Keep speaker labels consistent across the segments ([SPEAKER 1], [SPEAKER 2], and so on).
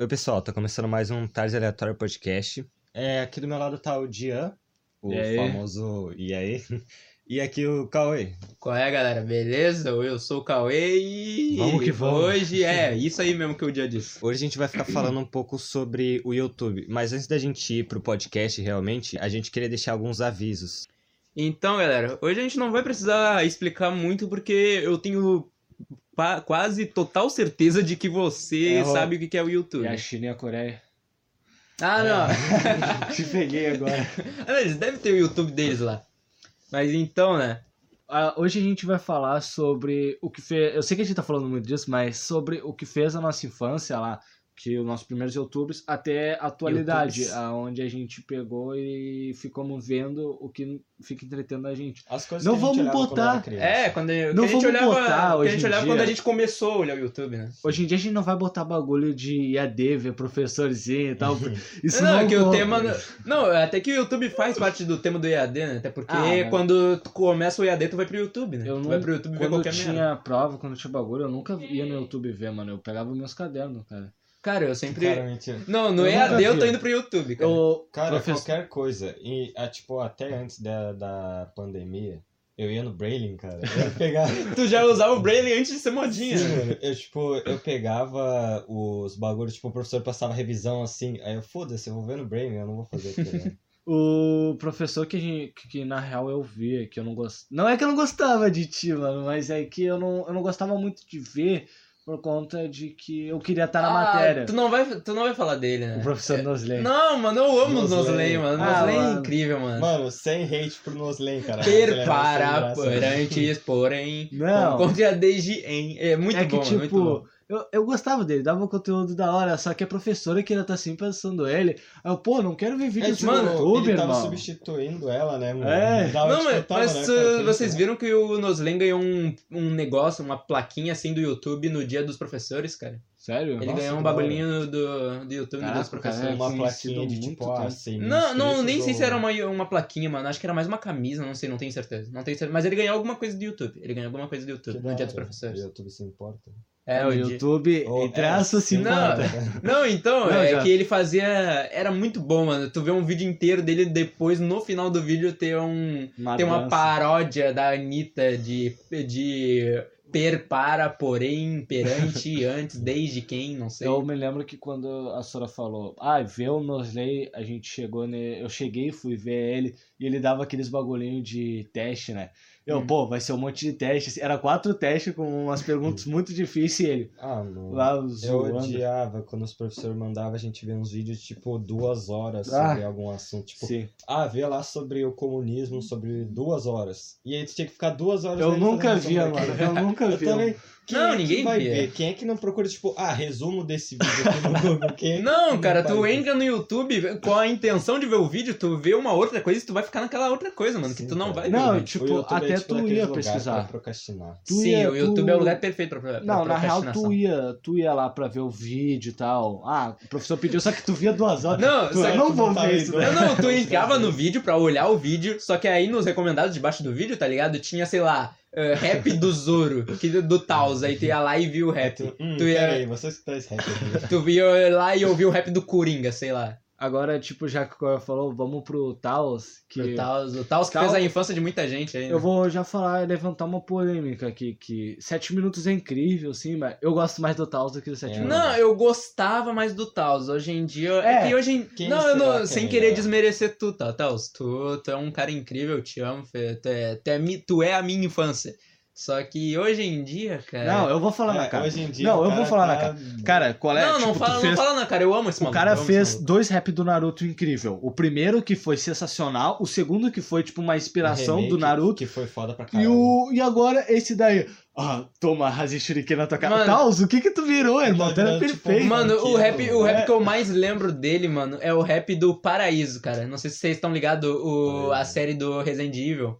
[SPEAKER 1] Oi, pessoal, tá começando mais um Tardes Aleatório Podcast. É, aqui do meu lado tá o Dian, o
[SPEAKER 2] E aí?
[SPEAKER 1] famoso E aí? E aqui o Cauê.
[SPEAKER 2] Qual é, galera? Beleza? Eu sou o Cauê e
[SPEAKER 1] Vamos que vamos.
[SPEAKER 2] hoje é isso aí mesmo que o dia disse.
[SPEAKER 1] Hoje a gente vai ficar falando um pouco sobre o YouTube, mas antes da gente ir pro podcast realmente, a gente queria deixar alguns avisos.
[SPEAKER 2] Então, galera, hoje a gente não vai precisar explicar muito porque eu tenho pa- quase total certeza de que você
[SPEAKER 3] É, ó.
[SPEAKER 2] sabe o que que é o YouTube.
[SPEAKER 3] E a China e a Coreia.
[SPEAKER 2] Ah, não.
[SPEAKER 3] É. Te peguei agora.
[SPEAKER 2] Ah, Eles devem ter o YouTube deles lá. Mas então, né?
[SPEAKER 3] Ah, hoje a gente vai falar sobre o que fez. Eu sei que a gente tá falando muito disso, mas sobre o que fez a nossa infância lá, que os nossos primeiros youtubers, até a atualidade,
[SPEAKER 2] Youtubers.
[SPEAKER 3] onde a gente pegou e ficamos vendo o que fica entretendo a gente.
[SPEAKER 1] As coisas
[SPEAKER 3] Não que a gente vamos olhava quando botar. era
[SPEAKER 2] É, quando eu-
[SPEAKER 3] Não
[SPEAKER 2] que a gente
[SPEAKER 3] vamos
[SPEAKER 2] olhava,
[SPEAKER 3] botar
[SPEAKER 2] que
[SPEAKER 3] hoje
[SPEAKER 2] a gente
[SPEAKER 3] em
[SPEAKER 2] olhava
[SPEAKER 3] dia.
[SPEAKER 2] quando a gente começou a olhar o YouTube, né?
[SPEAKER 3] Hoje em dia a gente não vai botar bagulho de IAD, ver professorzinho e tal. Isso
[SPEAKER 2] não,
[SPEAKER 3] não,
[SPEAKER 2] é que o
[SPEAKER 3] rola.
[SPEAKER 2] tema. Não, até que o YouTube faz parte do tema do EAD, né? Até porque
[SPEAKER 3] Ah, é.
[SPEAKER 2] quando tu começa o EAD, tu vai pro YouTube, né?
[SPEAKER 3] Eu
[SPEAKER 2] tu
[SPEAKER 3] não-
[SPEAKER 2] vai pro YouTube ver
[SPEAKER 3] Quando eu
[SPEAKER 2] qualquer
[SPEAKER 3] tinha
[SPEAKER 2] merda.
[SPEAKER 3] prova, quando eu tinha bagulho, eu nunca ia no YouTube ver, mano. Eu pegava meus cadernos, cara.
[SPEAKER 2] Cara, eu sempre.
[SPEAKER 1] mentira.
[SPEAKER 2] Não, no
[SPEAKER 3] eu nunca
[SPEAKER 2] EAD eu tô
[SPEAKER 3] vi.
[SPEAKER 2] indo pro YouTube, cara.
[SPEAKER 3] Eu,
[SPEAKER 1] Cara,
[SPEAKER 3] Professor-
[SPEAKER 1] qualquer coisa. E, ah, tipo, até antes da, da pandemia, eu ia no Brailing, cara. Eu ia pegar...
[SPEAKER 2] Tu já usava o Braille antes de ser modinha.
[SPEAKER 1] Sim,
[SPEAKER 2] né?
[SPEAKER 1] mano. Eu, tipo, eu pegava os bagulhos, tipo, o professor passava revisão assim, aí eu, foda-se, eu vou ver no Brain, eu não vou fazer. tá ligado?
[SPEAKER 3] O professor que, a gente- que- que, na real eu via, que eu não gostava. Não é que eu não gostava de ti, mano, mas é que eu não, eu não gostava muito de ver por conta de que eu queria estar tá na
[SPEAKER 2] Ah,
[SPEAKER 3] matéria.
[SPEAKER 2] Tu não, vai, tu não vai falar dele,
[SPEAKER 3] O
[SPEAKER 2] né?
[SPEAKER 3] professor Nosley.
[SPEAKER 2] Não, mano, eu amo os
[SPEAKER 1] Nosley.
[SPEAKER 2] Nosley, mano.
[SPEAKER 3] Ah,
[SPEAKER 2] Nosley é
[SPEAKER 3] mano. é
[SPEAKER 2] incrível, mano.
[SPEAKER 1] Mano, sem hate pro Noslen, cara. Ele era sem
[SPEAKER 2] Perpara,
[SPEAKER 1] graça.
[SPEAKER 2] porantes, porém.
[SPEAKER 3] Não.
[SPEAKER 2] Contra a DG em. É muito
[SPEAKER 3] é que,
[SPEAKER 2] bom, mano,
[SPEAKER 3] tipo,
[SPEAKER 2] muito bom.
[SPEAKER 3] Eu, eu gostava dele, dava um conteúdo da hora, só que a professora queria estar sempre pensando ele. Aí Eu, pô, não quero ver vídeo
[SPEAKER 1] É,
[SPEAKER 3] no
[SPEAKER 1] tipo,
[SPEAKER 3] YouTube,
[SPEAKER 1] ele tava
[SPEAKER 3] irmão.
[SPEAKER 1] substituindo ela, né, mano?
[SPEAKER 3] É.
[SPEAKER 1] Ele tava,
[SPEAKER 2] não,
[SPEAKER 1] tipo,
[SPEAKER 2] mas,
[SPEAKER 1] tava,
[SPEAKER 2] mas,
[SPEAKER 1] né,
[SPEAKER 2] uh,
[SPEAKER 1] cara,
[SPEAKER 2] vocês
[SPEAKER 1] né?
[SPEAKER 2] viram que o Noslen ganhou um, um negócio, uma plaquinha assim do YouTube no dia dos professores, cara.
[SPEAKER 3] Sério?
[SPEAKER 2] Ele
[SPEAKER 1] Nossa,
[SPEAKER 2] ganhou um
[SPEAKER 1] que da hora.
[SPEAKER 2] bagulhinho do, do YouTube no dia dos
[SPEAKER 3] Caraca, cara,
[SPEAKER 2] professores.
[SPEAKER 3] é
[SPEAKER 1] Uma
[SPEAKER 3] Sim,
[SPEAKER 1] plaquinha de
[SPEAKER 3] sido
[SPEAKER 1] tipo,
[SPEAKER 3] muito
[SPEAKER 1] ah,
[SPEAKER 3] tempo.
[SPEAKER 1] assim.
[SPEAKER 2] Não, não, nem sei se era uma, uma plaquinha, mano. Acho que era mais uma camisa, não sei, não tenho certeza. Não tenho certeza. Mas ele ganhou alguma coisa do YouTube. Ele ganhou alguma coisa do YouTube no dia dos
[SPEAKER 1] O
[SPEAKER 2] professores.
[SPEAKER 1] YouTube se importa.
[SPEAKER 2] É,
[SPEAKER 3] o
[SPEAKER 2] no dia-
[SPEAKER 3] YouTube,
[SPEAKER 1] Oh,
[SPEAKER 3] entre
[SPEAKER 1] é.
[SPEAKER 3] aspas, assim, se
[SPEAKER 2] Não,
[SPEAKER 3] importa.
[SPEAKER 2] Não, então,
[SPEAKER 3] Não,
[SPEAKER 2] é
[SPEAKER 3] já.
[SPEAKER 2] que ele fazia. Era muito bom, mano. Tu vê um vídeo inteiro dele depois, no final do vídeo, ter um. Tem uma
[SPEAKER 3] dança.
[SPEAKER 2] paródia da Anitta de, de per, para, porém, perante, antes, desde quem, não sei.
[SPEAKER 3] Eu me lembro que quando a Sora falou, ah, vê o Nosley, a gente chegou ne... Eu cheguei, fui ver ele, e ele dava aqueles bagulhinhos de teste, né? Eu,
[SPEAKER 2] Hum.
[SPEAKER 3] pô, vai ser um monte de testes. Era quatro testes com umas perguntas muito difíceis e ele
[SPEAKER 1] Ah, mano.
[SPEAKER 3] lá
[SPEAKER 1] Eu
[SPEAKER 3] zoando.
[SPEAKER 1] odiava quando os professores mandavam a gente ver uns vídeos, tipo, duas horas
[SPEAKER 3] Ah.
[SPEAKER 1] sobre algum assunto. Tipo,
[SPEAKER 3] Sim.
[SPEAKER 1] Ah, vê lá sobre o comunismo,
[SPEAKER 2] Hum.
[SPEAKER 1] sobre duas horas. E aí tu tinha que ficar duas horas.
[SPEAKER 3] Eu
[SPEAKER 1] lendo
[SPEAKER 3] nunca
[SPEAKER 1] sobre
[SPEAKER 3] via,
[SPEAKER 1] aquilo.
[SPEAKER 3] mano. Eu nunca
[SPEAKER 1] Eu
[SPEAKER 3] vi. um.
[SPEAKER 1] também. Quem
[SPEAKER 2] Não,
[SPEAKER 1] é que
[SPEAKER 2] ninguém
[SPEAKER 1] vai
[SPEAKER 2] via.
[SPEAKER 1] ver? Quem é que não procura, tipo, ah, resumo desse vídeo aqui no Google? Quem é que
[SPEAKER 2] Não, cara, tu
[SPEAKER 1] vai ver?
[SPEAKER 2] entra no YouTube com a intenção de ver o vídeo, tu vê uma outra coisa e tu vai ficar naquela outra coisa, mano, que
[SPEAKER 1] Sim,
[SPEAKER 2] tu não
[SPEAKER 1] cara.
[SPEAKER 2] vai ver.
[SPEAKER 3] Não,
[SPEAKER 2] o
[SPEAKER 3] eu
[SPEAKER 2] vídeo.
[SPEAKER 3] tipo,
[SPEAKER 1] O YouTube é,
[SPEAKER 3] até tu
[SPEAKER 1] naqueles
[SPEAKER 3] ia
[SPEAKER 1] lugares
[SPEAKER 3] pesquisar.
[SPEAKER 1] Pra procrastinar.
[SPEAKER 3] Tu
[SPEAKER 2] Sim,
[SPEAKER 3] ia-
[SPEAKER 2] o YouTube é o
[SPEAKER 3] tu-
[SPEAKER 2] lugar perfeito pra, pra
[SPEAKER 3] Não, na real,
[SPEAKER 2] procrastinação.
[SPEAKER 3] tu ia, tu ia lá pra ver o vídeo e tal. Ah, o professor pediu, só que tu via duas horas.
[SPEAKER 2] Não,
[SPEAKER 3] Tu-
[SPEAKER 2] só-
[SPEAKER 3] eu não
[SPEAKER 1] tu
[SPEAKER 3] vou
[SPEAKER 1] não tava
[SPEAKER 3] ver isso,
[SPEAKER 1] indo.
[SPEAKER 3] né?
[SPEAKER 2] Não, não, tu entrava no vídeo pra olhar o vídeo, só que aí nos recomendados debaixo do vídeo, tá ligado? Tinha, sei lá, eh, rap do Zoro, que, do Taus, aí tu ia lá e viu o rap.
[SPEAKER 1] Hum,
[SPEAKER 2] É, Tu ia-
[SPEAKER 1] peraí, vocês que tá esse hack aqui.
[SPEAKER 2] Tu ia lá e ouviu o rap do Coringa, sei lá.
[SPEAKER 3] Agora, tipo, já que o Coel falou, vamos pro Taos, que
[SPEAKER 2] O Taos, o Taos que
[SPEAKER 3] Taos-
[SPEAKER 2] fez a infância de muita gente aí. né?
[SPEAKER 3] eu vou já falar e levantar uma polêmica aqui, que sete minutos é incrível, sim, mas eu gosto mais do Taos do que do sete
[SPEAKER 1] É.
[SPEAKER 3] minutos.
[SPEAKER 2] Não, eu gostava mais do Taos. Hoje em dia. É,
[SPEAKER 3] É,
[SPEAKER 2] que hoje em.
[SPEAKER 1] quem
[SPEAKER 2] não, eu não-
[SPEAKER 1] será que é
[SPEAKER 2] sem
[SPEAKER 1] melhor?
[SPEAKER 2] querer desmerecer tu, tá, Taos. Tu, tu é um cara incrível, eu te amo, Fê. Tu é, tu, é, mi- tu é a minha infância. Só que hoje em dia, cara.
[SPEAKER 3] Não, eu vou falar
[SPEAKER 1] É,
[SPEAKER 3] na cara.
[SPEAKER 1] Hoje em dia,
[SPEAKER 3] Não,
[SPEAKER 1] o
[SPEAKER 3] eu
[SPEAKER 1] cara
[SPEAKER 3] vou falar na
[SPEAKER 1] tá-
[SPEAKER 3] Cara, qual é?
[SPEAKER 2] não, não
[SPEAKER 3] Tipo, tu
[SPEAKER 2] fala,
[SPEAKER 3] fez-
[SPEAKER 2] não fala, não, cara. Eu amo esse
[SPEAKER 3] O
[SPEAKER 2] maluco. eu
[SPEAKER 3] cara
[SPEAKER 2] amo esse
[SPEAKER 3] fez
[SPEAKER 2] maluco.
[SPEAKER 3] dois rap do Naruto incrível. O primeiro que foi sensacional, o segundo que foi tipo uma inspiração
[SPEAKER 1] remake,
[SPEAKER 3] do Naruto
[SPEAKER 1] Que foi foda pra
[SPEAKER 3] e
[SPEAKER 1] caralho.
[SPEAKER 3] o e agora esse daí. Ah, toma Hazishuriken na tua cara.
[SPEAKER 2] Mano.
[SPEAKER 3] Taos, o que que tu virou, irmão?
[SPEAKER 1] Tá
[SPEAKER 3] Tu era
[SPEAKER 1] virando, tipo,
[SPEAKER 3] perfeito.
[SPEAKER 2] Mano, o rap, o rap
[SPEAKER 3] É.
[SPEAKER 2] que eu mais lembro dele, mano, é o rap do Paraíso, cara. Não sei se vocês estão ligados o, a
[SPEAKER 1] Paraíso.
[SPEAKER 2] série do Resident Evil.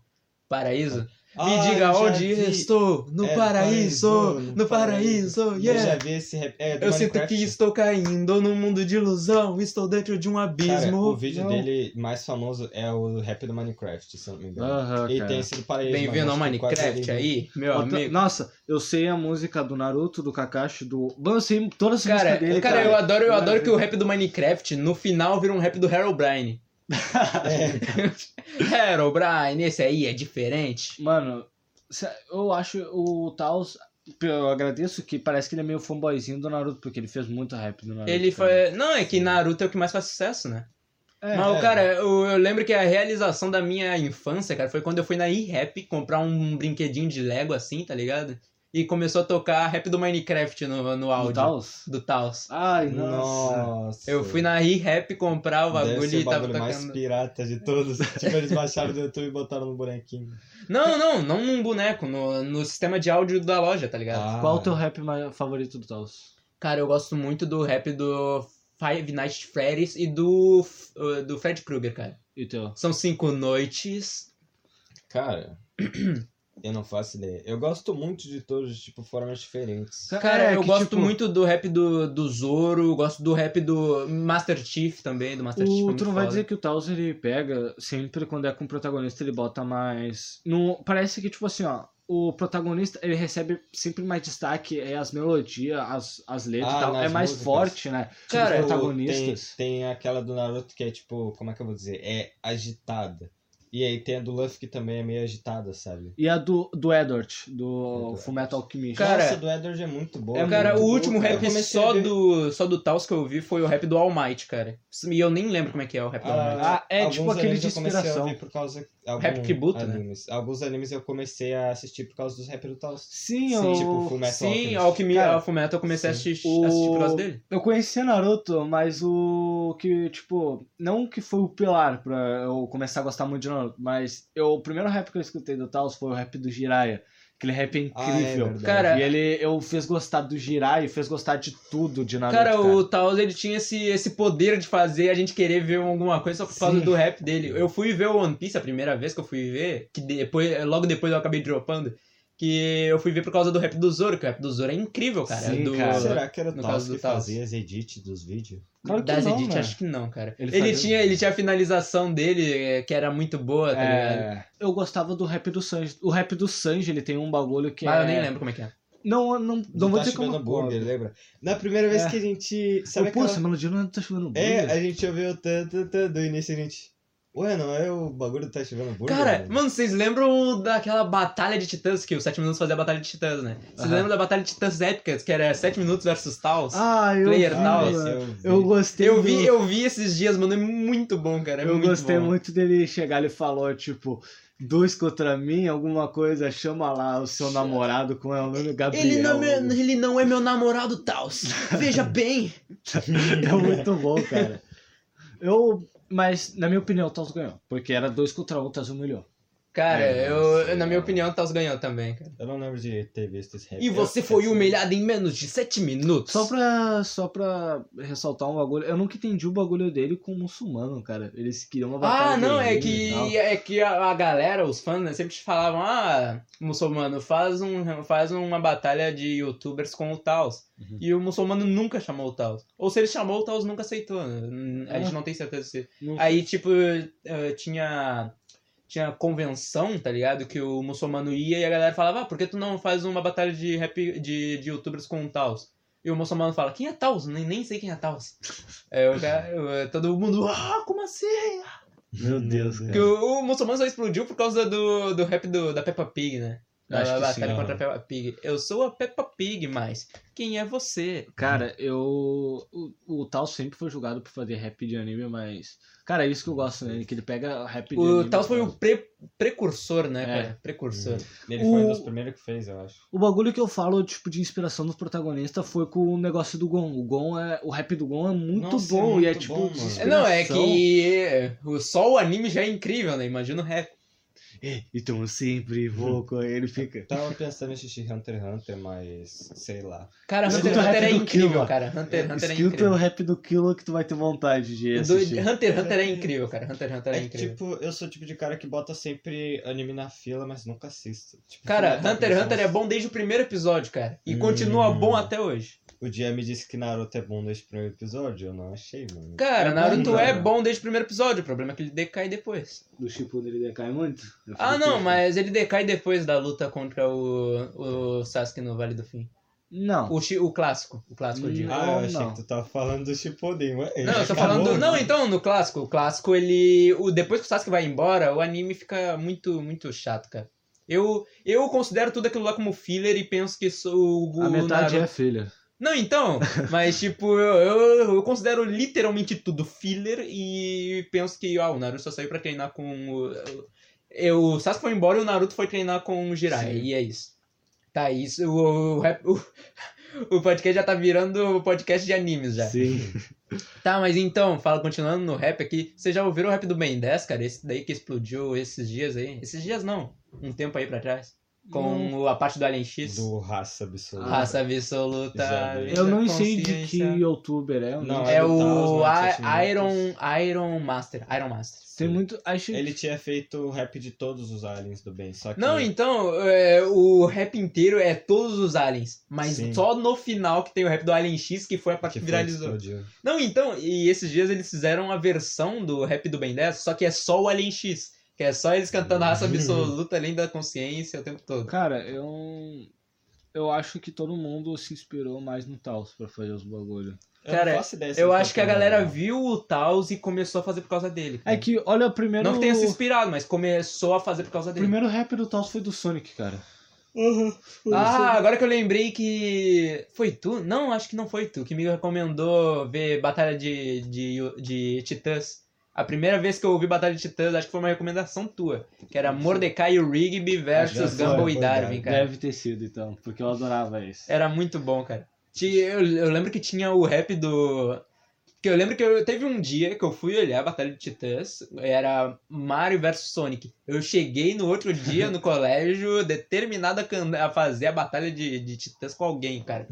[SPEAKER 2] Paraíso. Me
[SPEAKER 1] Ah,
[SPEAKER 2] diga
[SPEAKER 1] eu já
[SPEAKER 2] onde
[SPEAKER 1] vi.
[SPEAKER 2] estou, no
[SPEAKER 1] É,
[SPEAKER 2] paraíso,
[SPEAKER 1] paraíso,
[SPEAKER 2] no
[SPEAKER 1] no
[SPEAKER 2] paraíso,
[SPEAKER 1] Eu já
[SPEAKER 2] yeah.
[SPEAKER 1] vi esse rap. É, do
[SPEAKER 2] Eu sinto
[SPEAKER 1] Minecraft.
[SPEAKER 2] que estou caindo num mundo de ilusão, estou dentro de um
[SPEAKER 1] Cara,
[SPEAKER 2] abismo.
[SPEAKER 1] o vídeo
[SPEAKER 3] Não.
[SPEAKER 1] dele mais famoso é o rap do Minecraft, se eu não me engano.
[SPEAKER 3] Aham,
[SPEAKER 1] e
[SPEAKER 3] cara.
[SPEAKER 1] tem esse do paraíso.
[SPEAKER 2] Bem-vindo ao Minecraft
[SPEAKER 1] né?
[SPEAKER 2] aí, meu
[SPEAKER 3] Outra-
[SPEAKER 2] amigo.
[SPEAKER 3] Nossa, eu sei a música do Naruto, do Kakashi, do. Mano, eu sei todas as
[SPEAKER 2] Cara,
[SPEAKER 3] músicas dele.
[SPEAKER 2] cara, eu adoro, eu adoro
[SPEAKER 3] Maravilha.
[SPEAKER 2] que o rap do Minecraft no final vira um rap do Harold Brine. Harold Brine, esse aí é diferente.
[SPEAKER 3] Mano, sé- eu acho o Taos. Eu agradeço que parece que ele é meio fanboyzinho do Naruto, porque ele fez muito rap do Naruto. tá
[SPEAKER 2] Ele
[SPEAKER 3] cara.
[SPEAKER 2] foi. Não, é que Naruto é o que mais faz sucesso, né?
[SPEAKER 3] É,
[SPEAKER 2] Mas,
[SPEAKER 1] é.
[SPEAKER 2] cara, eu, eu lembro que a realização da minha infância, cara, foi quando eu fui na E-Rap comprar um brinquedinho de Lego assim, tá ligado? E começou a tocar rap do Minecraft no, no
[SPEAKER 3] O
[SPEAKER 2] áudio.
[SPEAKER 3] Taos?
[SPEAKER 2] Do Taos.
[SPEAKER 1] É,
[SPEAKER 3] Ai, nossa.
[SPEAKER 1] Nossa.
[SPEAKER 2] Eu fui na E-Rap comprar o bagulho
[SPEAKER 1] Deve ser
[SPEAKER 2] e
[SPEAKER 1] o
[SPEAKER 2] tava
[SPEAKER 1] bagulho mais
[SPEAKER 2] tocando.
[SPEAKER 1] pirata de todos. tipo, eles baixaram do YouTube e botaram no bonequinho.
[SPEAKER 2] Não, não, não num boneco, no, no sistema de áudio da loja, tá ligado?
[SPEAKER 1] Ah,
[SPEAKER 3] Qual o teu rap mai- favorito do Taos?
[SPEAKER 2] Cara, eu gosto muito do rap do Five Nights at Freddy's e do, F- uh, do Fred Krueger, cara.
[SPEAKER 3] E o teu?
[SPEAKER 2] São cinco noites.
[SPEAKER 1] Cara, eu não faço ideia. Eu gosto muito de todos, tipo, formas diferentes.
[SPEAKER 2] Cara,
[SPEAKER 3] É,
[SPEAKER 2] eu
[SPEAKER 3] que,
[SPEAKER 2] gosto
[SPEAKER 3] tipo,
[SPEAKER 2] muito do rap do, do Zoro, gosto do rap do Master Chief também, do
[SPEAKER 1] Uh,
[SPEAKER 2] Master Chief. é
[SPEAKER 3] O,
[SPEAKER 2] muito
[SPEAKER 3] tu não vai
[SPEAKER 2] foda.
[SPEAKER 3] dizer que o Taos ele pega sempre quando é com o protagonista, ele bota mais. No, parece que, tipo assim, ó. O protagonista ele recebe sempre mais destaque, é as melodias, as, as letras
[SPEAKER 1] Ah,
[SPEAKER 3] e tal.
[SPEAKER 1] nas
[SPEAKER 3] É mais
[SPEAKER 1] músicas.
[SPEAKER 3] forte, né?
[SPEAKER 2] Cara,
[SPEAKER 3] os
[SPEAKER 1] Tipo,
[SPEAKER 3] protagonistas.
[SPEAKER 1] Tem, tem aquela do Naruto que é tipo, como é que eu vou dizer? É agitada. E aí tem a do Luffy que também é meio agitada, sabe?
[SPEAKER 3] E a do, do Edward, do
[SPEAKER 1] Edward.
[SPEAKER 3] Fullmetal Alchemist.
[SPEAKER 2] Cara,
[SPEAKER 1] Nossa, do Edward é muito boa.
[SPEAKER 3] é,
[SPEAKER 2] Cara,
[SPEAKER 1] muito
[SPEAKER 2] o
[SPEAKER 1] boa,
[SPEAKER 2] último
[SPEAKER 1] cara.
[SPEAKER 2] rap
[SPEAKER 1] Eu comecei a
[SPEAKER 2] só
[SPEAKER 1] ver-
[SPEAKER 2] do, só do Taos que eu ouvi foi o rap do All Might, cara. E eu nem lembro como é que é o rap do All Might.
[SPEAKER 1] Ah,
[SPEAKER 3] Ah, é
[SPEAKER 1] alguns
[SPEAKER 3] tipo aquele
[SPEAKER 1] animes
[SPEAKER 3] de
[SPEAKER 1] eu comecei a
[SPEAKER 3] inspiração.
[SPEAKER 1] ver por causa alguns
[SPEAKER 2] Rap Kibuto, né?
[SPEAKER 1] animes. Alguns animes eu comecei a assistir por causa dos rap do Taos.
[SPEAKER 3] Sim,
[SPEAKER 1] Sim,
[SPEAKER 3] eu...
[SPEAKER 1] tipo, Full Metal
[SPEAKER 2] Sim,
[SPEAKER 1] Alchemist.
[SPEAKER 2] Alchemy
[SPEAKER 3] Cara,
[SPEAKER 2] Alphumetal eu comecei a
[SPEAKER 1] sim.
[SPEAKER 2] assistir,
[SPEAKER 3] O-
[SPEAKER 2] assistir por causa dele.
[SPEAKER 3] eu conhecia Naruto, mas o que, tipo, não que foi o pilar pra eu começar a gostar muito de Naruto, mas eu, o primeiro rap que eu escutei do Taos foi o rap do Jiraiya. Aquele rap é
[SPEAKER 1] Ah, é
[SPEAKER 3] incrível.
[SPEAKER 1] verdade.
[SPEAKER 2] Cara,
[SPEAKER 3] e ele eu fez gostar do Jiraiya, fez gostar de tudo de Naruto.
[SPEAKER 2] Cara, o Taos ele tinha esse, esse poder de fazer a gente querer ver alguma coisa só por causa
[SPEAKER 1] Sim.
[SPEAKER 2] do rap dele. Eu fui ver o One Piece a primeira vez que eu fui ver, que depois, logo depois eu acabei dropando, que eu fui ver por causa do rap do Zoro, que o rap do Zoro é incrível, cara.
[SPEAKER 3] Sim,
[SPEAKER 2] do,
[SPEAKER 3] cara.
[SPEAKER 1] Será que era o
[SPEAKER 2] no
[SPEAKER 1] Taos
[SPEAKER 2] caso do
[SPEAKER 1] que
[SPEAKER 2] Taos.
[SPEAKER 1] fazia as edits dos vídeos?
[SPEAKER 3] Claro que
[SPEAKER 2] das
[SPEAKER 3] não,
[SPEAKER 2] edit,
[SPEAKER 3] né?
[SPEAKER 2] acho que não, cara. Ele,
[SPEAKER 3] Ele fazia-
[SPEAKER 2] tinha, ele tinha a finalização dele, eh, que era muito boa, tá ligado?
[SPEAKER 3] É, eu gostava do rap do Sanji. O rap do Sanji, ele tem um bagulho que
[SPEAKER 2] Mas
[SPEAKER 3] é...
[SPEAKER 2] eu nem lembro como é que é.
[SPEAKER 3] Não, não, não vou
[SPEAKER 1] tá
[SPEAKER 3] dizer como...
[SPEAKER 1] chovendo burger, lembra? Na primeira vez
[SPEAKER 3] É.
[SPEAKER 1] que a gente. Sabe
[SPEAKER 3] Pô,
[SPEAKER 1] aquela...
[SPEAKER 3] essa melodia não tá chovendo
[SPEAKER 1] É,
[SPEAKER 3] burger.
[SPEAKER 1] a gente ouviu tan, tan, tan, do início a gente. Ué, não é o bagulho do tá chovendo burger?
[SPEAKER 2] Cara,
[SPEAKER 1] mano?
[SPEAKER 2] mano, vocês lembram daquela batalha de titãs que o 7 minutos fazia a batalha de titãs, né? Vocês
[SPEAKER 3] Aham.
[SPEAKER 2] lembram da batalha de titãs épicas, que era 7 minutos versus Taos?
[SPEAKER 3] Ah, eu
[SPEAKER 2] Player
[SPEAKER 3] vi,
[SPEAKER 1] Ah,
[SPEAKER 2] Taos.
[SPEAKER 1] esse
[SPEAKER 3] mano.
[SPEAKER 1] vi.
[SPEAKER 3] Eu gostei
[SPEAKER 2] Eu vi,
[SPEAKER 3] do-
[SPEAKER 2] eu vi esses dias, mano, é muito bom, cara. É
[SPEAKER 3] eu
[SPEAKER 2] muito
[SPEAKER 3] gostei
[SPEAKER 2] bom.
[SPEAKER 3] muito dele chegar e falou, tipo, dois contra mim, alguma coisa, chama lá o seu namorado com é o nome Gabriel.
[SPEAKER 2] Ele não, é, meu- ele não é meu namorado, Taos. Veja bem.
[SPEAKER 3] É muito bom, cara. Eu. Mas, na minha opinião, o Taos ganhou. Porque era dois contra um, o Taos humilhou.
[SPEAKER 2] Cara,
[SPEAKER 1] É,
[SPEAKER 2] eu,
[SPEAKER 1] nossa,
[SPEAKER 2] na minha
[SPEAKER 1] mano.
[SPEAKER 2] opinião, o Taos ganhou também, cara.
[SPEAKER 1] Eu não lembro de ter visto esse rap.
[SPEAKER 2] E você
[SPEAKER 1] Eu-
[SPEAKER 2] foi
[SPEAKER 1] esse-
[SPEAKER 2] humilhado em menos de 7 minutos.
[SPEAKER 3] Só pra, só pra ressaltar um bagulho, eu nunca entendi o bagulho dele com o muçulmano, cara. Eles queriam uma batalha.
[SPEAKER 2] Ah, não,
[SPEAKER 3] de
[SPEAKER 2] é
[SPEAKER 3] ringue e tal.
[SPEAKER 2] que, é que a, a galera, os fãs, né, sempre te falavam, ah, muçulmano, faz, um, faz uma batalha de youtubers com o Taos.
[SPEAKER 3] Uhum.
[SPEAKER 2] E o muçulmano nunca chamou o Taos. Ou se ele chamou, o Taos nunca aceitou. né? A
[SPEAKER 3] É.
[SPEAKER 2] gente não tem certeza se
[SPEAKER 3] Não-
[SPEAKER 2] Aí, tipo, eh, tinha. Tinha convenção, tá ligado? Que o muçulmano ia e a galera falava, ah, por que tu não faz uma batalha de rap de, de youtubers com o Taos? E o muçulmano fala, quem é Taos? Nem, nem sei quem é Taos. Aí o cara- eu- todo mundo, ah, como assim?
[SPEAKER 3] Meu Deus,
[SPEAKER 2] Porque
[SPEAKER 3] cara.
[SPEAKER 2] o, o muçulmano só explodiu por causa do, do rap do, da Peppa Pig, né?
[SPEAKER 3] Eu
[SPEAKER 2] Da
[SPEAKER 3] acho que
[SPEAKER 2] batalha
[SPEAKER 3] sim,
[SPEAKER 2] contra a Peppa Pig. Eu sou a Peppa Pig, mas quem é você?
[SPEAKER 3] Cara, eu. O, o Tal sempre foi julgado por fazer rap de anime, mas. Cara, é isso que eu gosto nele, que ele pega rap de anime. assim,
[SPEAKER 2] O Taos foi o pre- precursor, né,
[SPEAKER 3] É. Hum.
[SPEAKER 2] cara? Precursor.
[SPEAKER 1] Ele foi
[SPEAKER 3] O-
[SPEAKER 1] um dos primeiros que fez, eu acho.
[SPEAKER 3] O bagulho que eu falo, tipo, de inspiração dos protagonistas foi com o negócio do Gon. O Gon é. O rap do Gon é muito
[SPEAKER 1] Nossa, é
[SPEAKER 3] bom. e é
[SPEAKER 1] muito
[SPEAKER 3] tipo.
[SPEAKER 1] bom, mano.
[SPEAKER 3] de
[SPEAKER 2] É, Não, é
[SPEAKER 3] inspiração.
[SPEAKER 2] que eh, o- só o anime já é incrível, né? Imagina o rap.
[SPEAKER 3] então eu sempre vou com ele, fica.
[SPEAKER 1] Tava pensando em assistir Hunter x Hunter, mas sei lá.
[SPEAKER 2] Cara,
[SPEAKER 3] Escuta
[SPEAKER 2] Hunter
[SPEAKER 3] o
[SPEAKER 2] x Hunter
[SPEAKER 3] rap
[SPEAKER 2] é
[SPEAKER 3] do
[SPEAKER 2] incrível,
[SPEAKER 3] Killua.
[SPEAKER 2] cara. Hunter x Hunter
[SPEAKER 3] Escuta
[SPEAKER 2] é
[SPEAKER 3] o
[SPEAKER 2] incrível.
[SPEAKER 3] rap do Kilo que tu vai ter vontade de
[SPEAKER 2] O doido-
[SPEAKER 3] assistir.
[SPEAKER 2] Hunter x Hunter é incrível, cara. Hunter x Hunter é
[SPEAKER 1] É que,
[SPEAKER 2] incrível.
[SPEAKER 1] tipo, eu sou o tipo de cara que bota sempre anime na fila, mas nunca assisto. Tipo,
[SPEAKER 2] Cara,
[SPEAKER 1] nunca
[SPEAKER 2] Hunter x
[SPEAKER 1] assisto.
[SPEAKER 2] Hunter é bom desde o primeiro episódio, cara. E
[SPEAKER 1] Hum.
[SPEAKER 2] continua bom até hoje.
[SPEAKER 1] um- O dia me disse que Naruto é bom desde o primeiro episódio, eu não achei, mano.
[SPEAKER 2] Cara,
[SPEAKER 3] É bom,
[SPEAKER 2] Naruto é
[SPEAKER 3] cara.
[SPEAKER 2] bom desde o primeiro episódio. O problema é que ele decai depois.
[SPEAKER 3] Do Shippuden ele decai muito? Eu
[SPEAKER 2] Ah,
[SPEAKER 3] fico
[SPEAKER 2] não,
[SPEAKER 3] triste.
[SPEAKER 2] mas ele decai depois da luta contra o, o Sasuke no Vale do Fim.
[SPEAKER 3] Não.
[SPEAKER 2] O, chi- o clássico. O clássico, eu digo.
[SPEAKER 3] Não,
[SPEAKER 1] Ah, eu achei
[SPEAKER 3] não.
[SPEAKER 1] que tu tava falando do Shippuden, ué.
[SPEAKER 2] Não, eu tô
[SPEAKER 1] Acabou,
[SPEAKER 2] falando.
[SPEAKER 1] né?
[SPEAKER 2] Não, então, no clássico. O clássico, ele. O, depois que o Sasuke vai embora, o anime fica muito, muito chato, cara. Eu, eu considero tudo aquilo lá como filler e penso que sou o.
[SPEAKER 3] A
[SPEAKER 2] o
[SPEAKER 3] metade
[SPEAKER 2] Naruto-
[SPEAKER 3] é filha.
[SPEAKER 2] Não, então, mas tipo, eu, eu, eu considero literalmente tudo filler e penso que, ó, o Naruto só saiu pra treinar com o. Eu, o Sasuke foi embora e o Naruto foi treinar com o Jiraiya,
[SPEAKER 3] Sim.
[SPEAKER 2] e é isso. Tá, isso. O, o, rap- o, o podcast já tá virando podcast de animes já.
[SPEAKER 3] Sim.
[SPEAKER 2] Tá, mas então, fala, continuando no rap aqui, vocês já ouviram o rap do Ben 10, cara? Esse daí que explodiu esses dias aí? Esses dias não, um tempo aí pra trás. Com o- a parte do Alien X.
[SPEAKER 1] Do raça absoluta.
[SPEAKER 2] Raça absoluta.
[SPEAKER 1] Já vi.
[SPEAKER 3] Eu não sei de que
[SPEAKER 2] consciência.
[SPEAKER 3] youtuber é. eu
[SPEAKER 1] Não,
[SPEAKER 2] É
[SPEAKER 1] do
[SPEAKER 2] o
[SPEAKER 1] Taos,
[SPEAKER 2] I-
[SPEAKER 1] Manchester United.
[SPEAKER 2] Iron, Iron Master. Iron Master.
[SPEAKER 3] Tem muito. Acho
[SPEAKER 1] Ele tinha feito o rap de todos os aliens do bem, só que...
[SPEAKER 2] Não, então, é, o rap inteiro é todos os aliens. Mas
[SPEAKER 1] Sim.
[SPEAKER 2] só no final que tem o rap do Alien X, que foi a parte
[SPEAKER 1] que
[SPEAKER 2] que
[SPEAKER 1] foi,
[SPEAKER 2] viralizou.
[SPEAKER 1] explodiu.
[SPEAKER 2] Não, então, e esses dias eles fizeram a versão do rap do Ben 10, só que é só o Alien X. Que é só eles cantando raça absoluta, além da consciência, o tempo todo.
[SPEAKER 3] Cara, eu. Eu acho que todo mundo se inspirou mais no Taos pra fazer os bagulho.
[SPEAKER 1] Eu não
[SPEAKER 2] Cara,
[SPEAKER 1] faço ideia se
[SPEAKER 2] Eu
[SPEAKER 1] ele
[SPEAKER 2] acho
[SPEAKER 1] tá
[SPEAKER 2] que a
[SPEAKER 1] falando,
[SPEAKER 2] galera
[SPEAKER 1] né?
[SPEAKER 2] viu o Taos e começou a fazer por causa dele.
[SPEAKER 3] É que, olha, o primeiro.
[SPEAKER 2] Não que tenha se inspirado, mas começou a fazer por causa
[SPEAKER 3] O
[SPEAKER 2] dele.
[SPEAKER 3] primeiro rap do Taos foi do Sonic, cara.
[SPEAKER 1] tipo
[SPEAKER 2] Ah, agora que eu lembrei que. Foi tu? Não, acho que não foi tu que me recomendou ver Batalha de, de, de Titãs. A primeira vez que eu ouvi Batalha de Titãs, acho que foi uma recomendação tua. Que era Mordecai e Rigby
[SPEAKER 1] Ah, já
[SPEAKER 2] versus
[SPEAKER 1] foi,
[SPEAKER 2] Gumball e
[SPEAKER 1] foi,
[SPEAKER 2] Darwin, cara. É.
[SPEAKER 3] Deve ter sido, então, porque eu adorava esse.
[SPEAKER 2] Era muito bom, cara. Ti- Eu, eu lembro que tinha o rap do. Que eu lembro que eu, teve um dia que eu fui olhar a Batalha de Titãs, era Mario vs Sonic. Eu cheguei no outro dia no colégio determinado a, can- a fazer a Batalha de, de Titãs com alguém, cara.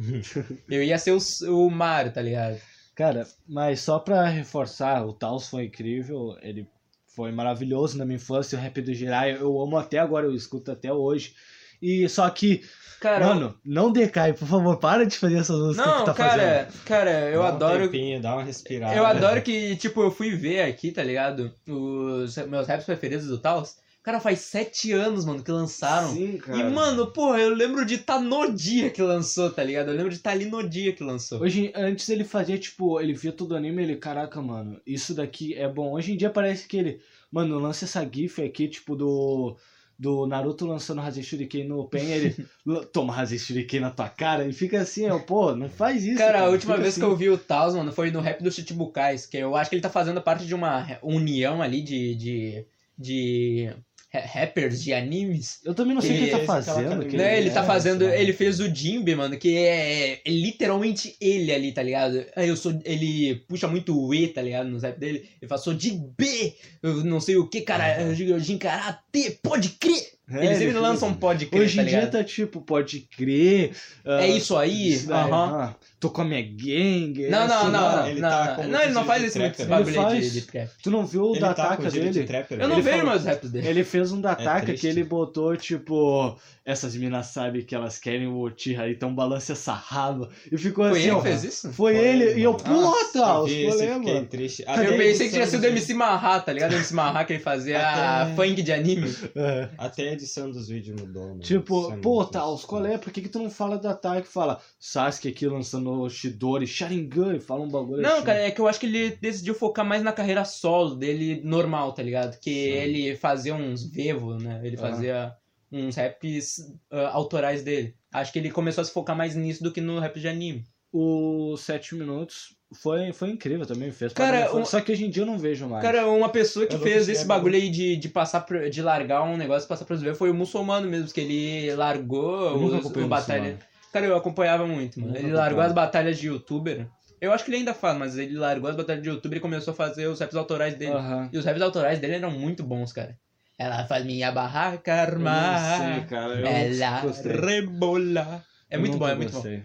[SPEAKER 2] Eu ia ser o, S- o Mario, tá ligado?
[SPEAKER 3] Cara, mas só pra reforçar, o Taos foi incrível, ele foi maravilhoso na minha infância, o rap do Jiraiya, eu amo até agora, eu escuto até hoje. E só que,
[SPEAKER 2] Cara,
[SPEAKER 3] mano, não decai, por favor, para de fazer essas
[SPEAKER 2] eu-
[SPEAKER 3] músicas que
[SPEAKER 2] não,
[SPEAKER 3] tu tá fazendo.
[SPEAKER 2] cara, cara, eu
[SPEAKER 1] Dá um
[SPEAKER 2] adoro
[SPEAKER 1] Tempinho, dá uma respirada.
[SPEAKER 2] Eu adoro que, tipo, eu fui ver aqui, tá ligado? Os meus raps preferidos do Taos. Cara, faz sete anos, mano, que lançaram.
[SPEAKER 3] Sim,
[SPEAKER 2] E, mano, porra, eu lembro de tá no dia que lançou, tá ligado? Eu lembro de tá ali no dia que lançou.
[SPEAKER 3] Hoje, antes ele fazia, tipo, ele via todo anime e ele, caraca, mano, isso daqui é bom. Hoje em dia parece que ele, mano, lança essa gif aqui, tipo, do do Naruto lançando Hazen Shuriken no Pen, ele "Lan- toma Hazen Shuriken na tua cara e fica assim, eu, pô, não faz isso.
[SPEAKER 2] Cara, a última
[SPEAKER 3] Fica
[SPEAKER 2] vez
[SPEAKER 3] assim.
[SPEAKER 2] que eu vi o Taos, mano, foi no rap dos Chichibukais, que eu acho que ele tá fazendo parte de uma re- união ali de. de. de ra- rappers de animes.
[SPEAKER 3] Eu também não sei o que ele
[SPEAKER 2] Ele-
[SPEAKER 3] tá
[SPEAKER 1] esse cara
[SPEAKER 3] fazendo.
[SPEAKER 1] também,
[SPEAKER 3] que
[SPEAKER 1] Que
[SPEAKER 2] né?
[SPEAKER 1] ele
[SPEAKER 2] Ele tá
[SPEAKER 1] é,
[SPEAKER 2] fazendo.
[SPEAKER 1] sei lá.
[SPEAKER 2] Ele fez o Jimbe, mano, que é, é literalmente ele ali, tá ligado? Aí eu sou. Ele puxa muito o E, tá ligado? No rap dele. Ele fala, sou de B, eu não sei o que, cara. Eu digo, Jin Karate, pode crer!
[SPEAKER 3] É,
[SPEAKER 2] Eles
[SPEAKER 3] ele
[SPEAKER 2] sempre
[SPEAKER 3] fez-
[SPEAKER 2] lançam pode crer,
[SPEAKER 3] Hoje
[SPEAKER 2] tá
[SPEAKER 3] em dia
[SPEAKER 2] ligado?
[SPEAKER 3] tá tipo, pode crer. ah,
[SPEAKER 2] É isso aí?
[SPEAKER 3] isso daí, ah,
[SPEAKER 2] Aham.
[SPEAKER 3] Tô com a minha é assim, gang.
[SPEAKER 2] Não,
[SPEAKER 3] esse-
[SPEAKER 2] não, não,
[SPEAKER 1] mano,
[SPEAKER 2] não.
[SPEAKER 1] ele
[SPEAKER 2] não,
[SPEAKER 1] tá
[SPEAKER 2] não.
[SPEAKER 1] com
[SPEAKER 2] Não, ele não
[SPEAKER 1] muito
[SPEAKER 2] faz
[SPEAKER 1] de
[SPEAKER 2] esse
[SPEAKER 1] trap,
[SPEAKER 2] muito
[SPEAKER 1] né?
[SPEAKER 2] bagulho
[SPEAKER 3] Ele
[SPEAKER 2] de-
[SPEAKER 3] faz.
[SPEAKER 2] de trap.
[SPEAKER 3] Tu não viu o
[SPEAKER 1] Ele
[SPEAKER 3] da
[SPEAKER 1] tá com
[SPEAKER 3] ataca
[SPEAKER 1] o dele de
[SPEAKER 3] dele?
[SPEAKER 1] trapper.
[SPEAKER 2] Eu
[SPEAKER 1] né?
[SPEAKER 2] não
[SPEAKER 3] Ele
[SPEAKER 2] vejo
[SPEAKER 3] falou-
[SPEAKER 2] meus raps dele.
[SPEAKER 3] Ele fez um da ataca
[SPEAKER 1] triste.
[SPEAKER 3] que ele botou, tipo, essas minas sabem que elas querem o Otiha, então balança essa raba. E ficou
[SPEAKER 2] Foi
[SPEAKER 3] assim,
[SPEAKER 2] ele
[SPEAKER 3] ó.
[SPEAKER 2] que fez isso?
[SPEAKER 3] Foi
[SPEAKER 1] Foi ele,
[SPEAKER 3] ele, e eu,
[SPEAKER 1] mano.
[SPEAKER 3] pô,
[SPEAKER 1] Eu
[SPEAKER 3] Taos,
[SPEAKER 1] vi esse,
[SPEAKER 3] falei,
[SPEAKER 1] fiquei
[SPEAKER 3] mano.
[SPEAKER 1] triste. Até
[SPEAKER 2] Eu
[SPEAKER 1] a
[SPEAKER 2] pensei que tinha
[SPEAKER 1] edição
[SPEAKER 2] sido
[SPEAKER 1] do-
[SPEAKER 2] MC Marra, tá ligado? MC Marra que ele fazia
[SPEAKER 1] Até-
[SPEAKER 2] funk de anime.
[SPEAKER 3] É.
[SPEAKER 1] Até a edição dos vídeos mudou, mano. Isso é
[SPEAKER 3] Tipo, pô,
[SPEAKER 1] muito
[SPEAKER 3] Taos,
[SPEAKER 1] triste.
[SPEAKER 3] qual é? Por que, que tu não fala do ataque? Fala Sasuke aqui lançando o Shidori, Sharingan, e fala um bagulho
[SPEAKER 2] Não,
[SPEAKER 3] assim.
[SPEAKER 2] cara, é que eu acho que ele decidiu focar mais na carreira solo dele normal, tá ligado? Que
[SPEAKER 1] Sim.
[SPEAKER 2] ele fazia uns vevo, né? Ele
[SPEAKER 3] Ah.
[SPEAKER 2] fazia uns raps ah, autorais dele. Acho que ele começou a se focar mais nisso do que no rap de anime.
[SPEAKER 3] O 7 minutos foi, foi incrível também, fez.
[SPEAKER 2] Cara,
[SPEAKER 3] pra mim,
[SPEAKER 2] o-
[SPEAKER 3] Só que hoje em dia eu não vejo mais.
[SPEAKER 2] Cara, uma pessoa que
[SPEAKER 1] Eu não
[SPEAKER 2] fez
[SPEAKER 1] consigo
[SPEAKER 2] esse
[SPEAKER 1] agora.
[SPEAKER 2] bagulho aí de, de passar pro- de largar um negócio e passar pros ver foi o muçulmano mesmo, que ele largou
[SPEAKER 3] eu nunca
[SPEAKER 2] os,
[SPEAKER 3] acompanhei
[SPEAKER 2] o
[SPEAKER 3] o
[SPEAKER 2] batalha.
[SPEAKER 3] muçulmano.
[SPEAKER 2] Cara, eu acompanhava muito, mano.
[SPEAKER 3] Nunca
[SPEAKER 2] Ele largou
[SPEAKER 3] acompanhei.
[SPEAKER 2] as batalhas de youtuber. Eu acho que ele ainda faz, mas ele
[SPEAKER 3] Ah.
[SPEAKER 2] largou as batalhas de youtuber e começou a fazer os raps autorais dele.
[SPEAKER 3] Aham.
[SPEAKER 2] E os raps autorais dele eram muito bons, cara. Ela faz minha barraca
[SPEAKER 3] Eu
[SPEAKER 2] armar.
[SPEAKER 3] não sei, cara.
[SPEAKER 1] é
[SPEAKER 3] Eu
[SPEAKER 2] ela
[SPEAKER 3] gostei.
[SPEAKER 2] rebola. É
[SPEAKER 3] Eu
[SPEAKER 2] muito bom,
[SPEAKER 3] nunca
[SPEAKER 2] é muito bom.
[SPEAKER 3] gostei.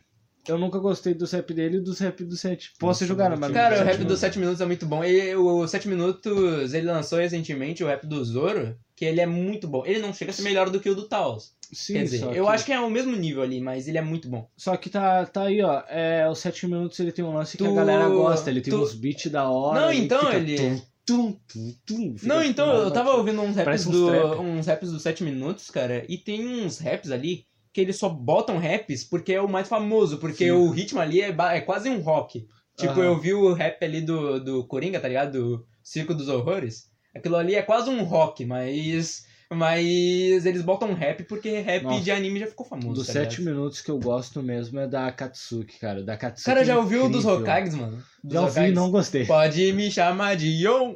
[SPEAKER 3] Eu nunca gostei do rap dele e do rap do 7. Posso
[SPEAKER 1] Nossa,
[SPEAKER 3] jogar,
[SPEAKER 1] não
[SPEAKER 3] mas.
[SPEAKER 1] sei.
[SPEAKER 2] Cara, o
[SPEAKER 1] Sete
[SPEAKER 2] rap
[SPEAKER 1] Minutos.
[SPEAKER 2] dos 7 minutos é muito bom. E o 7 minutos, ele lançou recentemente o rap do Zoro, que ele é muito bom. Ele não chega a ser melhor do que o do Taos.
[SPEAKER 3] Sim,
[SPEAKER 2] Quer dizer,
[SPEAKER 3] só
[SPEAKER 2] eu
[SPEAKER 3] que-
[SPEAKER 2] acho que é o mesmo nível ali, mas ele é muito bom.
[SPEAKER 3] Só que tá, tá aí, ó. É, os 7 minutos ele tem um lance que
[SPEAKER 2] Tu-
[SPEAKER 3] a galera gosta. Ele tem
[SPEAKER 2] tu-
[SPEAKER 3] uns beats da hora.
[SPEAKER 2] Não, então
[SPEAKER 3] fica
[SPEAKER 2] ele-
[SPEAKER 3] Tum, tum, tum, tum, fica tipo,
[SPEAKER 2] Não, então, eu
[SPEAKER 3] bate-
[SPEAKER 2] tava ouvindo uns raps,
[SPEAKER 3] Parece um uns
[SPEAKER 2] do,
[SPEAKER 3] trap.
[SPEAKER 2] uns raps dos 7 minutos, cara, e tem uns raps ali que eles só botam raps porque é o mais famoso, porque
[SPEAKER 3] Sim.
[SPEAKER 2] o ritmo ali é, ba- é quase um rock. Tipo,
[SPEAKER 3] Aham.
[SPEAKER 2] eu vi o rap ali do, do Coringa, tá ligado? Do Circo dos Horrores. Aquilo ali é quase um rock, mas. Mas eles botam rap porque rap
[SPEAKER 3] Nossa.
[SPEAKER 2] de anime já ficou famoso.
[SPEAKER 3] Um Dos
[SPEAKER 2] tá
[SPEAKER 3] 7
[SPEAKER 2] ligado?
[SPEAKER 3] minutos que eu gosto mesmo é da Katsuki, cara. Da Katsuki.
[SPEAKER 2] Cara, já
[SPEAKER 3] é
[SPEAKER 2] ouviu o dos
[SPEAKER 3] incrível.
[SPEAKER 2] Hokages, mano? Dos
[SPEAKER 3] Já ouvi e
[SPEAKER 2] Hokages?
[SPEAKER 3] não gostei.
[SPEAKER 2] Pode me chamar de Yon.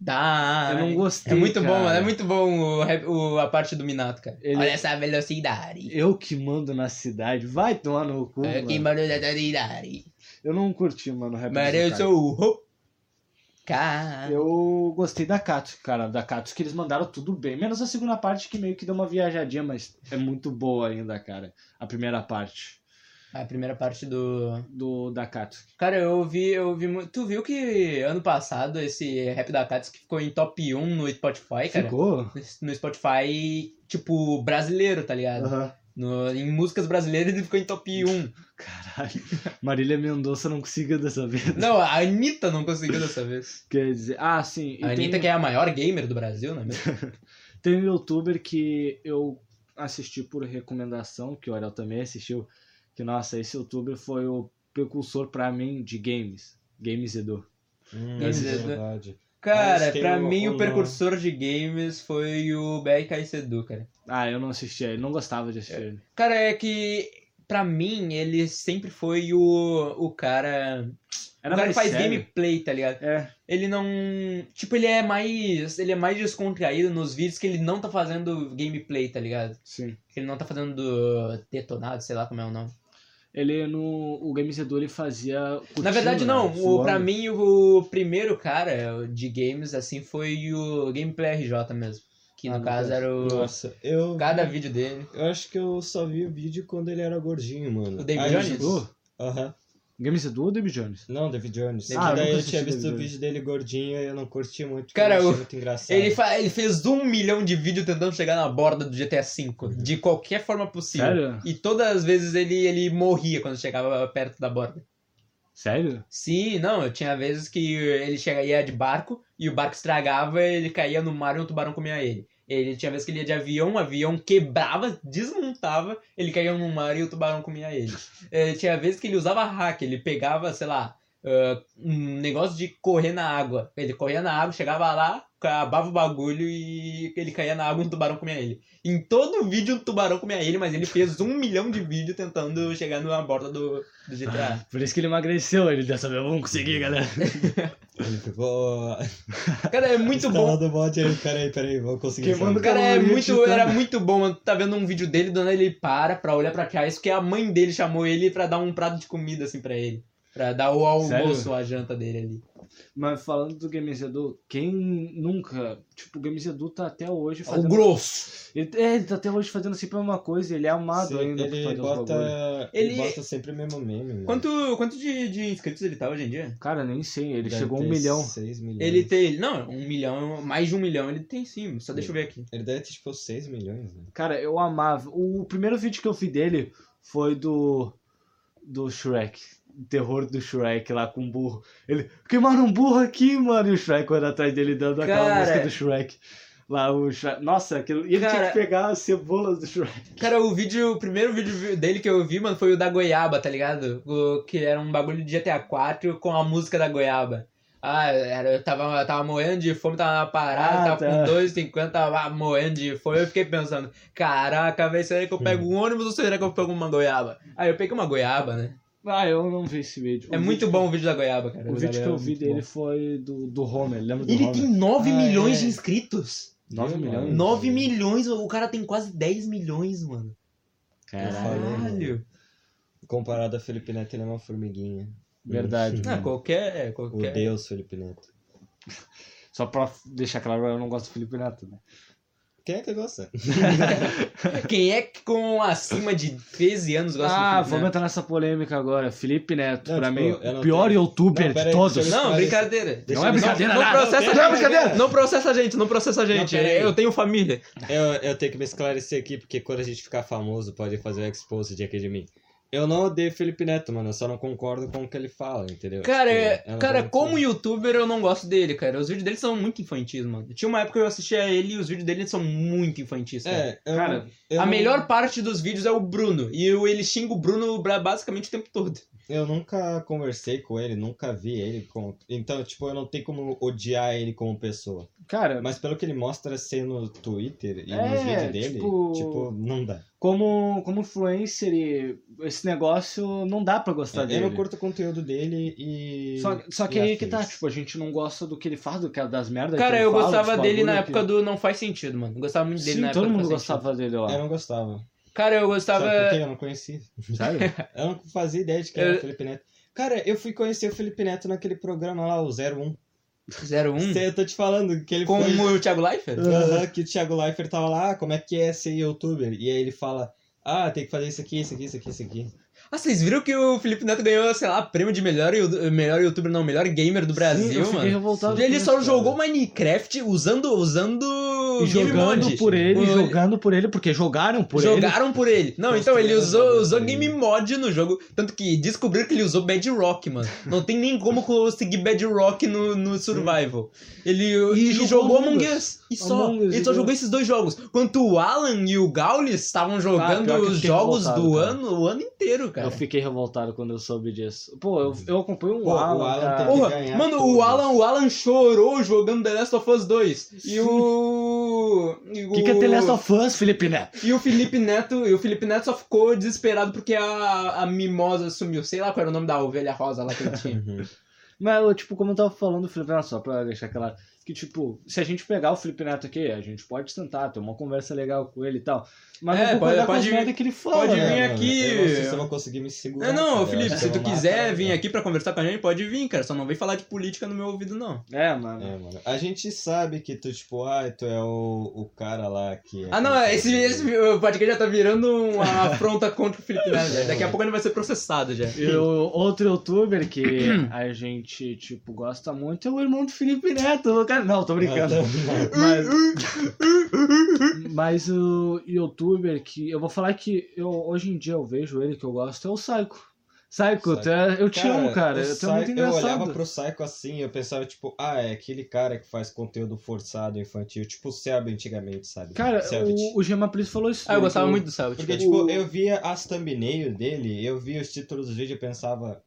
[SPEAKER 2] Dá.
[SPEAKER 3] Eu não gostei.
[SPEAKER 2] É muito bom, mano.
[SPEAKER 3] cara.
[SPEAKER 2] É muito bom o, rap- o- a parte do Minato, cara.
[SPEAKER 3] Ele- é
[SPEAKER 2] Olha essa velocidade.
[SPEAKER 3] Eu que mando na cidade. Vai tomar no cu.
[SPEAKER 2] Olha que
[SPEAKER 3] mano. É
[SPEAKER 2] velocidade.
[SPEAKER 3] Eu não curti, mano, o rap
[SPEAKER 2] Mas
[SPEAKER 3] dos
[SPEAKER 2] eu
[SPEAKER 3] Hokages.
[SPEAKER 2] sou o Hoka.
[SPEAKER 3] Eu gostei da Katsuki, cara. Da Katsuki que eles mandaram tudo bem. Menos a segunda parte que meio que deu uma viajadinha, mas é muito boa ainda, cara. A primeira parte
[SPEAKER 2] A primeira parte do.
[SPEAKER 3] do da Katsuki.
[SPEAKER 2] Cara, eu ouvi, eu ouvi muito. Tu viu que ano passado esse rap da Katsuki ficou em top 1 no Spotify, cara?
[SPEAKER 3] Ficou?
[SPEAKER 2] No Spotify, tipo, brasileiro, tá ligado?
[SPEAKER 3] Aham.
[SPEAKER 2] No- em músicas brasileiras ele ficou em top 1.
[SPEAKER 3] Caralho. Marília Mendonça não conseguiu dessa vez.
[SPEAKER 2] Não, a Anitta não conseguiu dessa vez.
[SPEAKER 3] Quer dizer. Ah, sim. E
[SPEAKER 2] A Anitta,
[SPEAKER 3] tem,
[SPEAKER 2] que é a maior gamer do Brasil, né? mesmo?
[SPEAKER 3] tem um youtuber que eu assisti por recomendação, que o Ariel também assistiu. Que, nossa, esse youtuber foi o precursor pra mim de games. Games Edu.
[SPEAKER 1] Hum,
[SPEAKER 2] Games
[SPEAKER 1] isso é
[SPEAKER 2] Edu.
[SPEAKER 1] verdade.
[SPEAKER 2] Cara,
[SPEAKER 1] Mas tem
[SPEAKER 2] pra
[SPEAKER 1] o- o
[SPEAKER 2] mim o
[SPEAKER 3] né?
[SPEAKER 1] não.
[SPEAKER 2] precursor de games foi o BRK Sedu, cara.
[SPEAKER 3] Ah, eu não assisti ele. Não gostava de assistir ele.
[SPEAKER 2] Cara, é que pra mim ele sempre foi o, o cara.
[SPEAKER 3] Era
[SPEAKER 2] o cara
[SPEAKER 3] mais
[SPEAKER 2] que faz
[SPEAKER 3] sério.
[SPEAKER 2] gameplay, tá ligado?
[SPEAKER 3] É,
[SPEAKER 2] Ele não. Tipo, ele é mais. Ele é mais descontraído nos vídeos que ele não tá fazendo gameplay, tá ligado?
[SPEAKER 3] sim.
[SPEAKER 2] Que ele não tá fazendo detonado, sei lá como é o nome.
[SPEAKER 3] Ele no. O Game Zedu ele fazia. curtindo,
[SPEAKER 2] Na verdade,
[SPEAKER 3] né?
[SPEAKER 2] não. O,
[SPEAKER 3] Suando.
[SPEAKER 2] pra mim, o primeiro cara de games, assim, foi o Gameplay RJ mesmo. Que no
[SPEAKER 3] Ah,
[SPEAKER 2] caso
[SPEAKER 3] não
[SPEAKER 2] era o.
[SPEAKER 1] Nossa, eu.
[SPEAKER 2] Cada vídeo dele.
[SPEAKER 1] Eu acho que eu só vi o vídeo quando ele era gordinho, mano.
[SPEAKER 2] O David
[SPEAKER 1] Aí-
[SPEAKER 2] Jones?
[SPEAKER 3] Zedu?
[SPEAKER 1] Aham.
[SPEAKER 3] Game Zedu ou David Jones?
[SPEAKER 1] Não, David Jones.
[SPEAKER 2] David
[SPEAKER 1] ah,
[SPEAKER 2] Jones.
[SPEAKER 1] daí
[SPEAKER 3] Nunca
[SPEAKER 1] eu tinha
[SPEAKER 3] assisti
[SPEAKER 1] visto
[SPEAKER 3] David
[SPEAKER 1] o vídeo dele gordinho e eu não curti muito. porque
[SPEAKER 2] Cara,
[SPEAKER 1] eu achei
[SPEAKER 2] o-
[SPEAKER 1] muito engraçado.
[SPEAKER 2] Ele, fa- ele fez um milhão de vídeos tentando chegar na borda do GTA V. De qualquer forma possível.
[SPEAKER 3] Sério?
[SPEAKER 2] E todas as vezes ele, ele morria quando chegava perto da borda.
[SPEAKER 3] Sério?
[SPEAKER 2] Sim, não, eu tinha vezes que ele chega, ia de barco e o barco estragava, ele caía no mar e um tubarão comia ele. Ele tinha vezes que ele ia de avião, o avião quebrava, desmontava, ele caía no mar e o tubarão comia ele. Eh, tinha vezes que ele usava hack, ele pegava, sei lá, ah, um negócio de correr na água. Ele corria na água, chegava lá, acabava o bagulho e ele caía na água e um tubarão comia ele. Em todo vídeo um tubarão comia ele, mas ele fez um milhão de vídeos tentando chegar na borda do, do GTA.
[SPEAKER 3] Por isso que ele emagreceu, ele dessa vez. Vamos conseguir, galera.
[SPEAKER 1] Ele ficou.
[SPEAKER 2] Cara, é muito bom.
[SPEAKER 1] instalando o mod aí. Peraí, peraí, vou conseguir. sair.
[SPEAKER 3] Queimando
[SPEAKER 2] O cara é
[SPEAKER 3] Caloria
[SPEAKER 2] muito,
[SPEAKER 3] titana.
[SPEAKER 2] era muito bom, mano. Tu tá vendo um vídeo dele, dona ele para pra olhar pra cá. Isso que a mãe dele chamou ele pra dar um prato de comida, assim, pra ele. Pra dar o almoço,
[SPEAKER 3] Sério?
[SPEAKER 2] a janta dele ali.
[SPEAKER 3] Mas falando do Game Zedu, quem nunca. Tipo, o Game Zedu tá até hoje
[SPEAKER 2] O
[SPEAKER 3] fazendo.
[SPEAKER 2] grosso.
[SPEAKER 3] Ele, é, ele tá até hoje fazendo sempre a mesma coisa. Ele é amado
[SPEAKER 1] Sim,
[SPEAKER 3] ainda por
[SPEAKER 1] ele
[SPEAKER 3] fazer os bagulho.
[SPEAKER 1] bota,
[SPEAKER 2] Ele-
[SPEAKER 1] ele bota sempre o mesmo meme. né?
[SPEAKER 3] Hum.
[SPEAKER 1] mano.
[SPEAKER 2] Quanto, quanto de, de inscritos ele tá hoje em dia?
[SPEAKER 3] Cara, nem sei. Ele
[SPEAKER 1] Deve
[SPEAKER 3] chegou a um
[SPEAKER 1] ter
[SPEAKER 3] milhão.
[SPEAKER 1] seis milhões.
[SPEAKER 2] Ele tem. Não, um milhão, mais de um milhão ele tem sim. Só
[SPEAKER 3] Hum.
[SPEAKER 2] deixa eu ver aqui.
[SPEAKER 1] Ele deve ter tipo 6 milhões, né?
[SPEAKER 3] Cara, eu amava. O primeiro vídeo que eu vi dele foi do. Do Shrek. O Terror do Shrek lá com o burro. Ele. Queimaram um burro aqui, mano. E o Shrek correndo atrás dele dando aquela
[SPEAKER 2] Cara. é.
[SPEAKER 3] música do Shrek. Lá o Shrek. Nossa, aquilo. E ele tinha
[SPEAKER 2] Cara.
[SPEAKER 3] que pegar as cebolas do Shrek.
[SPEAKER 2] Cara, o vídeo, o primeiro vídeo dele que eu vi, mano, foi o da goiaba, tá ligado? O, que era um bagulho de GTA 4 com a música da goiaba. Ah, era, eu tava, eu tava morrendo de fome, tava na parada,
[SPEAKER 3] Ah,
[SPEAKER 2] tava
[SPEAKER 3] tá.
[SPEAKER 2] com 2,50, tava morrendo de fome. Eu fiquei pensando, caraca, velho, será que eu pego
[SPEAKER 3] Hum.
[SPEAKER 2] um ônibus ou será que eu pego uma goiaba? Aí eu peguei uma goiaba, né?
[SPEAKER 3] Ah, eu não vi esse vídeo. O
[SPEAKER 2] é
[SPEAKER 3] vídeo
[SPEAKER 2] muito
[SPEAKER 3] que-
[SPEAKER 2] bom o vídeo da goiaba, cara.
[SPEAKER 3] O vídeo que eu vi
[SPEAKER 2] Muito
[SPEAKER 3] dele
[SPEAKER 2] bom.
[SPEAKER 3] foi do, do Homer. Lembra do É
[SPEAKER 2] Ele
[SPEAKER 3] Homer?
[SPEAKER 2] tem 9
[SPEAKER 1] Ah,
[SPEAKER 2] milhões
[SPEAKER 1] é.
[SPEAKER 2] de inscritos.
[SPEAKER 3] 9
[SPEAKER 1] Mano.
[SPEAKER 3] milhões.
[SPEAKER 2] 9 milhões, o cara tem quase 10 milhões, mano.
[SPEAKER 1] Caralho.
[SPEAKER 2] Caralho.
[SPEAKER 1] Comparado a Felipe Neto, ele é uma formiguinha.
[SPEAKER 3] Verdade.
[SPEAKER 2] Ah, qualquer.
[SPEAKER 1] O
[SPEAKER 2] qualquer...
[SPEAKER 1] Deus Felipe Neto.
[SPEAKER 3] Só pra deixar claro, eu não gosto do Felipe Neto, né?
[SPEAKER 1] Quem é que gosta?
[SPEAKER 2] Quem é que com acima de 13 anos gosta né?
[SPEAKER 3] ah,
[SPEAKER 2] do Felipe
[SPEAKER 3] vamos entrar nessa polêmica agora. Felipe Neto,
[SPEAKER 1] Não,
[SPEAKER 3] pra
[SPEAKER 1] tipo,
[SPEAKER 3] mim,
[SPEAKER 1] eu
[SPEAKER 3] o
[SPEAKER 1] não
[SPEAKER 3] pior
[SPEAKER 1] tenho-
[SPEAKER 3] youtuber
[SPEAKER 1] Não,
[SPEAKER 3] de
[SPEAKER 1] peraí,
[SPEAKER 3] todos.
[SPEAKER 1] deixa eu-
[SPEAKER 2] Não, brincadeira.
[SPEAKER 1] Deixa
[SPEAKER 3] Não é
[SPEAKER 1] eu-
[SPEAKER 3] brincadeira,
[SPEAKER 2] não,
[SPEAKER 3] nada.
[SPEAKER 2] não processa
[SPEAKER 3] Não é
[SPEAKER 2] a gente. né?
[SPEAKER 3] brincadeira.
[SPEAKER 2] Não processa a gente, não processa a gente.
[SPEAKER 1] Não, peraí.
[SPEAKER 2] eu tenho família.
[SPEAKER 1] Eu, eu tenho que me esclarecer aqui, porque quando a gente ficar famoso, pode fazer o exposed aqui de mim. Eu não odeio Felipe Neto, mano. Eu só não concordo com o que ele fala, entendeu?
[SPEAKER 2] Cara,
[SPEAKER 1] Tipo,
[SPEAKER 2] é-
[SPEAKER 1] eu não
[SPEAKER 2] cara,
[SPEAKER 1] gosto-
[SPEAKER 2] como youtuber eu não gosto dele, cara. Os vídeos dele são muito infantis, mano. Tinha uma época que eu assistia ele e os vídeos dele são muito infantis, cara.
[SPEAKER 1] É, eu,
[SPEAKER 3] Cara,
[SPEAKER 1] eu
[SPEAKER 2] a
[SPEAKER 1] não-
[SPEAKER 2] melhor parte dos vídeos é o Bruno. E eu, ele xinga o Bruno bra- basicamente o tempo todo.
[SPEAKER 1] Eu nunca conversei com ele, nunca vi ele. Com... Então, tipo, eu não tenho como odiar ele como pessoa.
[SPEAKER 3] Cara,
[SPEAKER 1] Mas pelo que ele mostra ser no Twitter e
[SPEAKER 3] É,
[SPEAKER 1] nos vídeos dele,
[SPEAKER 3] tipo-
[SPEAKER 1] tipo... não dá.
[SPEAKER 3] como, como influencer, e- esse negócio não dá pra gostar
[SPEAKER 1] É, eu
[SPEAKER 3] dele.
[SPEAKER 1] não curto é o conteúdo dele e.
[SPEAKER 3] Só, só que
[SPEAKER 1] e
[SPEAKER 3] aí que tá,
[SPEAKER 1] afins.
[SPEAKER 3] tipo, a gente não gosta do que ele faz, do que é das merdas que
[SPEAKER 2] Cara,
[SPEAKER 3] ele
[SPEAKER 2] eu
[SPEAKER 3] fala,
[SPEAKER 2] gostava
[SPEAKER 3] dos
[SPEAKER 2] dele na
[SPEAKER 3] bagulho que-
[SPEAKER 2] época do Não Faz Sentido, mano. Eu gostava muito dele na
[SPEAKER 3] Sim,
[SPEAKER 2] época
[SPEAKER 3] todo
[SPEAKER 2] do
[SPEAKER 3] mundo
[SPEAKER 2] Faz Sentido.
[SPEAKER 3] gostava dele
[SPEAKER 1] Eu
[SPEAKER 3] lá.
[SPEAKER 1] não gostava.
[SPEAKER 2] Cara,
[SPEAKER 1] Sabe
[SPEAKER 2] eu
[SPEAKER 1] por quê?
[SPEAKER 2] gostava.
[SPEAKER 1] Eu não conhecia.
[SPEAKER 3] Sério?
[SPEAKER 1] Eu não fazia ideia de quem era
[SPEAKER 2] Eu-
[SPEAKER 1] o Felipe Neto. Cara, eu fui conhecer o Felipe Neto naquele programa lá, o 01.
[SPEAKER 2] 01.
[SPEAKER 1] Cê- Eu tô te falando que ele
[SPEAKER 2] Com
[SPEAKER 1] foi.
[SPEAKER 2] o Thiago Leifert?
[SPEAKER 1] Aham, que o Thiago Leifert tava lá, ah, como é que é ser youtuber? E aí ele fala, ah, tem que fazer isso aqui, isso aqui, isso aqui, isso aqui.
[SPEAKER 2] Ah, vocês viram que o Felipe Neto ganhou, sei lá, prêmio de melhor, you- melhor youtuber, não, melhor gamer do
[SPEAKER 3] Sim,
[SPEAKER 2] Brasil,
[SPEAKER 3] eu fiquei
[SPEAKER 2] mano.
[SPEAKER 3] revoltado
[SPEAKER 2] E ele
[SPEAKER 3] com
[SPEAKER 2] só
[SPEAKER 3] isso,
[SPEAKER 2] jogou um Minecraft usando, usando
[SPEAKER 3] cara. E
[SPEAKER 2] game
[SPEAKER 3] jogando
[SPEAKER 2] mod.
[SPEAKER 3] por ele,
[SPEAKER 2] O-
[SPEAKER 3] jogando por ele, porque jogaram por ele. é
[SPEAKER 2] Jogaram por ele. Não, então ele usou,
[SPEAKER 1] Construíram
[SPEAKER 2] usou
[SPEAKER 1] por
[SPEAKER 2] game
[SPEAKER 1] ele.
[SPEAKER 2] mod no jogo. Tanto que descobriram que ele usou Bedrock, mano. Não tem nem como conseguir Bedrock no, no Survival. Ele
[SPEAKER 3] E
[SPEAKER 2] e
[SPEAKER 3] jogou
[SPEAKER 2] jogou Among
[SPEAKER 3] Among
[SPEAKER 2] Us. E só.
[SPEAKER 3] Among Us,
[SPEAKER 2] Ele só
[SPEAKER 3] jogou.
[SPEAKER 2] jogou esses dois jogos. Enquanto o Alan e o Gaules estavam jogando
[SPEAKER 3] Ah, pior que eu
[SPEAKER 2] os
[SPEAKER 3] fiquei
[SPEAKER 2] jogos
[SPEAKER 3] revoltado,
[SPEAKER 2] do
[SPEAKER 3] cara.
[SPEAKER 2] ano, o ano inteiro, cara.
[SPEAKER 3] Eu fiquei revoltado quando eu soube disso. Pô, eu, eu acompanho um
[SPEAKER 1] Pô, o
[SPEAKER 3] Alan,
[SPEAKER 1] Alan
[SPEAKER 3] cara.
[SPEAKER 1] tem-
[SPEAKER 2] Porra,
[SPEAKER 1] ganhar
[SPEAKER 2] mano, o
[SPEAKER 1] todas.
[SPEAKER 2] Alan, o Alan chorou jogando The Last of Us 2. E o. e
[SPEAKER 3] O que, que é The Last of Us, Felipe Neto?
[SPEAKER 2] E o Felipe Neto, e o Felipe Neto só ficou desesperado porque a, a mimosa sumiu. Sei lá qual era o nome da ovelha rosa lá que ele tinha.
[SPEAKER 3] Mas, eu, tipo, como eu tava falando, Felipe Neto, só pra deixar claro, que, tipo, se a gente pegar o Felipe Neto aqui, a gente pode tentar, ter uma conversa legal com ele e tal. Mas
[SPEAKER 2] É,
[SPEAKER 3] não
[SPEAKER 2] pode-
[SPEAKER 3] concordar com
[SPEAKER 2] pode-
[SPEAKER 3] as merda que ele fala,
[SPEAKER 2] pode
[SPEAKER 3] né,
[SPEAKER 2] vir
[SPEAKER 3] mano?
[SPEAKER 2] aqui.
[SPEAKER 1] Eu não sei se eu vou conseguir me segurar.
[SPEAKER 2] não, É, não,
[SPEAKER 1] cara.
[SPEAKER 2] Felipe,
[SPEAKER 1] Eu
[SPEAKER 2] se
[SPEAKER 1] acho que
[SPEAKER 2] tu
[SPEAKER 1] eu vou
[SPEAKER 2] quiser
[SPEAKER 1] matar,
[SPEAKER 2] vir
[SPEAKER 1] cara.
[SPEAKER 2] aqui pra conversar com a gente, pode vir, cara. Só não vem falar de política no meu ouvido, não.
[SPEAKER 3] É, mano.
[SPEAKER 1] É, mano. A gente sabe que tu, tipo, ah, tu é o, o cara lá que. é-
[SPEAKER 2] Ah, não, esse, esse podcast já tá virando uma afronta contra o Felipe Neto. velho. Daqui a pouco ele vai ser processado já.
[SPEAKER 3] E o outro youtuber que a gente, tipo, gosta muito é o irmão do Felipe Neto. Cara, não, tô brincando.
[SPEAKER 1] É, Não,
[SPEAKER 3] Mas, mas o youtuber que. Eu vou falar que eu, hoje em dia eu vejo ele que eu gosto é o Psycho. Psycho,
[SPEAKER 1] Psycho.
[SPEAKER 3] tu é- eu te amo, cara.
[SPEAKER 1] o
[SPEAKER 3] Tu é
[SPEAKER 1] Psy-
[SPEAKER 3] muito
[SPEAKER 1] Eu olhava
[SPEAKER 3] engraçado.
[SPEAKER 1] pro Psycho assim eu pensava, tipo, ah, é aquele cara que faz conteúdo forçado infantil, tipo o Selby antigamente, sabe?
[SPEAKER 3] Cara,
[SPEAKER 1] Selbit.
[SPEAKER 3] o, o Gema Pris falou isso.
[SPEAKER 2] Ah, eu
[SPEAKER 3] né,
[SPEAKER 2] gostava
[SPEAKER 3] que o-
[SPEAKER 2] muito do Selbit.
[SPEAKER 1] Porque,
[SPEAKER 2] cara.
[SPEAKER 1] tipo,
[SPEAKER 3] o-
[SPEAKER 1] eu via as thumbnails dele, eu via os títulos dos vídeos e pensava.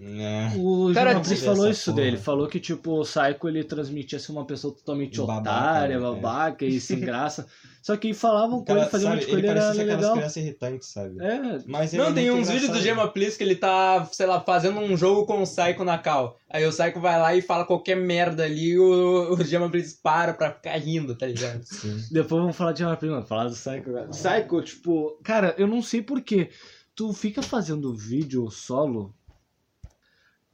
[SPEAKER 1] Né,
[SPEAKER 3] O
[SPEAKER 2] Cara,
[SPEAKER 3] Gema Pris
[SPEAKER 1] dizer
[SPEAKER 3] falou
[SPEAKER 1] essa
[SPEAKER 3] isso
[SPEAKER 1] porra.
[SPEAKER 3] dele. Falou que, tipo, o Psycho ele transmitia ser uma pessoa totalmente
[SPEAKER 1] Babaca,
[SPEAKER 3] otária,
[SPEAKER 1] né, é.
[SPEAKER 3] babaca e sem graça. Só que falavam com
[SPEAKER 1] cara,
[SPEAKER 3] ele, faziam um
[SPEAKER 1] sabe,
[SPEAKER 3] monte de coisa,
[SPEAKER 1] ele
[SPEAKER 3] ele era
[SPEAKER 1] parecia aquelas
[SPEAKER 3] legal.
[SPEAKER 1] crianças irritantes, sabe?
[SPEAKER 3] É,
[SPEAKER 1] Mas ele
[SPEAKER 2] Não,
[SPEAKER 1] é
[SPEAKER 2] tem
[SPEAKER 1] muito
[SPEAKER 2] uns vídeos do
[SPEAKER 1] engraçado.
[SPEAKER 2] Gema Please que ele tá, sei lá, fazendo um jogo com o Psycho na cal. Aí o Psycho vai lá e fala qualquer merda ali e o, o Gema Please para pra ficar rindo, tá ligado?
[SPEAKER 1] Sim.
[SPEAKER 3] Depois vamos falar de uma prima, falar do Psycho. agora. Psycho, tipo, cara, eu não sei porquê. Tu fica fazendo vídeo solo,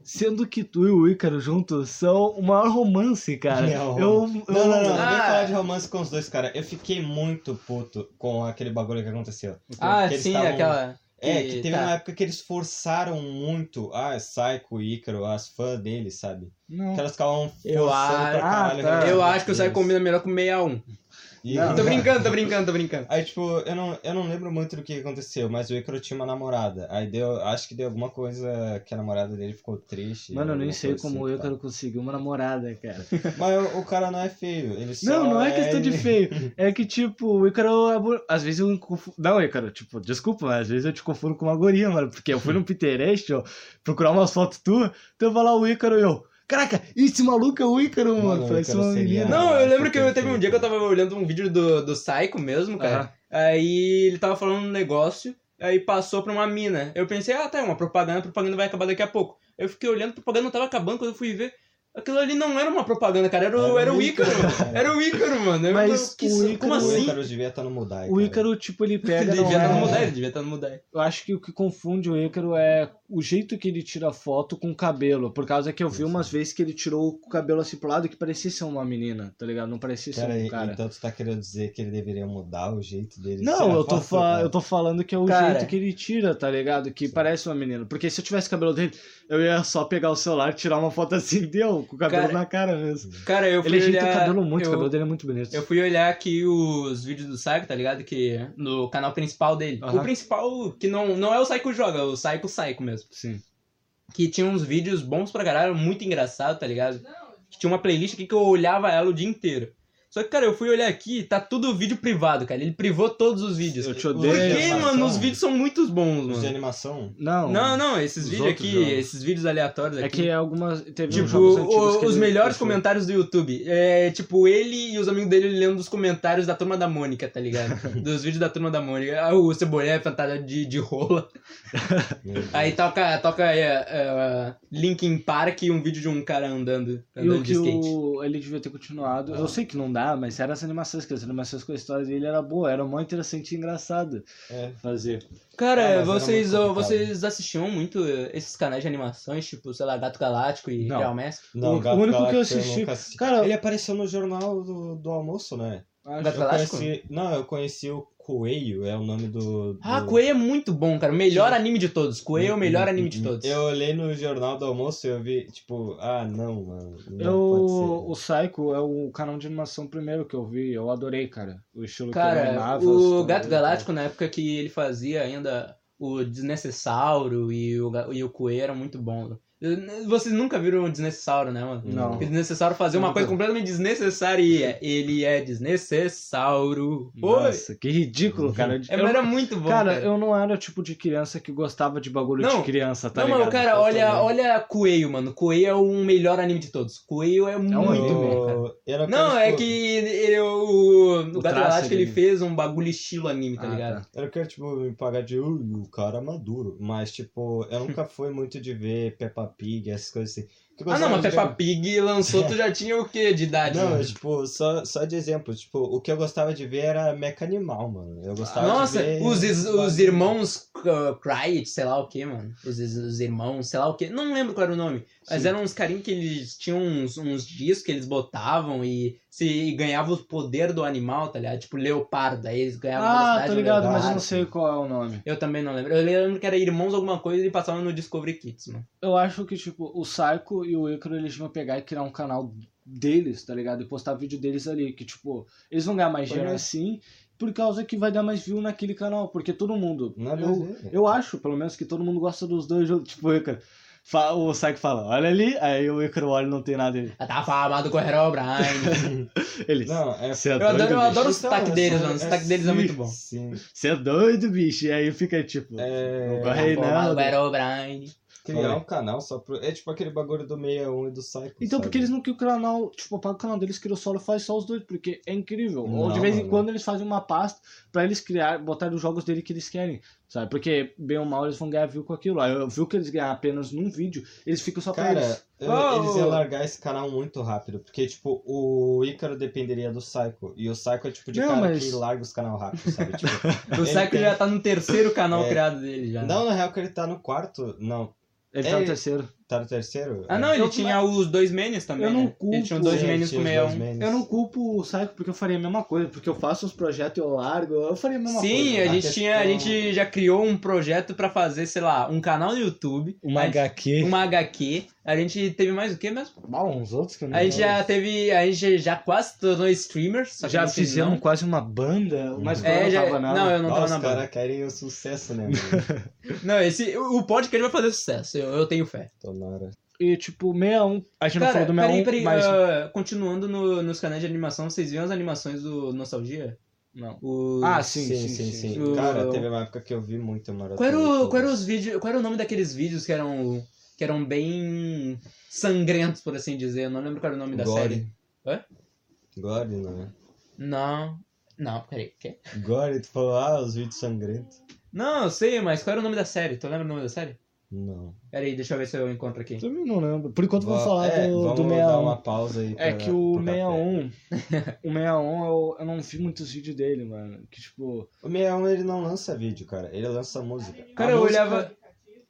[SPEAKER 3] sendo que tu e o Ícaro juntos são o maior romance, cara.
[SPEAKER 1] Não.
[SPEAKER 3] Eu, eu-
[SPEAKER 1] Não, não, não,
[SPEAKER 2] Ah.
[SPEAKER 1] nem falar de romance com os dois, cara. Eu fiquei muito puto com aquele bagulho que aconteceu.
[SPEAKER 2] Ah,
[SPEAKER 1] Então, Que eles
[SPEAKER 2] sim,
[SPEAKER 1] estavam-
[SPEAKER 2] aquela.
[SPEAKER 1] É,
[SPEAKER 2] E-
[SPEAKER 1] que teve
[SPEAKER 2] tá.
[SPEAKER 1] uma época que eles forçaram muito, ah, Psycho, Ícaro, as fãs dele, sabe?
[SPEAKER 3] Não.
[SPEAKER 1] Que elas ficavam
[SPEAKER 2] Eu
[SPEAKER 1] forçando pra caralho.
[SPEAKER 2] acho-
[SPEAKER 3] Ah, tá.
[SPEAKER 1] o
[SPEAKER 2] Eu
[SPEAKER 1] relacionamento
[SPEAKER 2] acho que o Psycho
[SPEAKER 1] deles.
[SPEAKER 2] combina melhor com o 61.
[SPEAKER 1] E-
[SPEAKER 3] Não.
[SPEAKER 2] Tô brincando, tô brincando, tô brincando.
[SPEAKER 1] Aí, tipo, eu não, eu não lembro muito do que aconteceu, mas o Icaro tinha uma namorada. Aí deu, acho que deu alguma coisa que a namorada dele ficou triste.
[SPEAKER 3] Mano, eu nem
[SPEAKER 1] alguma
[SPEAKER 3] sei
[SPEAKER 1] coisa
[SPEAKER 3] como o
[SPEAKER 1] assim, pá.
[SPEAKER 3] Ícaro conseguiu uma namorada, cara.
[SPEAKER 1] Mas o, o cara não é feio, ele só
[SPEAKER 3] Não, não é questão de
[SPEAKER 1] ele-
[SPEAKER 3] feio. É que, tipo, o Ícaro. é bo- Às vezes eu. me confu- Não, Ícaro, tipo, desculpa, mas às vezes eu te confundo com uma guria, mano. Porque eu fui no Pinterest ó, procurar umas fotos tuas, então eu vou lá o Ícaro e eu. Caraca, esse maluco é o Ícaro, mano.
[SPEAKER 1] Mano, o
[SPEAKER 3] Parece
[SPEAKER 1] Ícaro
[SPEAKER 3] uma
[SPEAKER 1] seria-
[SPEAKER 3] menina.
[SPEAKER 2] Não, eu lembro que eu-
[SPEAKER 1] perfeito.
[SPEAKER 2] teve um dia que eu tava olhando um vídeo do, do Psycho mesmo, cara. Aí ele tava falando um negócio, aí passou pra uma mina. Eu pensei, ah, tá, é uma propaganda, a propaganda vai acabar daqui a pouco. Eu fiquei olhando, a propaganda não tava acabando quando eu fui ver. Aquilo ali não era uma propaganda, cara. Era, o-
[SPEAKER 3] um
[SPEAKER 2] era o Ícaro. Era o Ícaro, mano. Eu-
[SPEAKER 3] Mas
[SPEAKER 2] eu- que
[SPEAKER 3] o
[SPEAKER 2] isso-
[SPEAKER 3] Ícaro-
[SPEAKER 2] como
[SPEAKER 1] um O
[SPEAKER 2] assim?
[SPEAKER 1] Ícaro devia estar no Mudai.
[SPEAKER 3] O Ícaro, tipo, ele
[SPEAKER 2] Ele
[SPEAKER 3] pega.
[SPEAKER 2] devia
[SPEAKER 3] não
[SPEAKER 2] estar no
[SPEAKER 3] é-
[SPEAKER 2] Mudai, ele devia estar no Mudai.
[SPEAKER 3] Eu acho que o que confunde o Ícaro é o jeito que ele tira foto com o cabelo. Por causa que eu vi
[SPEAKER 1] Isso.
[SPEAKER 3] umas vezes que ele tirou o cabelo assim pro lado que parecia ser uma menina, tá ligado? Não parecia ser
[SPEAKER 1] Cara,
[SPEAKER 3] um cara.
[SPEAKER 1] então tu tá querendo dizer que ele deveria mudar o jeito dele? de
[SPEAKER 3] Não,
[SPEAKER 1] tirar
[SPEAKER 3] eu
[SPEAKER 1] foto,
[SPEAKER 3] tô,
[SPEAKER 1] né?
[SPEAKER 3] fa-
[SPEAKER 1] cara?
[SPEAKER 3] eu tô falando que é o
[SPEAKER 2] Cara.
[SPEAKER 3] jeito que ele tira, tá ligado? Que parece uma menina. Porque se eu tivesse cabelo dele, eu ia só pegar o celular, tirar uma foto assim, deu, com o cabelo
[SPEAKER 2] Cara,
[SPEAKER 3] na cara mesmo.
[SPEAKER 2] Cara, eu fui
[SPEAKER 3] Ele ajeita
[SPEAKER 2] olhar...
[SPEAKER 3] o cabelo muito,
[SPEAKER 2] eu,
[SPEAKER 3] o cabelo dele é muito bonito.
[SPEAKER 2] Eu fui olhar aqui os vídeos do Saiko, tá ligado? Que no canal principal dele.
[SPEAKER 3] Aham.
[SPEAKER 2] O principal, que não, não é o Saiko Joga, é o Saiko Saiko mesmo.
[SPEAKER 3] Sim.
[SPEAKER 2] Que tinha uns vídeos bons pra caralho, muito engraçado, tá ligado? Que tinha uma playlist aqui que eu olhava ela o dia inteiro. Só que, cara, eu fui olhar aqui tá tudo vídeo privado, cara. Ele privou todos os vídeos.
[SPEAKER 3] Eu te
[SPEAKER 2] Por
[SPEAKER 3] odeio.
[SPEAKER 2] quê,
[SPEAKER 1] animação.
[SPEAKER 2] mano? Os vídeos são muito bons,
[SPEAKER 1] Os de
[SPEAKER 2] mano.
[SPEAKER 1] animação?
[SPEAKER 3] Não,
[SPEAKER 2] Não, não, esses
[SPEAKER 3] Os
[SPEAKER 2] vídeos
[SPEAKER 3] outros
[SPEAKER 2] aqui,
[SPEAKER 3] jogos.
[SPEAKER 2] esses vídeos aleatórios
[SPEAKER 3] É
[SPEAKER 2] aqui.
[SPEAKER 3] que algumas. Teve
[SPEAKER 2] Tipo,
[SPEAKER 3] uns jogos antigos
[SPEAKER 2] o-
[SPEAKER 3] que
[SPEAKER 2] os
[SPEAKER 3] ele
[SPEAKER 2] melhores
[SPEAKER 3] deixou.
[SPEAKER 2] comentários do YouTube. É, tipo, ele e os amigos dele lendo os comentários da Turma da Mônica, tá ligado? Dos vídeos da Turma da Mônica. Ah, O Cebolinha fantasiado de, de rola.
[SPEAKER 1] Meu Deus.
[SPEAKER 2] Aí toca, toca é, é, Linkin Park e um vídeo de um cara andando,
[SPEAKER 3] E
[SPEAKER 2] andando
[SPEAKER 3] o
[SPEAKER 2] de
[SPEAKER 3] que
[SPEAKER 2] skate.
[SPEAKER 3] o, ele devia ter continuado.
[SPEAKER 1] Ah.
[SPEAKER 3] Eu sei que não dá, mas eram as animações, que as animações com a história dele era boa, era mó interessante e engraçado
[SPEAKER 1] É.
[SPEAKER 3] fazer.
[SPEAKER 1] Ah, mas
[SPEAKER 2] Cara,
[SPEAKER 1] era
[SPEAKER 2] vocês,
[SPEAKER 1] muito
[SPEAKER 2] ó,
[SPEAKER 1] complicado.
[SPEAKER 2] vocês assistiam muito eh, esses canais de animações, tipo, sei lá, Gato Galáctico e
[SPEAKER 3] Não.
[SPEAKER 2] Real Mask?
[SPEAKER 1] Não,
[SPEAKER 3] o
[SPEAKER 1] Gato
[SPEAKER 3] único que eu
[SPEAKER 1] Galáctico
[SPEAKER 3] assisti-
[SPEAKER 1] nunca assisti.
[SPEAKER 3] Cara-
[SPEAKER 1] Ele apareceu no jornal do, do almoço, né?
[SPEAKER 2] é Gato
[SPEAKER 1] Eu
[SPEAKER 2] Galáctico?
[SPEAKER 1] conheci... Não, eu conheci o Coelho, é o nome do. do...
[SPEAKER 2] Ah, Coelho é muito bom, cara. Melhor anime de todos. Coelho é o melhor
[SPEAKER 1] Hum,
[SPEAKER 2] anime
[SPEAKER 1] hum,
[SPEAKER 2] de
[SPEAKER 1] hum.
[SPEAKER 2] todos.
[SPEAKER 1] Eu olhei no jornal do almoço e eu vi, tipo, ah, não, mano. Não
[SPEAKER 2] É,
[SPEAKER 3] Eu, o
[SPEAKER 1] pode ser.
[SPEAKER 3] Psycho é o canal de animação primeiro que eu vi, eu adorei, cara. O estilo que ele
[SPEAKER 2] Cara,
[SPEAKER 3] animava. assim, né,
[SPEAKER 2] o
[SPEAKER 3] os
[SPEAKER 2] Gato
[SPEAKER 3] tamanhos,
[SPEAKER 2] Galáctico, na época que ele fazia ainda o Desnecessauro e o, ga- e o Coelho eram muito bons. Vocês nunca viram o Desnecessauro, né, mano?
[SPEAKER 3] Não.
[SPEAKER 2] Porque Desnecessauro fazia uma
[SPEAKER 3] Nunca.
[SPEAKER 2] coisa completamente desnecessária e é- ele é desnecessauro.
[SPEAKER 3] tal.
[SPEAKER 2] Oi!
[SPEAKER 3] Nossa, que ridículo, cara.
[SPEAKER 2] É,
[SPEAKER 3] Eu-
[SPEAKER 2] mas era muito bom,
[SPEAKER 3] cara,
[SPEAKER 2] cara.
[SPEAKER 3] eu não era o tipo de criança que gostava de bagulho
[SPEAKER 2] Não.
[SPEAKER 3] de criança, tá
[SPEAKER 2] não,
[SPEAKER 3] ligado?
[SPEAKER 2] mano, cara,
[SPEAKER 3] Eu
[SPEAKER 2] olha,
[SPEAKER 3] também.
[SPEAKER 2] olha Coelho, mano. Coelho é o melhor anime de todos. Coelho é muito
[SPEAKER 3] anime,
[SPEAKER 2] bom, cara.
[SPEAKER 1] Eu- era
[SPEAKER 2] Não,
[SPEAKER 1] aquele,
[SPEAKER 2] é
[SPEAKER 1] tipo,
[SPEAKER 2] que ele- o, o
[SPEAKER 3] O
[SPEAKER 2] Gato
[SPEAKER 3] traço
[SPEAKER 2] Galáctico ele
[SPEAKER 3] dele.
[SPEAKER 2] fez um bagulho estilo anime, tá
[SPEAKER 3] Ah,
[SPEAKER 2] ligado?
[SPEAKER 3] tá.
[SPEAKER 1] Eu quero, tipo, me pagar de "Ui, o cara é maduro. Mas, tipo, eu nunca fui muito de ver Peppa Pig, essas coisas assim. Porque eu
[SPEAKER 2] Ah, não,
[SPEAKER 1] gostava
[SPEAKER 2] mas
[SPEAKER 1] de-
[SPEAKER 2] Peppa Pig lançou, tu já tinha o quê de idade?
[SPEAKER 1] Não,
[SPEAKER 2] mano?
[SPEAKER 1] é, tipo, só, só de exemplo, tipo, o que eu gostava de ver era Mecha Animal, mano. Eu gostava
[SPEAKER 2] Nossa,
[SPEAKER 1] de ver...
[SPEAKER 2] os, is- os irmãos uh, Cryet, sei lá o que, mano. Os, is- os irmãos, sei lá o que. Não lembro qual era o nome. Mas
[SPEAKER 1] Sim.
[SPEAKER 2] eram uns carinhos que eles tinham uns, uns discos que eles botavam e se e ganhavam o poder do animal, tá ligado? Tipo leopardo, aí eles ganhavam
[SPEAKER 3] Ah,
[SPEAKER 2] É velocidade
[SPEAKER 3] tô
[SPEAKER 2] do
[SPEAKER 3] ligado, mas eu
[SPEAKER 2] leopardo.
[SPEAKER 3] não sei qual é o nome.
[SPEAKER 2] Eu também não lembro. Eu lembro que era irmãos alguma coisa e passavam no Discovery Kids, mano.
[SPEAKER 3] Eu acho que, tipo, o Psycho e o Icaro, eles vão pegar e criar um canal deles, tá ligado? E postar vídeo deles ali, que, tipo, eles vão ganhar mais
[SPEAKER 1] Pois
[SPEAKER 3] dinheiro
[SPEAKER 1] é.
[SPEAKER 3] assim, por causa que vai dar mais view naquele canal, porque todo mundo...
[SPEAKER 2] é
[SPEAKER 1] Nada a
[SPEAKER 3] eu,
[SPEAKER 1] ver.
[SPEAKER 3] eu acho, pelo menos, que todo mundo gosta dos dois juntos, tipo, o Icaro. fa- O Psycho fala, olha ali, aí o Icaro olha e não tem nada. Ele,
[SPEAKER 2] Eu tava falando com o Harold O'Brien.
[SPEAKER 3] ele
[SPEAKER 1] Não, é...
[SPEAKER 3] você é
[SPEAKER 2] Eu adoro,
[SPEAKER 3] doido,
[SPEAKER 2] eu
[SPEAKER 3] bicho?
[SPEAKER 2] adoro o
[SPEAKER 1] Então,
[SPEAKER 2] sotaque
[SPEAKER 1] é
[SPEAKER 2] deles,
[SPEAKER 1] só-
[SPEAKER 2] mano. O
[SPEAKER 1] é
[SPEAKER 2] sotaque deles é muito bom.
[SPEAKER 1] Sim.
[SPEAKER 3] Você é doido, bicho. E aí fica, tipo, não
[SPEAKER 1] É...
[SPEAKER 3] corre
[SPEAKER 2] Tava
[SPEAKER 3] nada.
[SPEAKER 2] falando com o Harold O'Brien.
[SPEAKER 1] Criar
[SPEAKER 3] Foi.
[SPEAKER 1] um canal só pro... É tipo aquele bagulho do 61 e do Psycho,
[SPEAKER 3] Então,
[SPEAKER 1] sabe?
[SPEAKER 3] porque eles não criam o canal, tipo, apaga o canal deles, cria o solo, faz só os dois, porque é incrível. Ou de
[SPEAKER 1] Não,
[SPEAKER 3] vez em
[SPEAKER 1] mano.
[SPEAKER 3] quando eles fazem uma pasta pra eles criar, botar os jogos dele que eles querem, sabe? Porque, bem ou mal, eles vão ganhar view com aquilo. Aí eu vi que eles ganham apenas num vídeo, eles ficam só pra
[SPEAKER 1] Cara,
[SPEAKER 3] eles.
[SPEAKER 1] eu-
[SPEAKER 2] Ah,
[SPEAKER 1] eles
[SPEAKER 2] o-
[SPEAKER 1] iam largar esse canal muito rápido, porque, tipo, o Ícaro dependeria do Psycho, e o Psycho é o tipo de
[SPEAKER 3] Não,
[SPEAKER 1] cara
[SPEAKER 3] mas-
[SPEAKER 1] que larga os canal rápido, sabe? Tipo,
[SPEAKER 2] O
[SPEAKER 1] Ele
[SPEAKER 2] Saiko
[SPEAKER 1] tem-
[SPEAKER 2] já tá no terceiro canal
[SPEAKER 1] É.
[SPEAKER 2] criado dele já. né?
[SPEAKER 1] não, na real que ele tá no quarto, não,
[SPEAKER 3] Ele tá
[SPEAKER 1] é-
[SPEAKER 3] no terceiro.
[SPEAKER 1] tá no terceiro?
[SPEAKER 2] Ah, não, ele
[SPEAKER 3] Eu-
[SPEAKER 2] tinha os dois menus também.
[SPEAKER 3] Eu não
[SPEAKER 2] né? Ele tinha os
[SPEAKER 3] culpo.
[SPEAKER 2] dois
[SPEAKER 1] Sim,
[SPEAKER 2] menus com
[SPEAKER 1] tinha os
[SPEAKER 2] meia
[SPEAKER 1] dois
[SPEAKER 2] um.
[SPEAKER 1] menus.
[SPEAKER 3] Eu não culpo o Psycho porque eu faria a mesma coisa, porque eu faço os projetos, eu largo, eu faria a mesma coisa.
[SPEAKER 2] Sim, a
[SPEAKER 1] coisa.
[SPEAKER 2] gente
[SPEAKER 1] A
[SPEAKER 2] tinha. A
[SPEAKER 1] questão-
[SPEAKER 2] gente já criou um projeto pra fazer, sei lá, um canal no YouTube. a gente-
[SPEAKER 3] HQ.
[SPEAKER 2] Uma HQ. A gente teve mais o que mesmo?
[SPEAKER 3] uns outros que eu
[SPEAKER 2] A gente já teve. A gente já quase se tornou streamer. Só que
[SPEAKER 3] Já
[SPEAKER 2] no fim
[SPEAKER 3] fizemos
[SPEAKER 2] não.
[SPEAKER 3] quase uma banda, mas eu
[SPEAKER 2] É,
[SPEAKER 3] não
[SPEAKER 2] já...
[SPEAKER 3] tava nela.
[SPEAKER 2] Não, eu não
[SPEAKER 1] Nossa,
[SPEAKER 2] tava na
[SPEAKER 1] os
[SPEAKER 2] banda.
[SPEAKER 1] caras querem o sucesso, né, mano?
[SPEAKER 2] Não, esse, o o podcast vai fazer sucesso, eu, eu tenho fé.
[SPEAKER 1] Tomara.
[SPEAKER 3] E tipo, 61. A gente não
[SPEAKER 2] Cara,
[SPEAKER 3] falou do 61,
[SPEAKER 2] peraí, peraí,
[SPEAKER 3] mas.
[SPEAKER 2] ah, continuando no- nos canais de animação, vocês viram as animações do Nostalgia?
[SPEAKER 3] Não.
[SPEAKER 2] Os-
[SPEAKER 3] Ah, sim,
[SPEAKER 1] sim, sim, sim.
[SPEAKER 2] sim.
[SPEAKER 1] Cara,
[SPEAKER 2] O-
[SPEAKER 1] teve uma época que eu vi muito maratona.
[SPEAKER 2] Qual era, o, qual, era os vídeo, qual era o nome daqueles vídeos que eram, que eram bem sangrentos, por assim dizer? Eu não lembro qual era o nome da
[SPEAKER 1] Gore.
[SPEAKER 2] série. Hã?
[SPEAKER 1] Gore, não é?
[SPEAKER 2] Não. Não, peraí. Quê?
[SPEAKER 1] Gore, tu falou, ah, os vídeos sangrentos.
[SPEAKER 2] Não, eu sei, mas qual era o nome da série? Tu lembra o nome da série?
[SPEAKER 1] Não.
[SPEAKER 2] Pera aí, deixa eu ver se eu encontro aqui.
[SPEAKER 3] Também não lembro. Por enquanto eu vou
[SPEAKER 1] Va-
[SPEAKER 3] falar
[SPEAKER 1] é,
[SPEAKER 3] do, um.
[SPEAKER 1] vamos
[SPEAKER 3] do
[SPEAKER 1] dar
[SPEAKER 3] 61.
[SPEAKER 1] uma pausa aí.
[SPEAKER 3] É
[SPEAKER 1] pra-
[SPEAKER 3] que o
[SPEAKER 1] pro café.
[SPEAKER 3] 61, o 61 eu, eu não vi muitos vídeos dele, mano. Que tipo,
[SPEAKER 1] O 61 ele não lança vídeo, cara. Ele lança música.
[SPEAKER 2] Cara,
[SPEAKER 1] A
[SPEAKER 2] eu
[SPEAKER 1] música-
[SPEAKER 2] olhava.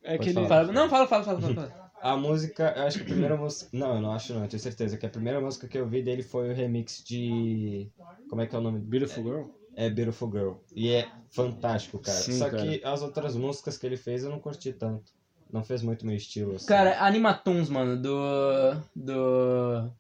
[SPEAKER 3] é
[SPEAKER 1] Pode
[SPEAKER 3] que ele.
[SPEAKER 1] falar.
[SPEAKER 2] Falava, não, fala, fala, fala, fala. fala.
[SPEAKER 1] A música, eu acho que a primeira música. Não, eu não acho não, eu tenho certeza. Que a primeira música que eu vi dele foi o remix de. Como é que é o nome?
[SPEAKER 3] Beautiful Girl?
[SPEAKER 1] É Beautiful Girl. E é fantástico, cara.
[SPEAKER 3] Sim,
[SPEAKER 1] Só
[SPEAKER 3] cara.
[SPEAKER 1] que as outras músicas que ele fez eu não curti tanto. Não fez muito meu estilo, assim.
[SPEAKER 2] Cara, Animatoons, mano, do. Do.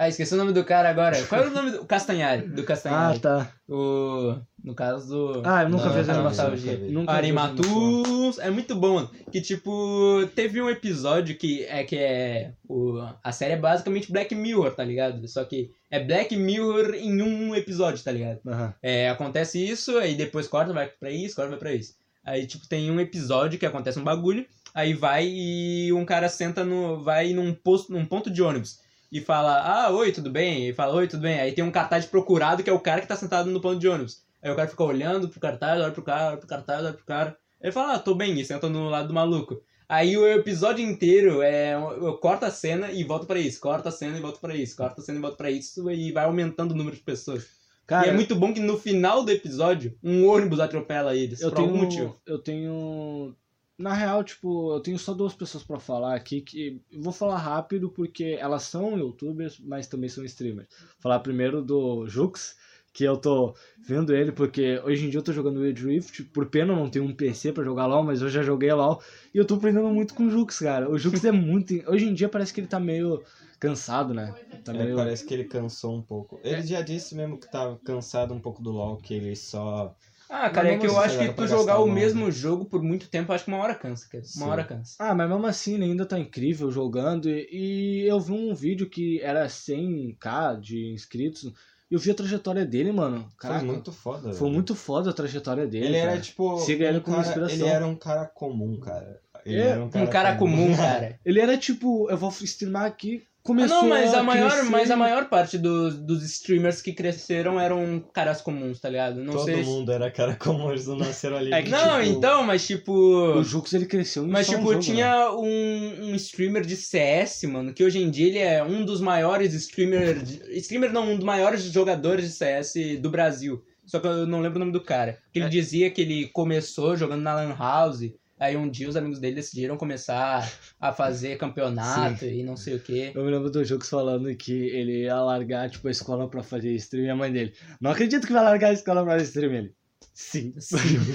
[SPEAKER 2] Ah, esqueci o nome do cara agora. Qual era o nome do. Castanhari, do
[SPEAKER 3] Ah,
[SPEAKER 2] Castanhari.
[SPEAKER 3] tá.
[SPEAKER 2] O. No caso do.
[SPEAKER 3] Ah, eu nunca
[SPEAKER 1] Não,
[SPEAKER 3] vi essa
[SPEAKER 1] cara,
[SPEAKER 3] animação.
[SPEAKER 1] nunca vi.
[SPEAKER 3] Nunca vi essa animação.
[SPEAKER 2] Animatus é muito bom, mano. Que tipo, teve um episódio que é que é o, a série é basicamente Black Mirror, tá ligado? Só que é Black Mirror em um episódio, tá ligado?
[SPEAKER 3] Aham.
[SPEAKER 2] É, acontece isso, aí depois corta, vai pra isso, corta, vai pra isso. Aí, tipo, tem um episódio que acontece um bagulho, aí vai e um cara senta no. vai num posto, num ponto de ônibus e fala, ah, oi, tudo bem? E fala, oi, tudo bem? Aí tem um cartaz procurado que é o cara que tá sentado no ponto de ônibus. Aí o cara fica olhando pro cartaz, olha pro cara, olha pro cartaz, olha pro cara. Ele fala, ah, tô bem, e senta no lado do maluco. Aí o episódio inteiro é. eu corta a cena e volta pra isso, corta a cena e volta pra isso, corta a cena e volta pra isso, e vai aumentando o número de pessoas e é
[SPEAKER 3] Cara,
[SPEAKER 2] muito bom que no final do episódio, um ônibus atropela eles,
[SPEAKER 3] eu
[SPEAKER 2] por
[SPEAKER 3] tenho,
[SPEAKER 2] algum motivo.
[SPEAKER 3] eu tenho. Na real, tipo, eu tenho só duas pessoas pra falar aqui que. eu Vou falar rápido porque elas são youtubers, mas também são streamers. Vou falar primeiro do Jux, que eu tô vendo ele porque hoje em dia eu tô jogando Wild Rift. Por pena eu não tenho um PC pra jogar LOL, mas eu já joguei LOL. E eu tô aprendendo muito com o Jux, cara. O Jux é muito. Hoje em dia parece que ele tá meio cansado, né? Tá
[SPEAKER 1] É,
[SPEAKER 3] meio.
[SPEAKER 1] Parece que ele cansou um pouco. Ele já disse mesmo que tava cansado um pouco do LoL, que ele só.
[SPEAKER 2] Ah, cara,
[SPEAKER 1] Mas
[SPEAKER 2] é que
[SPEAKER 1] vamos
[SPEAKER 2] eu acho
[SPEAKER 1] esperar
[SPEAKER 2] que
[SPEAKER 1] pra
[SPEAKER 2] tu
[SPEAKER 1] gastar
[SPEAKER 2] jogar
[SPEAKER 1] a
[SPEAKER 2] o
[SPEAKER 1] mão,
[SPEAKER 2] mesmo jogo por muito tempo, acho que uma hora cansa, cara. Uma
[SPEAKER 1] Sim.
[SPEAKER 2] hora cansa.
[SPEAKER 3] Ah, mas mesmo assim ele ainda tá incrível jogando. E, e eu vi um vídeo que era 100k de inscritos. E eu vi a trajetória dele, mano. Caraca,
[SPEAKER 1] foi muito foda. né?
[SPEAKER 3] foi
[SPEAKER 1] velho.
[SPEAKER 3] muito foda a trajetória dele.
[SPEAKER 1] Ele era
[SPEAKER 3] cara.
[SPEAKER 1] tipo.
[SPEAKER 3] Siga ele como
[SPEAKER 1] cara-
[SPEAKER 3] inspiração.
[SPEAKER 1] Ele era um cara comum, cara. Ele
[SPEAKER 3] É,
[SPEAKER 1] era um cara,
[SPEAKER 2] Um cara comum, cara.
[SPEAKER 3] Ele era tipo, eu vou streamar aqui.
[SPEAKER 2] Ah,
[SPEAKER 3] Começou
[SPEAKER 2] não, mas a, maior,
[SPEAKER 3] crescer.
[SPEAKER 2] mas a maior parte dos, dos streamers que cresceram eram caras comuns, tá ligado? Não
[SPEAKER 1] Todo
[SPEAKER 2] sei. se-
[SPEAKER 1] mundo era cara comum, eles não nasceram ali.
[SPEAKER 3] É que,
[SPEAKER 2] Não,
[SPEAKER 1] tipo,
[SPEAKER 2] então, mas tipo.
[SPEAKER 3] O Jux ele cresceu em
[SPEAKER 2] Mas,
[SPEAKER 3] só um
[SPEAKER 2] tipo,
[SPEAKER 3] jogo, né?
[SPEAKER 2] tinha um, um streamer de CS, mano, que hoje em dia ele é um dos maiores streamers. de- Streamer não, um dos maiores jogadores de CS do Brasil. Só que eu não lembro o nome do cara. Que ele
[SPEAKER 3] É.
[SPEAKER 2] dizia que ele começou jogando na Lan House. Aí um dia os amigos dele decidiram começar a fazer campeonato e não sei o quê.
[SPEAKER 3] Eu me lembro do Jux falando que ele ia largar, tipo, a escola pra fazer stream e a mãe dele. Não acredito que vai largar a escola pra fazer stream ele. Sim.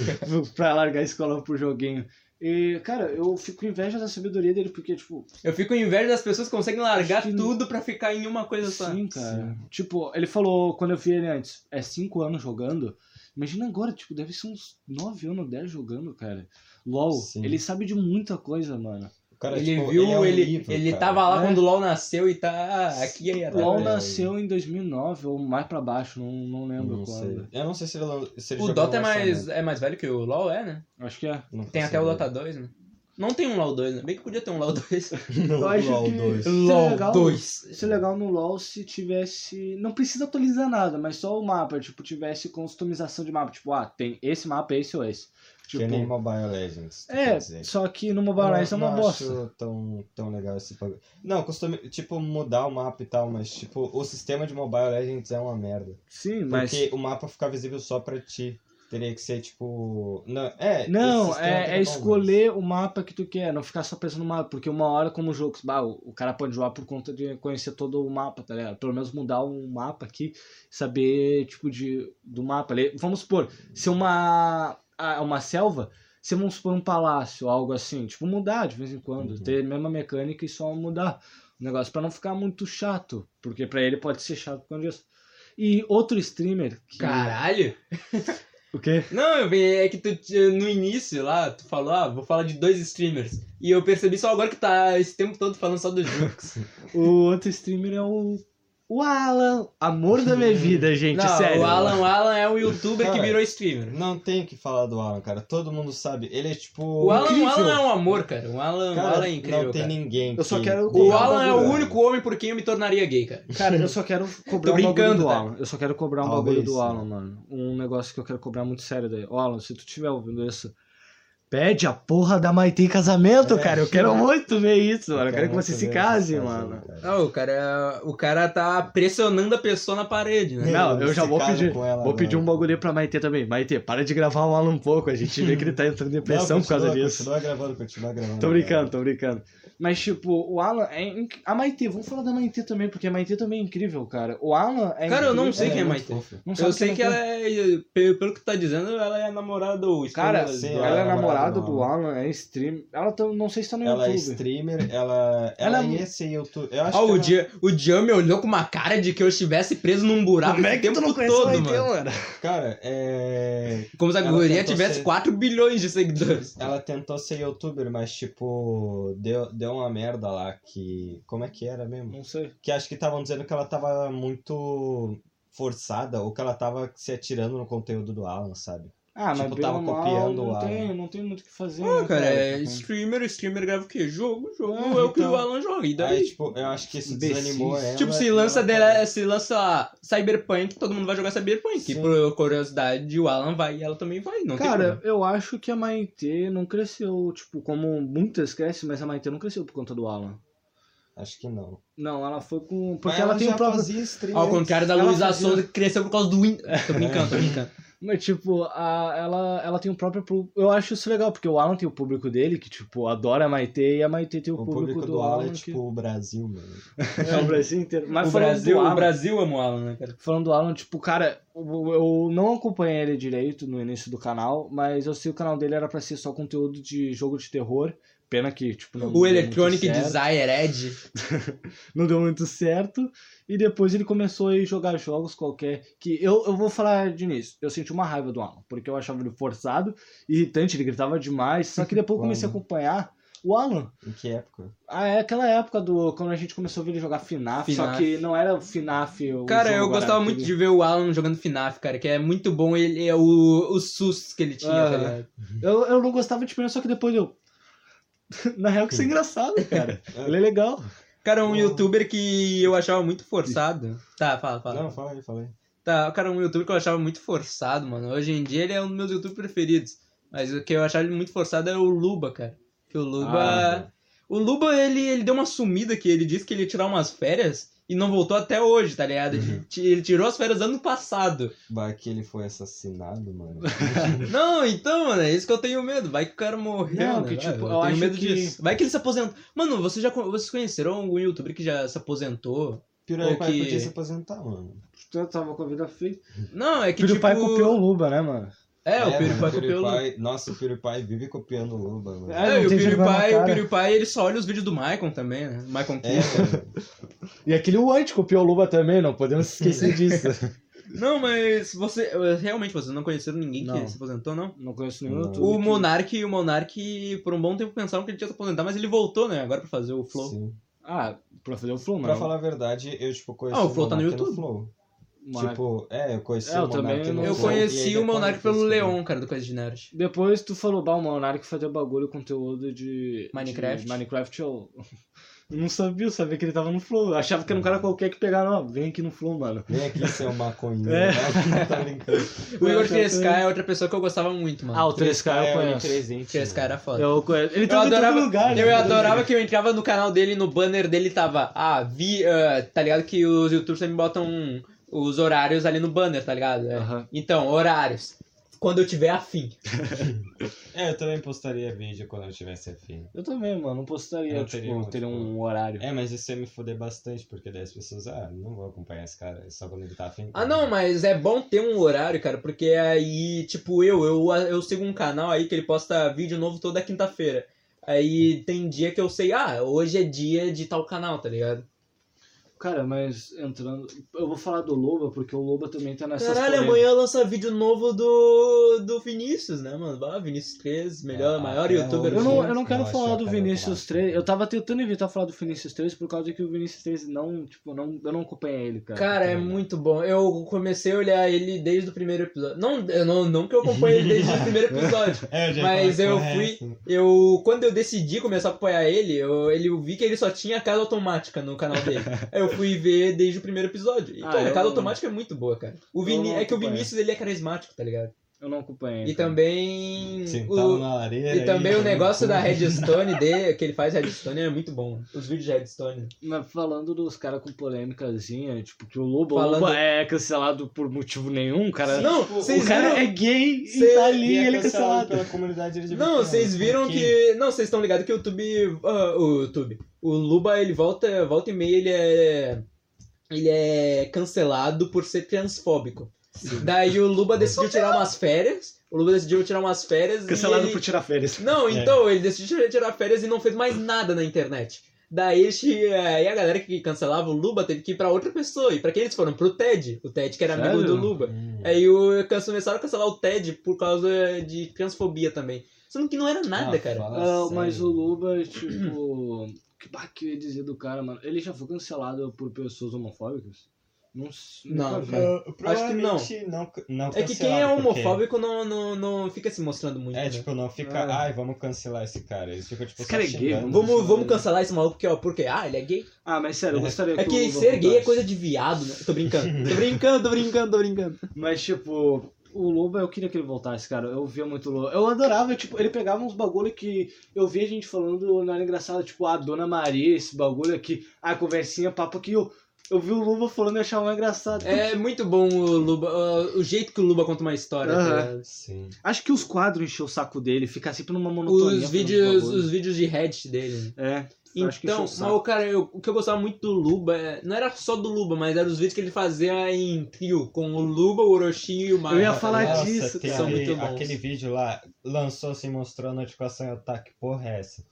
[SPEAKER 3] pra largar a escola pro joguinho. E, cara, eu fico com inveja da sabedoria dele, porque, tipo,
[SPEAKER 2] Eu fico com inveja das pessoas que conseguem largar
[SPEAKER 3] Acho que não-
[SPEAKER 2] tudo pra ficar em uma coisa só.
[SPEAKER 3] sim, cara. Tipo, ele falou, quando eu vi ele antes, é 5 anos jogando. Imagina agora, tipo, deve ser uns 9 anos, 10 jogando, cara. LOL,
[SPEAKER 1] Sim.
[SPEAKER 3] ele sabe de muita coisa, mano.
[SPEAKER 1] o cara,
[SPEAKER 2] ele
[SPEAKER 1] tipo,
[SPEAKER 2] viu,
[SPEAKER 1] é um
[SPEAKER 2] ele,
[SPEAKER 1] livro,
[SPEAKER 2] ele
[SPEAKER 1] cara.
[SPEAKER 2] tava lá
[SPEAKER 3] É.
[SPEAKER 2] quando o LOL nasceu e tá aqui aí atrás.
[SPEAKER 3] LOL
[SPEAKER 1] é,
[SPEAKER 3] nasceu em 2009 ou mais pra baixo, não, não lembro
[SPEAKER 1] Não
[SPEAKER 3] quando.
[SPEAKER 1] sei. Eu não sei se ele. lan- Se ele
[SPEAKER 2] O
[SPEAKER 1] jogou
[SPEAKER 2] Dota é mais,
[SPEAKER 1] lançamento.
[SPEAKER 2] é mais velho que o LoL, é, né?
[SPEAKER 3] Acho que é.
[SPEAKER 1] Não
[SPEAKER 2] Tem
[SPEAKER 1] faço
[SPEAKER 2] até o
[SPEAKER 1] ideia.
[SPEAKER 2] Dota 2, né? Não tem um LoL 2, né? Bem que podia ter um LoL 2.
[SPEAKER 1] Não,
[SPEAKER 3] Eu acho
[SPEAKER 1] LOL
[SPEAKER 3] que-
[SPEAKER 1] 2.
[SPEAKER 3] Seria legal.
[SPEAKER 2] 2.
[SPEAKER 3] Isso é legal no LoL se tivesse. Não precisa atualizar nada, mas só o mapa, tipo, tivesse customização de mapa. Tipo, ah, tem esse mapa, esse ou esse.
[SPEAKER 1] Que nem
[SPEAKER 3] Tipo.
[SPEAKER 1] Mobile Legends. tu quer
[SPEAKER 3] É,
[SPEAKER 1] dizer.
[SPEAKER 3] só que no
[SPEAKER 1] Eu
[SPEAKER 3] Mobile Legends é uma
[SPEAKER 1] não
[SPEAKER 3] bosta.
[SPEAKER 1] acho tão, tão legal esse bagulho. Não, costuma, tipo, mudar o mapa e tal, mas, tipo, o sistema de Mobile Legends é uma merda.
[SPEAKER 3] Sim, mas.
[SPEAKER 1] Porque o mapa fica visível só pra ti. Teria que ser, tipo... Não, é... esse
[SPEAKER 3] Não,
[SPEAKER 1] sistema tá
[SPEAKER 3] é, é
[SPEAKER 1] bom,
[SPEAKER 3] escolher o mapa que tu quer, não ficar só pensando no mapa, porque uma hora, como o jogo, bah, o o cara pode jogar por conta de conhecer todo o mapa, tá ligado? Pelo menos mudar um mapa aqui, saber, tipo, de, do mapa ali. Vamos supor, se uma, ah, uma selva, se vamos supor um palácio, algo assim, tipo, mudar de vez em quando,
[SPEAKER 1] Uhum.
[SPEAKER 3] ter a mesma mecânica e só mudar o negócio, pra não ficar muito chato, porque pra ele pode ser chato por causa disso. E outro streamer que.
[SPEAKER 2] Caralho!
[SPEAKER 3] O quê?
[SPEAKER 2] Não, eu vi- é que tu t- no início lá, tu falou, ah, vou falar de dois streamers. E eu percebi só agora que tá esse tempo todo falando só do Jux.
[SPEAKER 3] O outro streamer é o. O Alan! Amor da
[SPEAKER 1] Hum.
[SPEAKER 3] minha vida, gente,
[SPEAKER 2] Não,
[SPEAKER 3] sério.
[SPEAKER 2] o Alan, o Alan é um youtuber que
[SPEAKER 1] Cara. é
[SPEAKER 2] virou streamer.
[SPEAKER 1] Não tem o que falar do Alan, cara. Todo mundo sabe. Ele é, tipo...
[SPEAKER 2] O Alan, o
[SPEAKER 3] Incrível.
[SPEAKER 2] Alan é um amor, cara. O Alan,
[SPEAKER 1] Cara,
[SPEAKER 2] o Alan é incrível,
[SPEAKER 1] não tem
[SPEAKER 2] cara.
[SPEAKER 1] ninguém
[SPEAKER 3] Eu só
[SPEAKER 1] que-
[SPEAKER 3] quero-
[SPEAKER 2] O
[SPEAKER 3] Não,
[SPEAKER 2] Alan é o
[SPEAKER 1] Cara,
[SPEAKER 2] único homem por quem eu me tornaria gay, cara.
[SPEAKER 3] Cara, eu só quero cobrar
[SPEAKER 2] Tô
[SPEAKER 3] um bagulho
[SPEAKER 2] brincando,
[SPEAKER 3] do
[SPEAKER 2] tá?
[SPEAKER 3] Alan. Eu só quero cobrar um
[SPEAKER 1] Talvez,
[SPEAKER 3] bagulho do
[SPEAKER 1] né?
[SPEAKER 3] Alan, mano. Um negócio que eu quero cobrar muito sério daí. Ô, Alan, se tu tiver ouvindo isso, Pede a porra da Maite em casamento,
[SPEAKER 1] É.
[SPEAKER 3] cara. Eu quero muito ver isso, mano. Eu quero que
[SPEAKER 1] muito
[SPEAKER 3] vocês se
[SPEAKER 1] ver
[SPEAKER 3] casem,
[SPEAKER 1] essa
[SPEAKER 3] mano.
[SPEAKER 1] cena, cara.
[SPEAKER 2] Ah, o cara, o cara tá pressionando a pessoa na parede, né?
[SPEAKER 3] Não,
[SPEAKER 1] Ele
[SPEAKER 3] eu já
[SPEAKER 1] se
[SPEAKER 3] vou
[SPEAKER 1] casa
[SPEAKER 3] pedir.
[SPEAKER 1] com ela,
[SPEAKER 3] vou pedir um
[SPEAKER 1] mano.
[SPEAKER 3] bagulho pra Maite também. Maite, para de gravar o Alan um pouco. A gente vê que ele tá entrando em depressão
[SPEAKER 1] Não,
[SPEAKER 3] por causa
[SPEAKER 1] continua-
[SPEAKER 3] disso.
[SPEAKER 1] Continua gravando, continua gravando.
[SPEAKER 3] Tô brincando, tô brincando. Mas, tipo, o Alan é. inc- A Maite, vamos falar da Maite também, porque a Maite também é incrível, cara. O Alan é.
[SPEAKER 2] Cara, eu não
[SPEAKER 3] incrível.
[SPEAKER 2] sei quem é
[SPEAKER 1] muito
[SPEAKER 2] Maite.
[SPEAKER 1] fofo.
[SPEAKER 3] Não sabe
[SPEAKER 2] Eu sei
[SPEAKER 3] quem
[SPEAKER 2] que ela é, pe- pelo que tu tá dizendo, ela é a namorada do
[SPEAKER 3] Cara,
[SPEAKER 2] Stone-
[SPEAKER 1] Sim,
[SPEAKER 2] do-
[SPEAKER 3] ela é namorada
[SPEAKER 1] namorada
[SPEAKER 3] do
[SPEAKER 1] do
[SPEAKER 3] Alan, é stream. Ela tá, não sei se tá no
[SPEAKER 1] Ela é
[SPEAKER 3] YouTube.
[SPEAKER 1] streamer, ela. Ela,
[SPEAKER 3] Ela é-
[SPEAKER 1] é esse YouTube. Eu acho
[SPEAKER 2] Ah,
[SPEAKER 1] que
[SPEAKER 2] o
[SPEAKER 1] ela-
[SPEAKER 2] Jean, o Jean me olhou com uma cara de que eu estivesse preso num
[SPEAKER 3] é
[SPEAKER 2] buraco o tempo todo, mano.
[SPEAKER 1] Cara, é.
[SPEAKER 2] Como se a
[SPEAKER 1] Ela
[SPEAKER 2] guria
[SPEAKER 1] tentou
[SPEAKER 2] tivesse
[SPEAKER 1] ser-
[SPEAKER 2] 4 bilhões de seguidores.
[SPEAKER 1] Ela tentou ser youtuber, mas tipo, deu, deu uma merda lá que. Como é que era mesmo?
[SPEAKER 3] Não sei.
[SPEAKER 1] Que acho que estavam dizendo que ela tava muito forçada ou que ela tava se atirando no conteúdo do Alan, sabe?
[SPEAKER 3] Ah, mas
[SPEAKER 1] Tipo,
[SPEAKER 3] bem
[SPEAKER 1] tava
[SPEAKER 3] ou mal,
[SPEAKER 1] copiando
[SPEAKER 3] não
[SPEAKER 1] o Alan.
[SPEAKER 3] Tem, não tem muito o que fazer.
[SPEAKER 2] Ah,
[SPEAKER 3] né,
[SPEAKER 2] cara, é
[SPEAKER 3] Tipo,
[SPEAKER 2] streamer, streamer grava o quê? Jogo, jogo
[SPEAKER 1] Ah,
[SPEAKER 2] é o que
[SPEAKER 1] então.
[SPEAKER 2] o Alan joga, e daí?
[SPEAKER 1] Aí, tipo, eu acho que isso
[SPEAKER 3] Imbecis.
[SPEAKER 1] desanimou ela.
[SPEAKER 2] Tipo,
[SPEAKER 1] e
[SPEAKER 3] é
[SPEAKER 2] se
[SPEAKER 1] ela
[SPEAKER 2] lança,
[SPEAKER 1] parou.
[SPEAKER 2] dela, se lança Cyberpunk, todo mundo vai jogar Cyberpunk.
[SPEAKER 1] Sim.
[SPEAKER 2] E por curiosidade, o Alan vai e ela também vai. Não tem
[SPEAKER 3] Cara,
[SPEAKER 2] problema.
[SPEAKER 3] eu acho que a Maite não cresceu, tipo, como muitas crescem, mas a Maite não cresceu por conta do Alan.
[SPEAKER 2] é-
[SPEAKER 1] Acho que não.
[SPEAKER 3] Não, ela foi com.
[SPEAKER 1] Mas
[SPEAKER 3] Porque ela, tem
[SPEAKER 1] já
[SPEAKER 3] o próprio.
[SPEAKER 1] fazia stream
[SPEAKER 2] Ao
[SPEAKER 1] antes.
[SPEAKER 2] contrário da
[SPEAKER 3] ela
[SPEAKER 2] Luísa
[SPEAKER 3] fazia-
[SPEAKER 2] Sonda, que cresceu por causa do Win. Tô brincando, tô brincando.
[SPEAKER 3] Mas, tipo, a, ela, ela tem o próprio. pú- Eu acho isso legal, porque o Alan tem o público dele, que, tipo, adora a Maite, e a Maite tem o,
[SPEAKER 1] O público do, Alan é tipo
[SPEAKER 3] que-
[SPEAKER 1] o Brasil, mano.
[SPEAKER 3] É o Brasil inteiro. Mas
[SPEAKER 2] o
[SPEAKER 3] falando
[SPEAKER 2] Brasil,
[SPEAKER 3] do Alan,
[SPEAKER 2] o Brasil ama o Alan, né, cara?
[SPEAKER 3] Falando do Alan, tipo, cara, eu, eu não acompanhei ele direito no início do canal, mas eu sei que o canal dele era pra ser só conteúdo de jogo de terror. Pena que, tipo, não
[SPEAKER 2] O
[SPEAKER 3] deu
[SPEAKER 2] Electronic
[SPEAKER 3] muito certo.
[SPEAKER 2] Desire Edge.
[SPEAKER 3] não deu muito certo. E depois ele começou a ir jogar jogos qualquer. Que eu, eu vou falar de início. Eu senti uma raiva do Alan, porque eu achava ele forçado, irritante, ele gritava demais. Só que depois eu comecei a acompanhar o Alan.
[SPEAKER 1] Em que época?
[SPEAKER 3] Ah, é aquela época do. Quando a gente começou a ver ele jogar FNAF, só
[SPEAKER 2] FNAF.
[SPEAKER 3] que não era o FNAF. O
[SPEAKER 2] Cara,
[SPEAKER 3] jogo,
[SPEAKER 2] eu
[SPEAKER 3] era
[SPEAKER 2] gostava
[SPEAKER 3] aquele-
[SPEAKER 2] muito de ver o Alan jogando FNAF, cara, que é muito bom ele, é o, os sustos que ele tinha, tá
[SPEAKER 3] Aham.
[SPEAKER 2] ligado?
[SPEAKER 3] Eu, eu não gostava de primeiro, só que depois eu. Na real, que isso é engraçado, cara. ele é legal.
[SPEAKER 2] Cara, um
[SPEAKER 1] Porra.
[SPEAKER 2] youtuber que eu achava muito forçado. Tá, fala, fala.
[SPEAKER 1] Não, fala aí, fala aí.
[SPEAKER 2] Tá, cara, um youtuber que eu achava muito forçado, mano. Hoje em dia ele é um dos meus youtubers preferidos. Mas o que eu achava ele muito forçado era o Luba, cara. Que
[SPEAKER 1] Ah,
[SPEAKER 2] o
[SPEAKER 1] é.
[SPEAKER 2] Luba. o Luba, ele, ele deu uma sumida que ele disse que ele ia tirar umas férias e não voltou até hoje, tá ligado? Ele ti- Ele tirou as férias ano passado.
[SPEAKER 1] Bah, que ele foi assassinado, mano.
[SPEAKER 2] Não, então, mano, é isso que eu tenho medo. Vai que o cara morreu.
[SPEAKER 3] Não,
[SPEAKER 2] né?
[SPEAKER 3] que,
[SPEAKER 2] Vai,
[SPEAKER 3] tipo,
[SPEAKER 2] eu,
[SPEAKER 3] eu
[SPEAKER 2] tenho
[SPEAKER 3] acho
[SPEAKER 2] medo
[SPEAKER 3] que-
[SPEAKER 2] disso. Vai que ele se aposentou. Mano, vocês já con- vocês conheceram algum youtuber que já se aposentou?
[SPEAKER 1] Piranha Pai
[SPEAKER 2] que-
[SPEAKER 1] podia se aposentar, mano.
[SPEAKER 3] Eu tava com a vida feia.
[SPEAKER 2] Não, é que
[SPEAKER 3] Tipo... O
[SPEAKER 2] tipo.
[SPEAKER 3] pai copiou o Luba, né, mano?
[SPEAKER 2] É, o
[SPEAKER 1] mano,
[SPEAKER 2] PewDiePie copiou o
[SPEAKER 1] PewDiePie- Nossa, o PewDiePie vive copiando o Luba, mano.
[SPEAKER 3] É,
[SPEAKER 1] É,
[SPEAKER 2] É,
[SPEAKER 3] não
[SPEAKER 2] e o
[SPEAKER 3] tem vergonha na
[SPEAKER 2] PewDiePie, o
[SPEAKER 3] cara.
[SPEAKER 2] PewDiePie, ele só olha os vídeos do Michael também, né?
[SPEAKER 1] É.
[SPEAKER 2] Michael Kiss.
[SPEAKER 1] mano.
[SPEAKER 3] E aquele White copiou o Luba também, não podemos esquecer disso.
[SPEAKER 2] Não, mas você. Realmente, vocês não conheceram ninguém
[SPEAKER 3] Não.
[SPEAKER 2] que se aposentou, não?
[SPEAKER 3] Não conheço nenhum
[SPEAKER 1] Não.
[SPEAKER 3] YouTube.
[SPEAKER 2] O
[SPEAKER 3] que-
[SPEAKER 2] Monark o Monark, por um bom tempo, pensaram que ele tinha se aposentar, mas ele voltou, né? Agora pra fazer o Flow.
[SPEAKER 1] Sim.
[SPEAKER 3] Ah, pra fazer o Flow, mano.
[SPEAKER 1] Pra falar a verdade, eu, tipo, conheci
[SPEAKER 2] Ah, o Flow tá no
[SPEAKER 1] Monark
[SPEAKER 2] YouTube.
[SPEAKER 1] Flow.
[SPEAKER 3] Mano,
[SPEAKER 1] Tipo, é, eu conheci
[SPEAKER 3] É, eu
[SPEAKER 1] o Monark
[SPEAKER 3] também
[SPEAKER 1] no
[SPEAKER 3] não-
[SPEAKER 2] Eu
[SPEAKER 1] Flow, e aí
[SPEAKER 2] conheci o
[SPEAKER 1] depois
[SPEAKER 2] Monark
[SPEAKER 1] eu
[SPEAKER 2] pelo
[SPEAKER 1] descobri.
[SPEAKER 2] Leon, cara, do Coisa de Nerd.
[SPEAKER 3] Depois tu falou, bah, o Monark fazia bagulho conteúdo de.
[SPEAKER 2] Minecraft.
[SPEAKER 3] de Minecraft, eu. eu Não sabia, eu sabia que ele tava no Flow. Eu achava que era um cara qualquer que pegava, ó, vem aqui no Flow, mano.
[SPEAKER 1] Vem aqui, seu maconheiro.
[SPEAKER 3] É.
[SPEAKER 1] né? tá brincando.
[SPEAKER 2] O
[SPEAKER 3] Eu
[SPEAKER 2] Igor 3K é outra pessoa que eu gostava muito, mano.
[SPEAKER 3] Ah, o 3K eu
[SPEAKER 1] é
[SPEAKER 3] conheço.
[SPEAKER 2] O
[SPEAKER 1] onipresente.
[SPEAKER 2] 3K era foda.
[SPEAKER 3] Eu conheço. Ele
[SPEAKER 2] Eu
[SPEAKER 3] tava em
[SPEAKER 2] adorava,
[SPEAKER 3] todo lugar, né?
[SPEAKER 2] eu adorava que eu entrava no canal dele e no banner dele tava. Ah, vi. ah, tá ligado que os youtubers sempre botam os horários ali no banner, tá ligado? É.
[SPEAKER 3] Aham.
[SPEAKER 2] Então, horários. Quando eu tiver afim.
[SPEAKER 1] É, eu também postaria vídeo quando eu tivesse afim.
[SPEAKER 3] Eu também, mano. Não postaria,
[SPEAKER 1] Eu não
[SPEAKER 3] tipo,
[SPEAKER 1] teria muito,
[SPEAKER 3] teria um
[SPEAKER 1] tipo,
[SPEAKER 3] horário.
[SPEAKER 1] É, mas isso ia me foder bastante, porque daí as pessoas, ah, não vou acompanhar esse cara, é só quando ele tá afim.
[SPEAKER 2] Ah, não, mas é bom ter um horário, cara, porque aí, tipo, eu, eu, eu sigo um canal aí que ele posta vídeo novo toda quinta-feira. Aí tem dia que eu sei, ah, hoje é dia de tal canal, tá ligado?
[SPEAKER 3] Cara, mas entrando. Eu vou falar do Loba, porque o Loba também tá nessa.
[SPEAKER 2] Caralho, é amanhã lança vídeo novo do, do Vinícius, né, mano? Ah, Vinícius 13, melhor,
[SPEAKER 1] Ah,
[SPEAKER 2] maior
[SPEAKER 1] até
[SPEAKER 2] youtuber.
[SPEAKER 1] hoje.
[SPEAKER 3] Eu não, eu não quero
[SPEAKER 1] Eu acho
[SPEAKER 3] falar do
[SPEAKER 1] que eu quero
[SPEAKER 3] Vinícius
[SPEAKER 1] falar.
[SPEAKER 3] 3. Eu tava tentando evitar falar do Vinícius 3 por causa que o Vinícius 3 não, tipo, não, eu não acompanhei ele, cara.
[SPEAKER 2] Cara, é muito bom. Eu comecei a olhar ele desde o primeiro episódio. Não, eu não, não que eu acompanhei ele desde o primeiro episódio.
[SPEAKER 1] É, já ia
[SPEAKER 2] Mas
[SPEAKER 1] falar
[SPEAKER 2] eu
[SPEAKER 1] com
[SPEAKER 2] fui-
[SPEAKER 1] essa.
[SPEAKER 2] Eu, quando eu decidi começar a apoiar ele, eu, ele, eu vi que ele só tinha casa automática no canal dele. Aí eu fui ver desde o primeiro episódio. E,
[SPEAKER 3] Ah,
[SPEAKER 2] cara,
[SPEAKER 3] eu
[SPEAKER 2] casa
[SPEAKER 3] não-
[SPEAKER 2] automática é muito boa, cara. O
[SPEAKER 3] eu
[SPEAKER 2] Vini,
[SPEAKER 3] não
[SPEAKER 2] é que o
[SPEAKER 3] acompanho.
[SPEAKER 2] Vinícius, ele é carismático, tá ligado?
[SPEAKER 3] Eu não acompanhei.
[SPEAKER 2] E
[SPEAKER 3] cara.
[SPEAKER 2] também.
[SPEAKER 1] Sentado
[SPEAKER 2] O...
[SPEAKER 1] na areia.
[SPEAKER 2] E também
[SPEAKER 1] aí, né?
[SPEAKER 2] o negócio da
[SPEAKER 1] com-
[SPEAKER 2] Redstone dele, que ele faz Redstone é muito bom. Os vídeos de Redstone.
[SPEAKER 3] Mas falando dos caras com polêmicazinha, tipo, que o Lobo,
[SPEAKER 2] Falando-
[SPEAKER 3] Lobo é cancelado por motivo nenhum, cara.
[SPEAKER 2] Não,
[SPEAKER 1] tipo,
[SPEAKER 3] o
[SPEAKER 2] vocês
[SPEAKER 3] cara
[SPEAKER 2] viram?
[SPEAKER 3] é gay
[SPEAKER 2] Cê-
[SPEAKER 3] e tá
[SPEAKER 1] E
[SPEAKER 3] ali,
[SPEAKER 1] é
[SPEAKER 3] ele é
[SPEAKER 1] cancelado
[SPEAKER 3] cancelado.
[SPEAKER 1] pela comunidade LGBT.
[SPEAKER 2] Não, vocês viram
[SPEAKER 1] Porque-
[SPEAKER 2] que. Não, vocês estão ligados que o YouTube. ah, o YouTube. O Luba, ele volta, volta e meia, ele é. Ele é cancelado por ser transfóbico. Daí o Luba decidiu tirar umas férias. O Luba decidiu tirar umas férias. e
[SPEAKER 3] Cancelado
[SPEAKER 2] ele-
[SPEAKER 3] por tirar férias.
[SPEAKER 2] Não,
[SPEAKER 1] É.
[SPEAKER 2] então, ele decidiu tirar férias e não fez mais nada na internet. Daí che- aí a galera que cancelava o Luba teve que ir pra outra pessoa. E pra quem eles foram? Pro Ted. O Ted, que era amigo
[SPEAKER 3] Sério?
[SPEAKER 2] do Luba.
[SPEAKER 1] Hum.
[SPEAKER 2] Aí o, começaram a cancelar o Ted por causa de transfobia também. Sendo que não era nada,
[SPEAKER 1] Ah,
[SPEAKER 2] cara.
[SPEAKER 1] fala
[SPEAKER 3] Ah, mas o
[SPEAKER 1] sério.
[SPEAKER 3] Luba, tipo. que bah, que eu ia dizer do cara, mano? Ele já foi cancelado por pessoas homofóbicas? Não sei.
[SPEAKER 2] Não,
[SPEAKER 3] nunca vi.
[SPEAKER 2] cara. Acho que não.
[SPEAKER 1] Provavelmente não. não
[SPEAKER 2] É que quem é
[SPEAKER 1] cancelado, porque-
[SPEAKER 2] homofóbico não, não, não fica se mostrando muito.
[SPEAKER 1] É,
[SPEAKER 2] né?
[SPEAKER 1] tipo, não fica,
[SPEAKER 3] Ah.
[SPEAKER 1] ai, vamos cancelar esse cara. Eles ficam, tipo,
[SPEAKER 3] Esse
[SPEAKER 1] só
[SPEAKER 3] cara é gay,
[SPEAKER 1] xingando. tipo,
[SPEAKER 2] vamos, vamos cancelar esse maluco porque, ó, porque, ah, ele é gay.
[SPEAKER 3] Ah, mas sério, eu gostaria
[SPEAKER 2] É
[SPEAKER 3] o
[SPEAKER 2] que
[SPEAKER 3] Luba
[SPEAKER 2] ser gay é
[SPEAKER 3] voltasse.
[SPEAKER 2] coisa de viado, né? Tô brincando. Tô brincando, tô brincando, tô brincando.
[SPEAKER 3] Mas, tipo, o Lobo, eu queria que ele voltasse, cara. Eu via muito o Lobo. Eu adorava, tipo, ele pegava uns bagulho que eu via gente falando, não era engraçado, tipo, a Dona Maria, esse bagulho aqui, a conversinha, papo que eu, eu vi o Lobo falando e achava engraçado.
[SPEAKER 2] É muito bom o Luba, ah, o jeito que o Luba conta uma história. tá
[SPEAKER 3] Aham.
[SPEAKER 2] ligado?
[SPEAKER 1] Sim.
[SPEAKER 3] Acho que os quadros encheu o saco dele, fica sempre numa monotonia.
[SPEAKER 2] Os
[SPEAKER 3] falando
[SPEAKER 2] vídeos,
[SPEAKER 3] bagulho.
[SPEAKER 2] os vídeos de Reddit dele. né?
[SPEAKER 3] É, acho que encheu
[SPEAKER 2] Então,
[SPEAKER 3] o
[SPEAKER 2] mas,
[SPEAKER 3] saco.
[SPEAKER 2] cara, eu- o que eu gostava muito do Luba, é- não era só do Luba, mas eram os vídeos que ele fazia em trio, com o Luba, o Orochi e o Mario.
[SPEAKER 3] Eu ia
[SPEAKER 2] tá
[SPEAKER 3] falar
[SPEAKER 2] ligado?
[SPEAKER 1] Nossa,
[SPEAKER 3] disso,
[SPEAKER 1] tem
[SPEAKER 3] cara.
[SPEAKER 2] São
[SPEAKER 1] ali
[SPEAKER 2] muito bons.
[SPEAKER 1] aquele vídeo lá, lançou assim, mostrou a notificação e eu, tá, que porra é essa?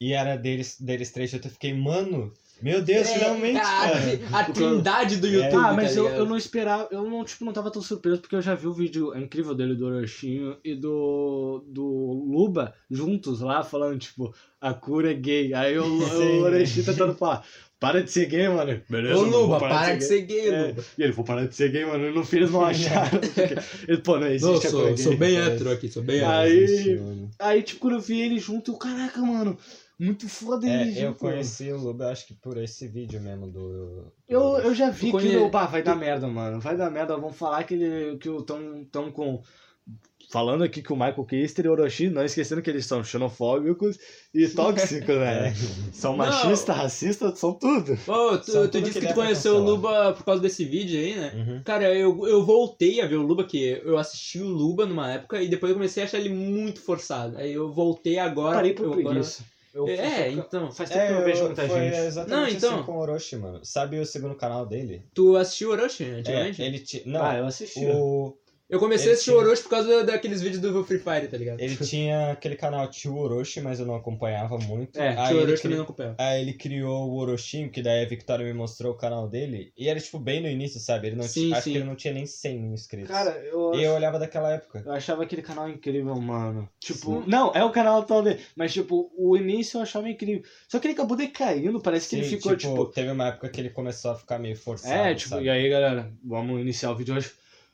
[SPEAKER 1] E era deles, deles três, eu fiquei, mano, meu Deus,
[SPEAKER 2] É,
[SPEAKER 1] finalmente,
[SPEAKER 2] a,
[SPEAKER 1] cara.
[SPEAKER 2] a trindade do YouTube,
[SPEAKER 3] Ah, mas
[SPEAKER 2] tá
[SPEAKER 3] eu,
[SPEAKER 2] ligado?
[SPEAKER 3] eu não esperava, eu não, tipo, não tava tão surpreso, porque eu já vi o vídeo incrível dele do Orochinho e do, do Luba juntos lá, falando, tipo, a cura é gay. Aí o,
[SPEAKER 1] Sim.
[SPEAKER 3] o Orochinho tentando falar, para de ser gay, mano. Beleza,
[SPEAKER 2] Ô,
[SPEAKER 3] mano, vou
[SPEAKER 2] Luba,
[SPEAKER 3] parar
[SPEAKER 2] para de ser gay,
[SPEAKER 3] É,
[SPEAKER 2] Luba.
[SPEAKER 3] E ele, vou parar de ser gay, mano, e no fim eles não acharam. não sei o quê. ele, pô, não existe
[SPEAKER 2] Não,
[SPEAKER 3] a cura
[SPEAKER 2] sou,
[SPEAKER 3] gay.
[SPEAKER 2] sou bem
[SPEAKER 1] é.
[SPEAKER 2] hétero aqui, sou bem hétero.
[SPEAKER 3] Ai. aí-
[SPEAKER 1] mano.
[SPEAKER 3] Aí, tipo, quando eu vi ele junto, eu, caraca, mano, muito foda ele junto.
[SPEAKER 1] É, eu
[SPEAKER 3] mano."
[SPEAKER 1] conheci o Luba, acho que por esse vídeo mesmo do...
[SPEAKER 3] Eu, eu já vi
[SPEAKER 2] Eu
[SPEAKER 3] que
[SPEAKER 2] conhe-
[SPEAKER 3] o pá, vai dar merda, mano. Vai dar merda. Vão falar que ele que o tão, tão com. Falando aqui que o Michael Kister e o Orochi, não esquecendo que eles são xenofóbicos e tóxicos,
[SPEAKER 1] É.
[SPEAKER 3] né? São machistas, racistas, são tudo.
[SPEAKER 2] Ô, tu,
[SPEAKER 1] São
[SPEAKER 2] tu
[SPEAKER 1] tudo
[SPEAKER 2] disse
[SPEAKER 1] que
[SPEAKER 2] que
[SPEAKER 1] dá
[SPEAKER 2] tu
[SPEAKER 1] pra
[SPEAKER 2] conheceu o
[SPEAKER 1] cancelar.
[SPEAKER 2] Luba por causa desse vídeo aí, né?
[SPEAKER 1] Uhum.
[SPEAKER 2] Cara, eu, eu voltei a ver o Luba, que eu assisti o Luba numa época e depois eu comecei a achar ele muito forçado. Aí eu voltei agora.
[SPEAKER 3] Parei por
[SPEAKER 2] eu,
[SPEAKER 3] preguiça. Eu-
[SPEAKER 2] É, então.
[SPEAKER 3] Faz tempo que
[SPEAKER 1] É,
[SPEAKER 3] eu não vejo muita
[SPEAKER 1] foi
[SPEAKER 3] gente.
[SPEAKER 1] exatamente
[SPEAKER 2] Não, então-
[SPEAKER 1] assim com o Orochi, mano. Sabe o segundo canal dele?
[SPEAKER 2] Tu assistiu Orochi
[SPEAKER 1] É,
[SPEAKER 2] antigamente?
[SPEAKER 1] ele ti... Não,
[SPEAKER 3] Ah, eu assisti.
[SPEAKER 1] o...
[SPEAKER 2] Eu comecei a
[SPEAKER 1] Ele
[SPEAKER 2] assistir
[SPEAKER 1] tinha-
[SPEAKER 2] Orochi por causa daqueles vídeos do Free Fire, tá ligado?
[SPEAKER 1] Ele tinha aquele canal Tio Orochi, mas eu não acompanhava muito.
[SPEAKER 3] É,
[SPEAKER 1] aí,
[SPEAKER 2] Tio
[SPEAKER 1] ele
[SPEAKER 2] Orochi
[SPEAKER 1] cri-
[SPEAKER 2] também não acompanhava.
[SPEAKER 1] aí ele criou o Orochinho, que daí a Victoria me mostrou o canal dele. E era, tipo, bem no início, sabe? Ele não
[SPEAKER 2] Sim,
[SPEAKER 1] tinha- Acho
[SPEAKER 2] sim.
[SPEAKER 1] que ele não tinha nem 100 mil inscritos.
[SPEAKER 3] Cara, eu,
[SPEAKER 1] e eu olhava daquela época.
[SPEAKER 3] eu achava aquele canal incrível, mano. Tipo,
[SPEAKER 2] Sim.
[SPEAKER 3] não, é o canal tal dele. Mas, tipo, o início eu achava incrível. Só que ele acabou decaindo, parece que ele
[SPEAKER 1] Sim,
[SPEAKER 3] ficou,
[SPEAKER 1] tipo,
[SPEAKER 3] tipo
[SPEAKER 1] Teve uma época que ele começou a ficar meio forçado,
[SPEAKER 3] É, tipo,
[SPEAKER 1] sabe?
[SPEAKER 3] e aí galera, vamos iniciar o vídeo hoje.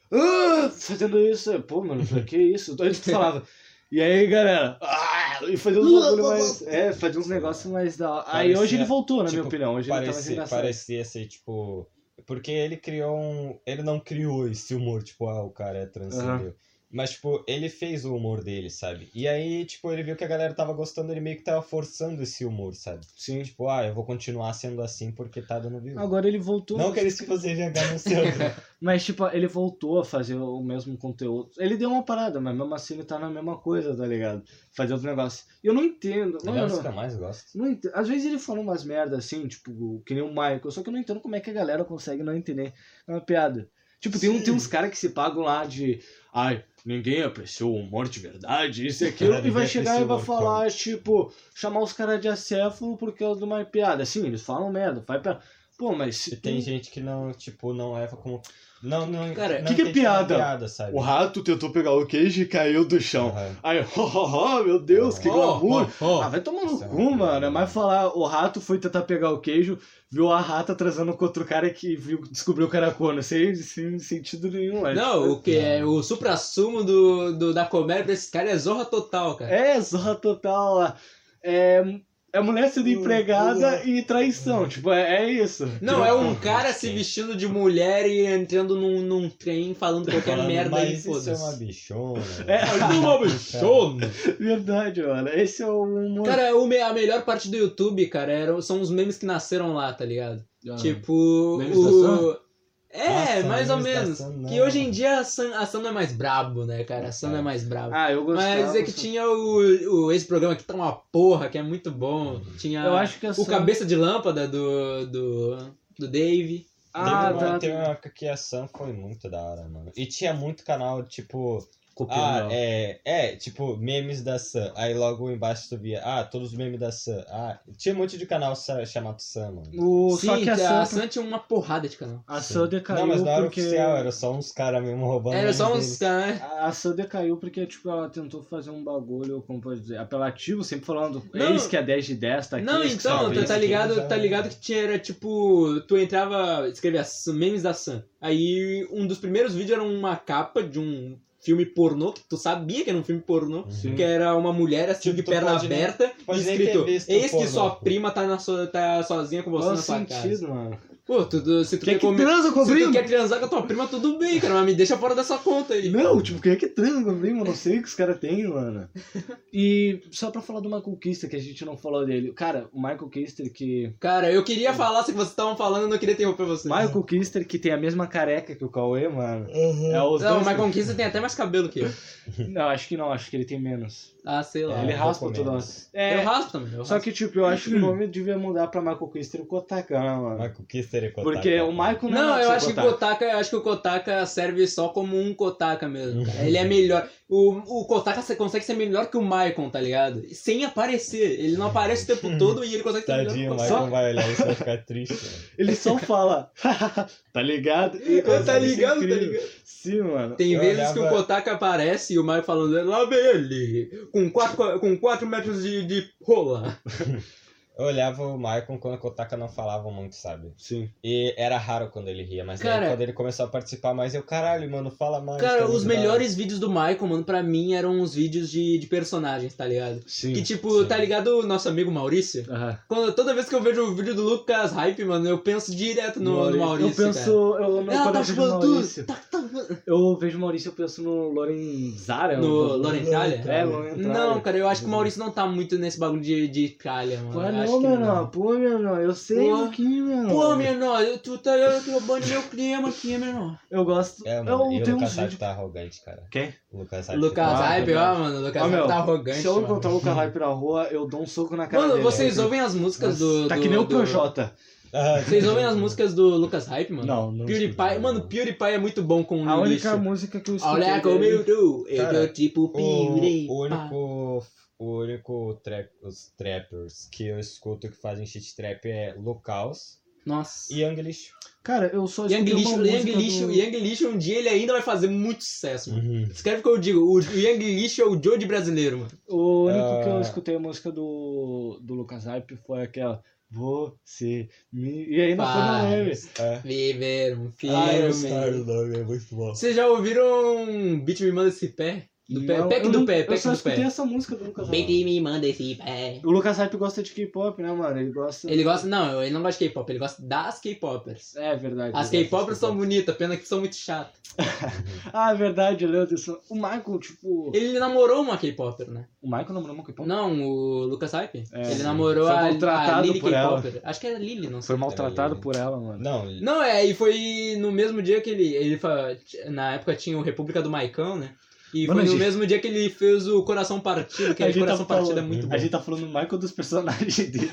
[SPEAKER 3] Ah, fazendo isso, pô, mano, eu falei, que isso? Antes tu falava. E aí galera, ah, e fazia uns bagulho mais. É, fazia uns negócios mais da hora. Aí
[SPEAKER 1] Parecia-
[SPEAKER 3] hoje ele voltou, na minha
[SPEAKER 1] tipo,
[SPEAKER 3] opinião. Hoje ele tá mais
[SPEAKER 1] Parecia,
[SPEAKER 3] engraçado.
[SPEAKER 1] parecia ser, tipo... Porque ele criou um... Ele não criou esse humor, tipo, ah, o cara é transcendeu. Mas, tipo, ele fez o humor dele, sabe? E aí, tipo, ele viu que a galera tava gostando, ele meio que tava forçando esse humor, sabe?
[SPEAKER 3] Sim.
[SPEAKER 1] Tipo, ah, eu vou continuar sendo assim porque tá dando view.
[SPEAKER 3] Agora ele voltou.
[SPEAKER 1] Não que ele se fosse jogar no né? centro.
[SPEAKER 3] Mas, tipo, ele voltou a fazer o mesmo conteúdo. Ele deu uma parada, mas mesmo assim ele tá na mesma coisa, tá ligado? Fazer outro negócio. E eu não entendo.
[SPEAKER 1] Ele é um
[SPEAKER 3] mano.
[SPEAKER 1] dos que eu mais gosto.
[SPEAKER 3] Não ent- Às vezes ele fala umas merda assim, tipo, que nem o Michael, só que eu não entendo como é que a galera consegue não entender. É uma piada. Tipo, tem, um,
[SPEAKER 1] Sim.
[SPEAKER 3] tem uns caras que se pagam lá de. Ai, ninguém apreciou o humor de verdade, isso e aquilo.
[SPEAKER 1] Cara,
[SPEAKER 3] e vai
[SPEAKER 1] É, ninguém
[SPEAKER 3] chegar
[SPEAKER 1] aprecia
[SPEAKER 3] e
[SPEAKER 1] o
[SPEAKER 3] vai
[SPEAKER 1] humor
[SPEAKER 3] falar, tipo, chamar os caras de acéfalo por causa de uma piada. Assim, eles falam merda, faz piada. Pô, mas.
[SPEAKER 1] E
[SPEAKER 3] se
[SPEAKER 1] tem
[SPEAKER 3] tu-
[SPEAKER 1] gente que não, tipo, não leva como. Não, não.
[SPEAKER 2] Cara,
[SPEAKER 1] não
[SPEAKER 3] que que é
[SPEAKER 1] entende como
[SPEAKER 3] piada?
[SPEAKER 1] sabe?
[SPEAKER 3] O rato tentou pegar o queijo e caiu do chão.
[SPEAKER 1] Aham.
[SPEAKER 3] Aí, ho, ho, ho, meu Deus, que
[SPEAKER 2] Ó,
[SPEAKER 3] glamour!
[SPEAKER 2] ó, ó.
[SPEAKER 3] Ah, vai tomar no
[SPEAKER 1] Isso é
[SPEAKER 3] cu,
[SPEAKER 1] uma
[SPEAKER 3] mano. É
[SPEAKER 1] merda.
[SPEAKER 3] mais falar, o rato foi tentar pegar o queijo, viu a rata transando com outro cara que viu, descobriu o cara corno. Sem, sem sentido nenhum, é.
[SPEAKER 2] oh. Não, o que é o supra-sumo do, do- da comédia pra esse cara é zorra total, cara.
[SPEAKER 3] É, zorra total. É, É mulher sendo empregada e traição. Tipo, é, é isso.
[SPEAKER 2] Não, é um cara se vestindo de mulher e entrando num, num trem falando qualquer
[SPEAKER 1] Falando,
[SPEAKER 2] merda
[SPEAKER 1] mas
[SPEAKER 2] aí,
[SPEAKER 1] isso é uma
[SPEAKER 2] foda-se.
[SPEAKER 1] bichona.
[SPEAKER 3] É,
[SPEAKER 2] uma bichona.
[SPEAKER 3] Verdade, mano. Esse é o humor.
[SPEAKER 2] Cara, o me- a melhor parte do YouTube, cara, eram- são os memes que nasceram lá, tá ligado?
[SPEAKER 1] Ah.
[SPEAKER 2] Tipo.
[SPEAKER 4] memes da
[SPEAKER 2] O... É,
[SPEAKER 1] Nossa,
[SPEAKER 2] mais ou
[SPEAKER 1] memes da
[SPEAKER 2] menos.
[SPEAKER 1] Sam, não.
[SPEAKER 2] que hoje em dia a Sam, a Sam não é mais brabo, né, cara? A Sam não é
[SPEAKER 1] É.
[SPEAKER 2] mais brabo.
[SPEAKER 3] Ah, eu gostava.
[SPEAKER 2] Mas é que tinha o, o- esse programa que tá uma porra, que é muito bom. Tinha
[SPEAKER 3] Eu acho que
[SPEAKER 2] o
[SPEAKER 3] essa...
[SPEAKER 2] Cabeça de Lâmpada do, do, do Dave.
[SPEAKER 3] Ah,
[SPEAKER 1] teve, uma,
[SPEAKER 3] tá.
[SPEAKER 1] teve uma época que a Sam foi muito da hora, mano. E tinha muito canal, tipo. Ah,
[SPEAKER 4] Copiando.
[SPEAKER 1] é, é, tipo, memes da Sam. Aí logo embaixo subia, ah, todos os memes da Sam. Ah, tinha um monte de canal Sam- chamado Sam, mano.
[SPEAKER 3] O...
[SPEAKER 2] Sim,
[SPEAKER 3] Só que a
[SPEAKER 2] a
[SPEAKER 3] Sam,
[SPEAKER 2] Sam tinha uma porrada de canal.
[SPEAKER 3] a Sam decaiu
[SPEAKER 1] não, mas não era
[SPEAKER 3] porque...
[SPEAKER 1] oficial, era só uns caras mesmo roubando.
[SPEAKER 2] Era só
[SPEAKER 1] memes
[SPEAKER 2] uns
[SPEAKER 1] deles.
[SPEAKER 2] caras.
[SPEAKER 3] A a Sam decaiu porque, tipo, ela tentou fazer um bagulho, como pode dizer, apelativo, sempre falando,
[SPEAKER 2] Não.
[SPEAKER 3] eis que é 10 de 10, tá aqui.
[SPEAKER 2] Não,
[SPEAKER 3] eis que
[SPEAKER 2] então,
[SPEAKER 3] sabe
[SPEAKER 2] tá,
[SPEAKER 3] isso.
[SPEAKER 2] tá
[SPEAKER 1] que
[SPEAKER 2] ligado,
[SPEAKER 1] já-
[SPEAKER 2] tá ligado que tinha, era tipo, tu entrava, escrevia Sam- memes da Sam. Aí um dos primeiros vídeos era uma capa de um filme pornô, que tu sabia que era um filme pornô.
[SPEAKER 3] Sim.
[SPEAKER 2] Que é era uma mulher assim
[SPEAKER 1] Tipo,
[SPEAKER 2] de
[SPEAKER 1] tu
[SPEAKER 2] perna
[SPEAKER 1] pode nem-
[SPEAKER 2] aberta e
[SPEAKER 1] pode nem ter
[SPEAKER 2] escrito:
[SPEAKER 1] visto
[SPEAKER 2] Eis que
[SPEAKER 1] pornô."
[SPEAKER 2] sua prima tá, na so- tá sozinha com você
[SPEAKER 3] Qual o
[SPEAKER 2] na sua casa.
[SPEAKER 3] sentido, mano?
[SPEAKER 2] Pô, tu, tu- se tu
[SPEAKER 3] Quem é
[SPEAKER 2] quer
[SPEAKER 3] que
[SPEAKER 2] comer-
[SPEAKER 3] transa com o
[SPEAKER 2] Se tu
[SPEAKER 3] primo?
[SPEAKER 2] quer transar com a tua prima, tudo bem, cara, mas me deixa fora dessa conta aí.
[SPEAKER 3] Não, tipo, quem é que transa com o primo? Eu não sei o que os caras têm, mano. E só pra falar do Michael Kister, que a gente não falou dele. Cara, o Michael Kister que...
[SPEAKER 2] Cara, eu queria falar se vocês estavam falando, eu não queria interromper vocês.
[SPEAKER 3] Michael Kister que tem a mesma careca que o Cauê, mano. É os
[SPEAKER 2] Não, o
[SPEAKER 3] dois...
[SPEAKER 2] Michael Kister tem até mais cabelo que eu.
[SPEAKER 3] Não, acho que não, acho que ele tem menos.
[SPEAKER 2] Ah, sei lá.
[SPEAKER 1] É,
[SPEAKER 3] ele
[SPEAKER 1] um
[SPEAKER 3] raspa
[SPEAKER 1] pouco
[SPEAKER 3] toda
[SPEAKER 1] menos.
[SPEAKER 3] É,
[SPEAKER 2] Eu raspo também. Eu
[SPEAKER 3] só
[SPEAKER 2] raspo.
[SPEAKER 3] que, tipo, eu acho que o nome devia mudar pra Michael Kister e Kotaka, né, mano?
[SPEAKER 1] É Michael Kister e Kotaka.
[SPEAKER 3] Porque o Michael não,
[SPEAKER 2] Não,
[SPEAKER 3] é
[SPEAKER 2] eu
[SPEAKER 3] só
[SPEAKER 2] acho que,
[SPEAKER 3] Kotaka.
[SPEAKER 2] Kotaka, eu acho que o Kotaka serve só como um Kotaka mesmo. cara. Ele é melhor. O, o Kotaka você consegue ser melhor que o Maicon, tá ligado? Sem aparecer. Ele não aparece o tempo todo e ele consegue ser
[SPEAKER 1] Tadinho, o
[SPEAKER 2] melhor. que o
[SPEAKER 1] Michael
[SPEAKER 2] Kotaka.
[SPEAKER 1] vai olhar isso e vai ficar triste.
[SPEAKER 3] Ele só fala, tá ligado? E,
[SPEAKER 2] Tá
[SPEAKER 3] isso é
[SPEAKER 2] ligado, tá
[SPEAKER 3] incrível.
[SPEAKER 2] ligado?
[SPEAKER 3] Sim, mano.
[SPEAKER 2] Tem
[SPEAKER 1] Eu
[SPEAKER 2] vezes
[SPEAKER 1] olhava-
[SPEAKER 2] que o Kotaka aparece e o Maicon falando, "É lá vem ele, com 4 com quatro metros de, de rola.
[SPEAKER 1] Eu olhava o Michael quando a Kotaka não falava muito, sabe?
[SPEAKER 3] Sim.
[SPEAKER 1] E era raro quando ele ria, mas
[SPEAKER 2] Cara-
[SPEAKER 1] aí, quando ele começou a participar mais, eu, caralho, mano, fala mais. tá
[SPEAKER 2] Cara,
[SPEAKER 1] muito
[SPEAKER 2] os
[SPEAKER 1] da hora."
[SPEAKER 2] melhores vídeos do Maicon, mano, pra mim eram os vídeos de, de personagens, tá ligado?
[SPEAKER 3] Sim.
[SPEAKER 2] Que tipo,
[SPEAKER 1] sim.
[SPEAKER 2] tá ligado o nosso amigo Maurício?
[SPEAKER 3] Aham.
[SPEAKER 2] Quando, toda vez que eu vejo o vídeo do Lucas Hype, mano, eu penso direto no Maurício. No Maurício
[SPEAKER 3] eu penso.
[SPEAKER 2] Cara.
[SPEAKER 3] Eu, não,
[SPEAKER 2] Ela
[SPEAKER 3] quando
[SPEAKER 2] tá
[SPEAKER 3] eu vejo
[SPEAKER 2] chupando tudo.
[SPEAKER 3] Maurício. Eu vejo Maurício, eu penso no Loren Zara.
[SPEAKER 2] No
[SPEAKER 3] eu-
[SPEAKER 2] Loren Tralha?
[SPEAKER 3] É, Loren Tralha.
[SPEAKER 2] Não, cara, eu acho que o Maurício não tá muito nesse bagulho de, de calha, mano.
[SPEAKER 3] Pô,
[SPEAKER 2] Eu acho
[SPEAKER 3] não,
[SPEAKER 2] que
[SPEAKER 3] meu
[SPEAKER 2] não.
[SPEAKER 3] não. Pô, meu não. Eu sei
[SPEAKER 2] Pô.
[SPEAKER 3] um pouquinho, meu não.
[SPEAKER 2] Pô, menor, eu- tu tá eu- roubando meu clima aqui, menor.
[SPEAKER 3] Eu gosto.
[SPEAKER 1] É, mano,
[SPEAKER 3] eu
[SPEAKER 1] e o
[SPEAKER 3] tenho
[SPEAKER 1] Lucas
[SPEAKER 3] uns
[SPEAKER 1] Hype
[SPEAKER 3] vídeos.
[SPEAKER 1] tá arrogante, cara.
[SPEAKER 3] Quem?
[SPEAKER 1] O Lucas Hype.
[SPEAKER 2] um Lucas
[SPEAKER 1] tá-
[SPEAKER 3] Ah,
[SPEAKER 2] Hype, ó,
[SPEAKER 3] verdade.
[SPEAKER 2] mano, o Lucas
[SPEAKER 3] Ó,
[SPEAKER 2] Hype
[SPEAKER 3] meu,
[SPEAKER 2] tá arrogante.
[SPEAKER 3] Se eu
[SPEAKER 2] mano.
[SPEAKER 3] encontrar o Lucas Hype na rua, eu dou um soco na cara
[SPEAKER 2] Mano,
[SPEAKER 3] dele. É
[SPEAKER 2] vocês
[SPEAKER 3] Eu-
[SPEAKER 2] ouvem as músicas do.
[SPEAKER 3] Tá
[SPEAKER 2] do-
[SPEAKER 3] que nem o
[SPEAKER 2] do-
[SPEAKER 3] Projota.
[SPEAKER 1] Ah,
[SPEAKER 2] Vocês ouvem as músicas do Lucas Hype, mano?
[SPEAKER 3] Não, não.
[SPEAKER 2] PewDiePie, mano, PewDiePie é muito bom com
[SPEAKER 3] A
[SPEAKER 2] o lixo. Ah,
[SPEAKER 3] única música que eu escutei. é-
[SPEAKER 2] Olha é como
[SPEAKER 3] dele-
[SPEAKER 2] eu tô, eu
[SPEAKER 1] Cara,
[SPEAKER 2] tô tipo PewDiePie.
[SPEAKER 1] O, o único, o único trap, os trappers que eu escuto que fazem shit trap é Lucas
[SPEAKER 2] Nossa.
[SPEAKER 1] e Young Lixo.
[SPEAKER 3] Cara, eu só
[SPEAKER 2] Young
[SPEAKER 3] escutei uma
[SPEAKER 2] Lixo, Young
[SPEAKER 3] música
[SPEAKER 2] Lixo,
[SPEAKER 3] do-
[SPEAKER 2] Young Lixo, um dia ele ainda vai fazer muito sucesso, mano.
[SPEAKER 1] Uhum.
[SPEAKER 3] Uhum.
[SPEAKER 2] Escreve o que eu digo, o Young Lixo é o Joe de brasileiro, mano.
[SPEAKER 3] O único que eu
[SPEAKER 1] Ah.
[SPEAKER 3] escutei a música do, do Lucas Hype foi aquela Você me. E ainda foi no
[SPEAKER 2] Paz.
[SPEAKER 3] meme.
[SPEAKER 1] É.
[SPEAKER 2] Viver um
[SPEAKER 1] Ah, eu
[SPEAKER 2] filme.
[SPEAKER 1] sei o nome, é muito bom.
[SPEAKER 2] Vocês já ouviram Beat Me Manda Esse Pé? Do pé,
[SPEAKER 3] Não,
[SPEAKER 2] pack
[SPEAKER 3] eu
[SPEAKER 2] do
[SPEAKER 3] não-
[SPEAKER 2] pé,
[SPEAKER 3] Eu
[SPEAKER 2] pack
[SPEAKER 3] só
[SPEAKER 2] do
[SPEAKER 3] escutei
[SPEAKER 2] pé.
[SPEAKER 3] essa música do Lucas Hype.
[SPEAKER 2] Baby me manda esse pé.
[SPEAKER 3] O Lucas Hype gosta de K-pop, né, mano? Ele gosta.
[SPEAKER 2] Ele gosta, não, ele não gosta de K-pop, ele gosta das K-popers.
[SPEAKER 3] É verdade.
[SPEAKER 2] As
[SPEAKER 3] ele gosta
[SPEAKER 2] K-popers
[SPEAKER 3] de
[SPEAKER 2] são bonitas, pena que são muito chatas.
[SPEAKER 3] Ah, verdade, eu lembro disso. O Michael, tipo.
[SPEAKER 2] Ele namorou uma K-popper, né?
[SPEAKER 3] O Michael namorou uma K-pop?
[SPEAKER 2] Não, o Lucas Hype.
[SPEAKER 3] É,
[SPEAKER 2] ele
[SPEAKER 3] sim.
[SPEAKER 2] namorou
[SPEAKER 3] Foi
[SPEAKER 2] a, a
[SPEAKER 3] maltratado
[SPEAKER 2] Lily
[SPEAKER 3] por ela.
[SPEAKER 2] K-popper. Acho que era Lily, não sei.
[SPEAKER 3] Foi maltratado por ela, mano.
[SPEAKER 1] Não,
[SPEAKER 2] Não, é, e foi no mesmo dia que ele. ele fa- Na época tinha o República do Maicão, né? E
[SPEAKER 3] Mano,
[SPEAKER 2] foi
[SPEAKER 3] a
[SPEAKER 2] no
[SPEAKER 3] gente-
[SPEAKER 2] mesmo dia que ele fez o Coração Partido, que
[SPEAKER 3] A
[SPEAKER 2] aí
[SPEAKER 3] gente
[SPEAKER 2] Coração
[SPEAKER 3] tá
[SPEAKER 2] Partido
[SPEAKER 3] falando-
[SPEAKER 2] é muito
[SPEAKER 3] A
[SPEAKER 2] bom.
[SPEAKER 3] gente tá falando do Michael dos personagens dele.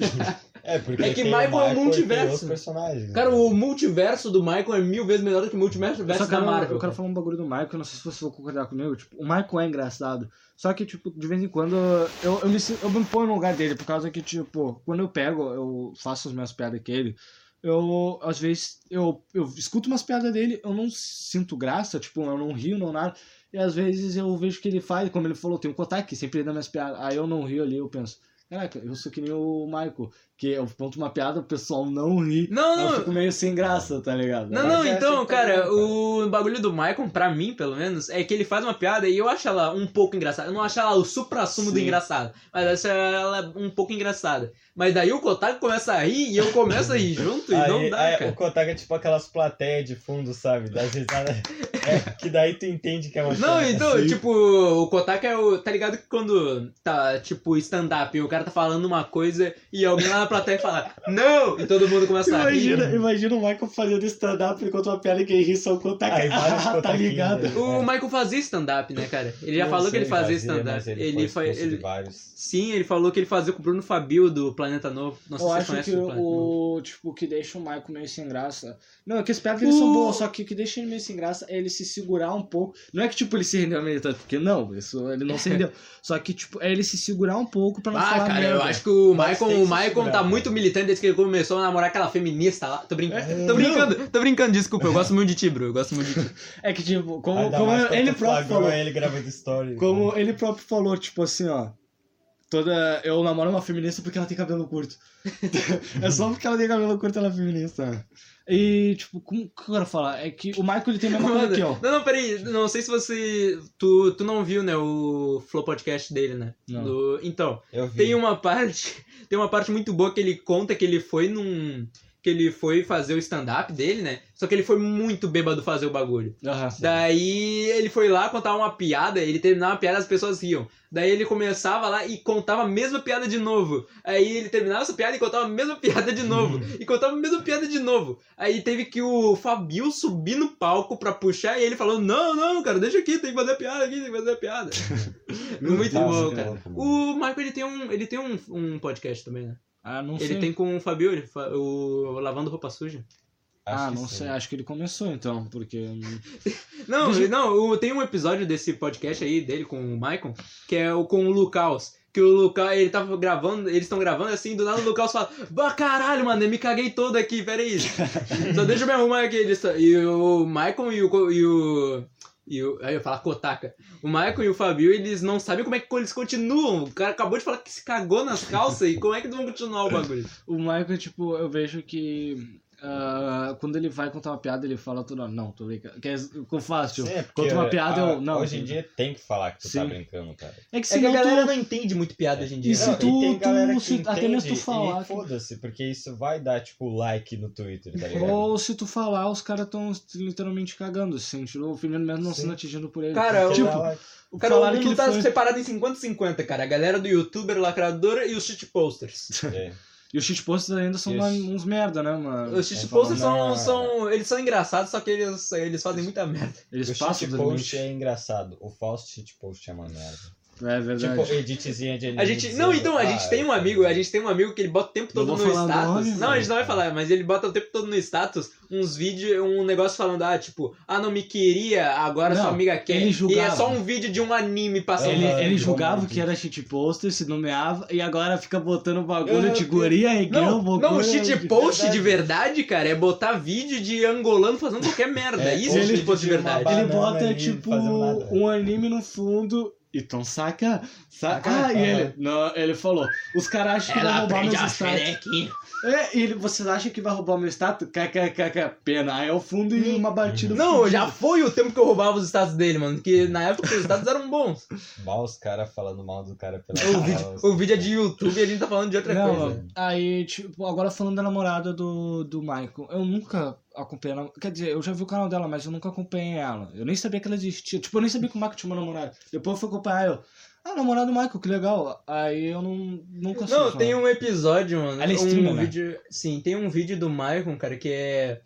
[SPEAKER 1] é porque
[SPEAKER 2] É que
[SPEAKER 1] tem o
[SPEAKER 2] Michael é
[SPEAKER 1] e
[SPEAKER 2] um
[SPEAKER 1] tem
[SPEAKER 2] multiverso.
[SPEAKER 1] outros personagens. né?
[SPEAKER 2] Cara, o multiverso do Michael é mil vezes melhor do que o multiverso
[SPEAKER 3] Eu só
[SPEAKER 2] versus da
[SPEAKER 3] quero,
[SPEAKER 2] Marvel.
[SPEAKER 3] eu quero
[SPEAKER 2] cara.
[SPEAKER 3] falar um bagulho do Michael, não sei se vocês vão concordar comigo. Tipo, o Michael é engraçado. Só que, tipo, de vez em quando eu, eu, me, sin- eu me ponho no lugar dele, por causa que, tipo, quando eu pego, eu faço as minhas piadas que ele. Eu, às vezes, eu, eu escuto umas piadas dele, eu não sinto graça, tipo, eu não rio, não nada. E às vezes eu vejo o que ele faz, como ele falou, tem um Kotak, sempre ele dá minhas piadas. Aí eu não rio ali, eu penso, Caraca, eu sou que nem o Michael, que eu conto uma piada, o pessoal não ri.
[SPEAKER 2] Não,
[SPEAKER 3] Eu
[SPEAKER 2] não.
[SPEAKER 3] fico meio sem graça, tá ligado?
[SPEAKER 2] Não,
[SPEAKER 1] Mas
[SPEAKER 2] não,
[SPEAKER 1] é
[SPEAKER 2] então,
[SPEAKER 1] assim
[SPEAKER 2] cara,
[SPEAKER 1] também, cara.
[SPEAKER 2] o bagulho do Michael, pra mim, pelo menos, é que ele faz uma piada e eu acho ela um pouco engraçada. Eu não acho ela o supra-sumo do
[SPEAKER 3] Sim.
[SPEAKER 2] engraçado, mas eu acho ela um pouco engraçada. Mas daí o Kotaku começa a rir e eu começo a rir junto e não
[SPEAKER 1] Aí,
[SPEAKER 2] dá,
[SPEAKER 1] aí, o
[SPEAKER 2] cara.
[SPEAKER 1] Kotaku é tipo aquelas plateias de fundo, sabe? Das risadas. É, que daí tu entende que é uma
[SPEAKER 2] Não,
[SPEAKER 1] piada.
[SPEAKER 2] então,
[SPEAKER 3] Sim.
[SPEAKER 2] tipo, o Kotaku é o. Tá ligado que quando tá, tipo, stand-up e o cara tá falando uma coisa e alguém lá na plateia fala, não! E todo mundo começa a rir.
[SPEAKER 3] Imagina, imagina o Michael fazendo stand-up enquanto uma piada que ri só conta
[SPEAKER 1] Aí vários
[SPEAKER 3] tá
[SPEAKER 1] Kotaquinhos,
[SPEAKER 3] ligado?
[SPEAKER 1] né?
[SPEAKER 2] O Michael fazia stand-up, né, cara? Ele já
[SPEAKER 3] Eu
[SPEAKER 2] falou que
[SPEAKER 3] sei,
[SPEAKER 2] ele fazia
[SPEAKER 1] mas
[SPEAKER 2] stand-up.
[SPEAKER 1] Ele,
[SPEAKER 2] Ele,
[SPEAKER 1] foi
[SPEAKER 2] fa-
[SPEAKER 1] expulso de
[SPEAKER 2] ele-
[SPEAKER 1] vários.
[SPEAKER 2] Sim, ele falou que ele fazia com o Bruno Fabio do Planeta Novo. Não sei
[SPEAKER 3] eu
[SPEAKER 2] se
[SPEAKER 3] acho
[SPEAKER 2] vocês
[SPEAKER 3] que
[SPEAKER 2] conhecem o Planeta Novo.
[SPEAKER 3] o, tipo, o que deixa o Michael meio sem graça. Não, é que as piadas eles
[SPEAKER 2] O-
[SPEAKER 3] são boas, só que o que deixa ele meio sem graça é ele se segurar um pouco. Não é que, tipo, ele se rendeu a meio tanto, porque não, isso, ele não se rendeu. só que, tipo, é ele se segurar um pouco pra não
[SPEAKER 2] Ah,
[SPEAKER 3] falar
[SPEAKER 2] cara,
[SPEAKER 3] merda.
[SPEAKER 2] eu acho que o
[SPEAKER 3] Mas tem
[SPEAKER 2] Michael,
[SPEAKER 3] que
[SPEAKER 2] o
[SPEAKER 3] se
[SPEAKER 2] Michael tá
[SPEAKER 3] segurar.
[SPEAKER 2] muito militante desde que ele começou a namorar aquela feminista lá. Tô, brin...
[SPEAKER 3] É,
[SPEAKER 2] tô
[SPEAKER 3] não.
[SPEAKER 2] brincando, tô brincando, desculpa. Eu gosto muito de ti, Bru. Eu gosto muito de ti.
[SPEAKER 3] É que, tipo, como,
[SPEAKER 1] Ainda
[SPEAKER 3] como
[SPEAKER 1] mais quando
[SPEAKER 3] ele
[SPEAKER 1] tu
[SPEAKER 3] próprio
[SPEAKER 1] flagrou
[SPEAKER 3] falou...
[SPEAKER 1] ele gravando story.
[SPEAKER 3] Como ele próprio falou, tipo assim, ó. Toda. Eu namoro uma feminista porque ela tem cabelo curto. é só porque ela tem cabelo curto ela é feminista. E, tipo, como que eu quero falar? É que o Michael ele tem a mesma coisa
[SPEAKER 2] Mano,
[SPEAKER 3] que eu.
[SPEAKER 2] não, não, peraí. Não sei se você. Tu, tu não viu, né, o Flow Podcast dele, né?
[SPEAKER 3] Não.
[SPEAKER 2] Do- Então,
[SPEAKER 1] Eu vi.
[SPEAKER 3] um
[SPEAKER 2] tem uma parte. Tem uma parte muito boa que ele conta que ele foi num. Que ele foi fazer o stand-up dele, né? Só que ele foi muito bêbado fazer o bagulho.
[SPEAKER 3] Aham.
[SPEAKER 2] Daí ele foi lá contar uma piada, ele terminava a piada as pessoas riam. Daí ele começava lá e contava a mesma piada de novo. Aí ele terminava essa piada e contava a mesma piada de novo. e contava a mesma piada de novo. Aí teve que o Fabio subir no palco pra puxar e ele falou: Não, não, cara, deixa aqui, tem que fazer a piada aqui, tem que fazer a piada.
[SPEAKER 1] tá
[SPEAKER 2] Muito
[SPEAKER 3] Nossa,
[SPEAKER 2] bom,
[SPEAKER 3] que
[SPEAKER 2] cara.
[SPEAKER 1] louco,
[SPEAKER 3] Uh,
[SPEAKER 1] mano.
[SPEAKER 2] O Marco ele tem um, ele tem um, um podcast também, né?
[SPEAKER 3] Ah, não
[SPEAKER 2] Ele
[SPEAKER 3] sei.
[SPEAKER 2] tem com o Fabio, ele fa- o Lavando Roupa Suja.
[SPEAKER 1] Acho
[SPEAKER 3] Ah,
[SPEAKER 1] que
[SPEAKER 3] não
[SPEAKER 1] sim.
[SPEAKER 3] sei. Acho que ele começou então, porque.
[SPEAKER 2] Não, não, o- tem um episódio desse podcast aí dele com o Maicon, que é o com o Lucas. Que o Lucas, ele tava gravando, eles estão gravando assim, do nada o Lucas fala, bah, caralho, mano, eu me caguei todo aqui, peraí. Só deixa eu me arrumar aqui. Ele só- e o Maicon e o. co- E o e o, aí eu falo "Ah, Kotaka. O Maicon e o Fabio, eles não sabem como é que eles continuam. O cara acabou de falar que se cagou nas calças e como é que eles vão continuar o bagulho?
[SPEAKER 3] O Michael, tipo, eu vejo que. ah, quando ele vai contar uma piada, ele fala toda. Não, tô brincando. Quer dizer, que eu faço, tipo.
[SPEAKER 1] Sim, é
[SPEAKER 3] conta uma piada,
[SPEAKER 1] ah,
[SPEAKER 3] eu- não,
[SPEAKER 1] Hoje em
[SPEAKER 3] não.
[SPEAKER 1] dia tem que falar que tu tá
[SPEAKER 3] Sim.
[SPEAKER 1] brincando, cara.
[SPEAKER 3] É que
[SPEAKER 2] É que
[SPEAKER 3] senão
[SPEAKER 2] a galera
[SPEAKER 3] tu.
[SPEAKER 2] não entende muito piada hoje em dia. né?
[SPEAKER 3] E se
[SPEAKER 1] Não,
[SPEAKER 3] tu-
[SPEAKER 1] tem galera
[SPEAKER 3] tu-
[SPEAKER 1] que
[SPEAKER 3] se- até mesmo tu
[SPEAKER 1] entende e
[SPEAKER 3] falar que-
[SPEAKER 1] Foda-se, porque isso vai dar, tipo, like no Twitter, tá ligado?
[SPEAKER 3] Ou se tu falar, os caras estão literalmente cagando, se sentindo ofendido mesmo não
[SPEAKER 1] Sim.
[SPEAKER 3] sendo atingido por ele.
[SPEAKER 2] Cara,
[SPEAKER 1] Porque
[SPEAKER 3] tipo,
[SPEAKER 1] dá like.
[SPEAKER 3] o
[SPEAKER 2] Cara, o
[SPEAKER 3] falaram
[SPEAKER 2] mundo
[SPEAKER 3] que ele
[SPEAKER 2] tá
[SPEAKER 3] foi-
[SPEAKER 2] separado em 50-50, cara. A galera do youtuber lacradora e os shitposters.
[SPEAKER 1] É.
[SPEAKER 3] E os shitposts ainda são
[SPEAKER 1] Isso.
[SPEAKER 3] uma- uns merda, né, mano?
[SPEAKER 2] Os shitposters são,
[SPEAKER 1] Não.
[SPEAKER 2] são. Eles são engraçados, só que eles, eles fazem muita merda.
[SPEAKER 3] Eles
[SPEAKER 1] O
[SPEAKER 3] passam do
[SPEAKER 1] shitpost
[SPEAKER 3] limite.
[SPEAKER 1] é engraçado. O falso shitpost é uma merda.
[SPEAKER 3] É verdade.
[SPEAKER 1] Tipo, editzinha de "Ah,
[SPEAKER 2] A gente. Não, então, a
[SPEAKER 3] Ah,
[SPEAKER 2] gente tem um amigo, a gente tem um amigo que ele bota o tempo
[SPEAKER 3] Não
[SPEAKER 2] todo
[SPEAKER 3] é, vou
[SPEAKER 2] no
[SPEAKER 3] falar
[SPEAKER 2] status.
[SPEAKER 3] nome,
[SPEAKER 2] não, a gente não vai
[SPEAKER 1] velho.
[SPEAKER 2] falar, mas ele bota o tempo todo no status uns vídeos, um negócio falando, ah, tipo, ah, não me queria, agora
[SPEAKER 3] Não,
[SPEAKER 2] sua amiga quer.
[SPEAKER 3] ele
[SPEAKER 2] e é
[SPEAKER 3] julgava. É,
[SPEAKER 2] só um vídeo de um anime passando.
[SPEAKER 3] ele,
[SPEAKER 1] Aham,
[SPEAKER 3] ele
[SPEAKER 1] igual
[SPEAKER 3] julgava
[SPEAKER 1] Marvel.
[SPEAKER 3] que era shitposter, se nomeava, e agora fica botando bagulho
[SPEAKER 1] Eu-
[SPEAKER 3] de guria e
[SPEAKER 2] Não,
[SPEAKER 3] é um bagulho.
[SPEAKER 2] não, o shit post de
[SPEAKER 1] verdade.
[SPEAKER 2] verdade, cara, é botar vídeo de angolano fazendo qualquer merda.
[SPEAKER 1] É,
[SPEAKER 2] Isso é
[SPEAKER 1] ou
[SPEAKER 2] shit post de
[SPEAKER 1] vídeo de uma
[SPEAKER 2] verdade.
[SPEAKER 1] ba-
[SPEAKER 3] Ele
[SPEAKER 1] Banana
[SPEAKER 3] bota,
[SPEAKER 1] ali,
[SPEAKER 3] tipo,
[SPEAKER 1] fazendo nada.
[SPEAKER 3] um anime no fundo. Então saca,
[SPEAKER 1] Saca?
[SPEAKER 3] saca.
[SPEAKER 1] É.
[SPEAKER 3] Ah, e
[SPEAKER 1] Aham.
[SPEAKER 3] ele, não, ele falou, os caras acham que vai roubar meus status. É, e ele, vocês acham que vai roubar meu status? KKKK, pena. Aí é o fundo e uma batida.
[SPEAKER 2] Não, já foi o tempo que eu roubava os status dele, mano. Porque na época os status eram bons.
[SPEAKER 1] Mal os caras falando mal do cara pela
[SPEAKER 2] O vídeo, o vídeo é de YouTube e a gente tá falando de outra
[SPEAKER 3] Não,
[SPEAKER 2] coisa.
[SPEAKER 3] mano. aí, tipo, agora falando da namorada do, do Michael, eu nunca acompanhei ela. Quer dizer, eu já vi o canal dela, mas eu nunca acompanhei ela. Eu nem sabia que ela existia. Tipo, eu nem sabia que o Michael tinha uma namorada. Depois eu fui acompanhar eu. Ah, namorada do Michael, que legal. Aí eu não, nunca soube
[SPEAKER 2] Não,
[SPEAKER 3] falar.
[SPEAKER 2] tem um episódio, mano.
[SPEAKER 3] Ela é
[SPEAKER 2] um
[SPEAKER 3] streamer, né?
[SPEAKER 2] vídeo, Sim, tem um vídeo do Michael, cara, que é.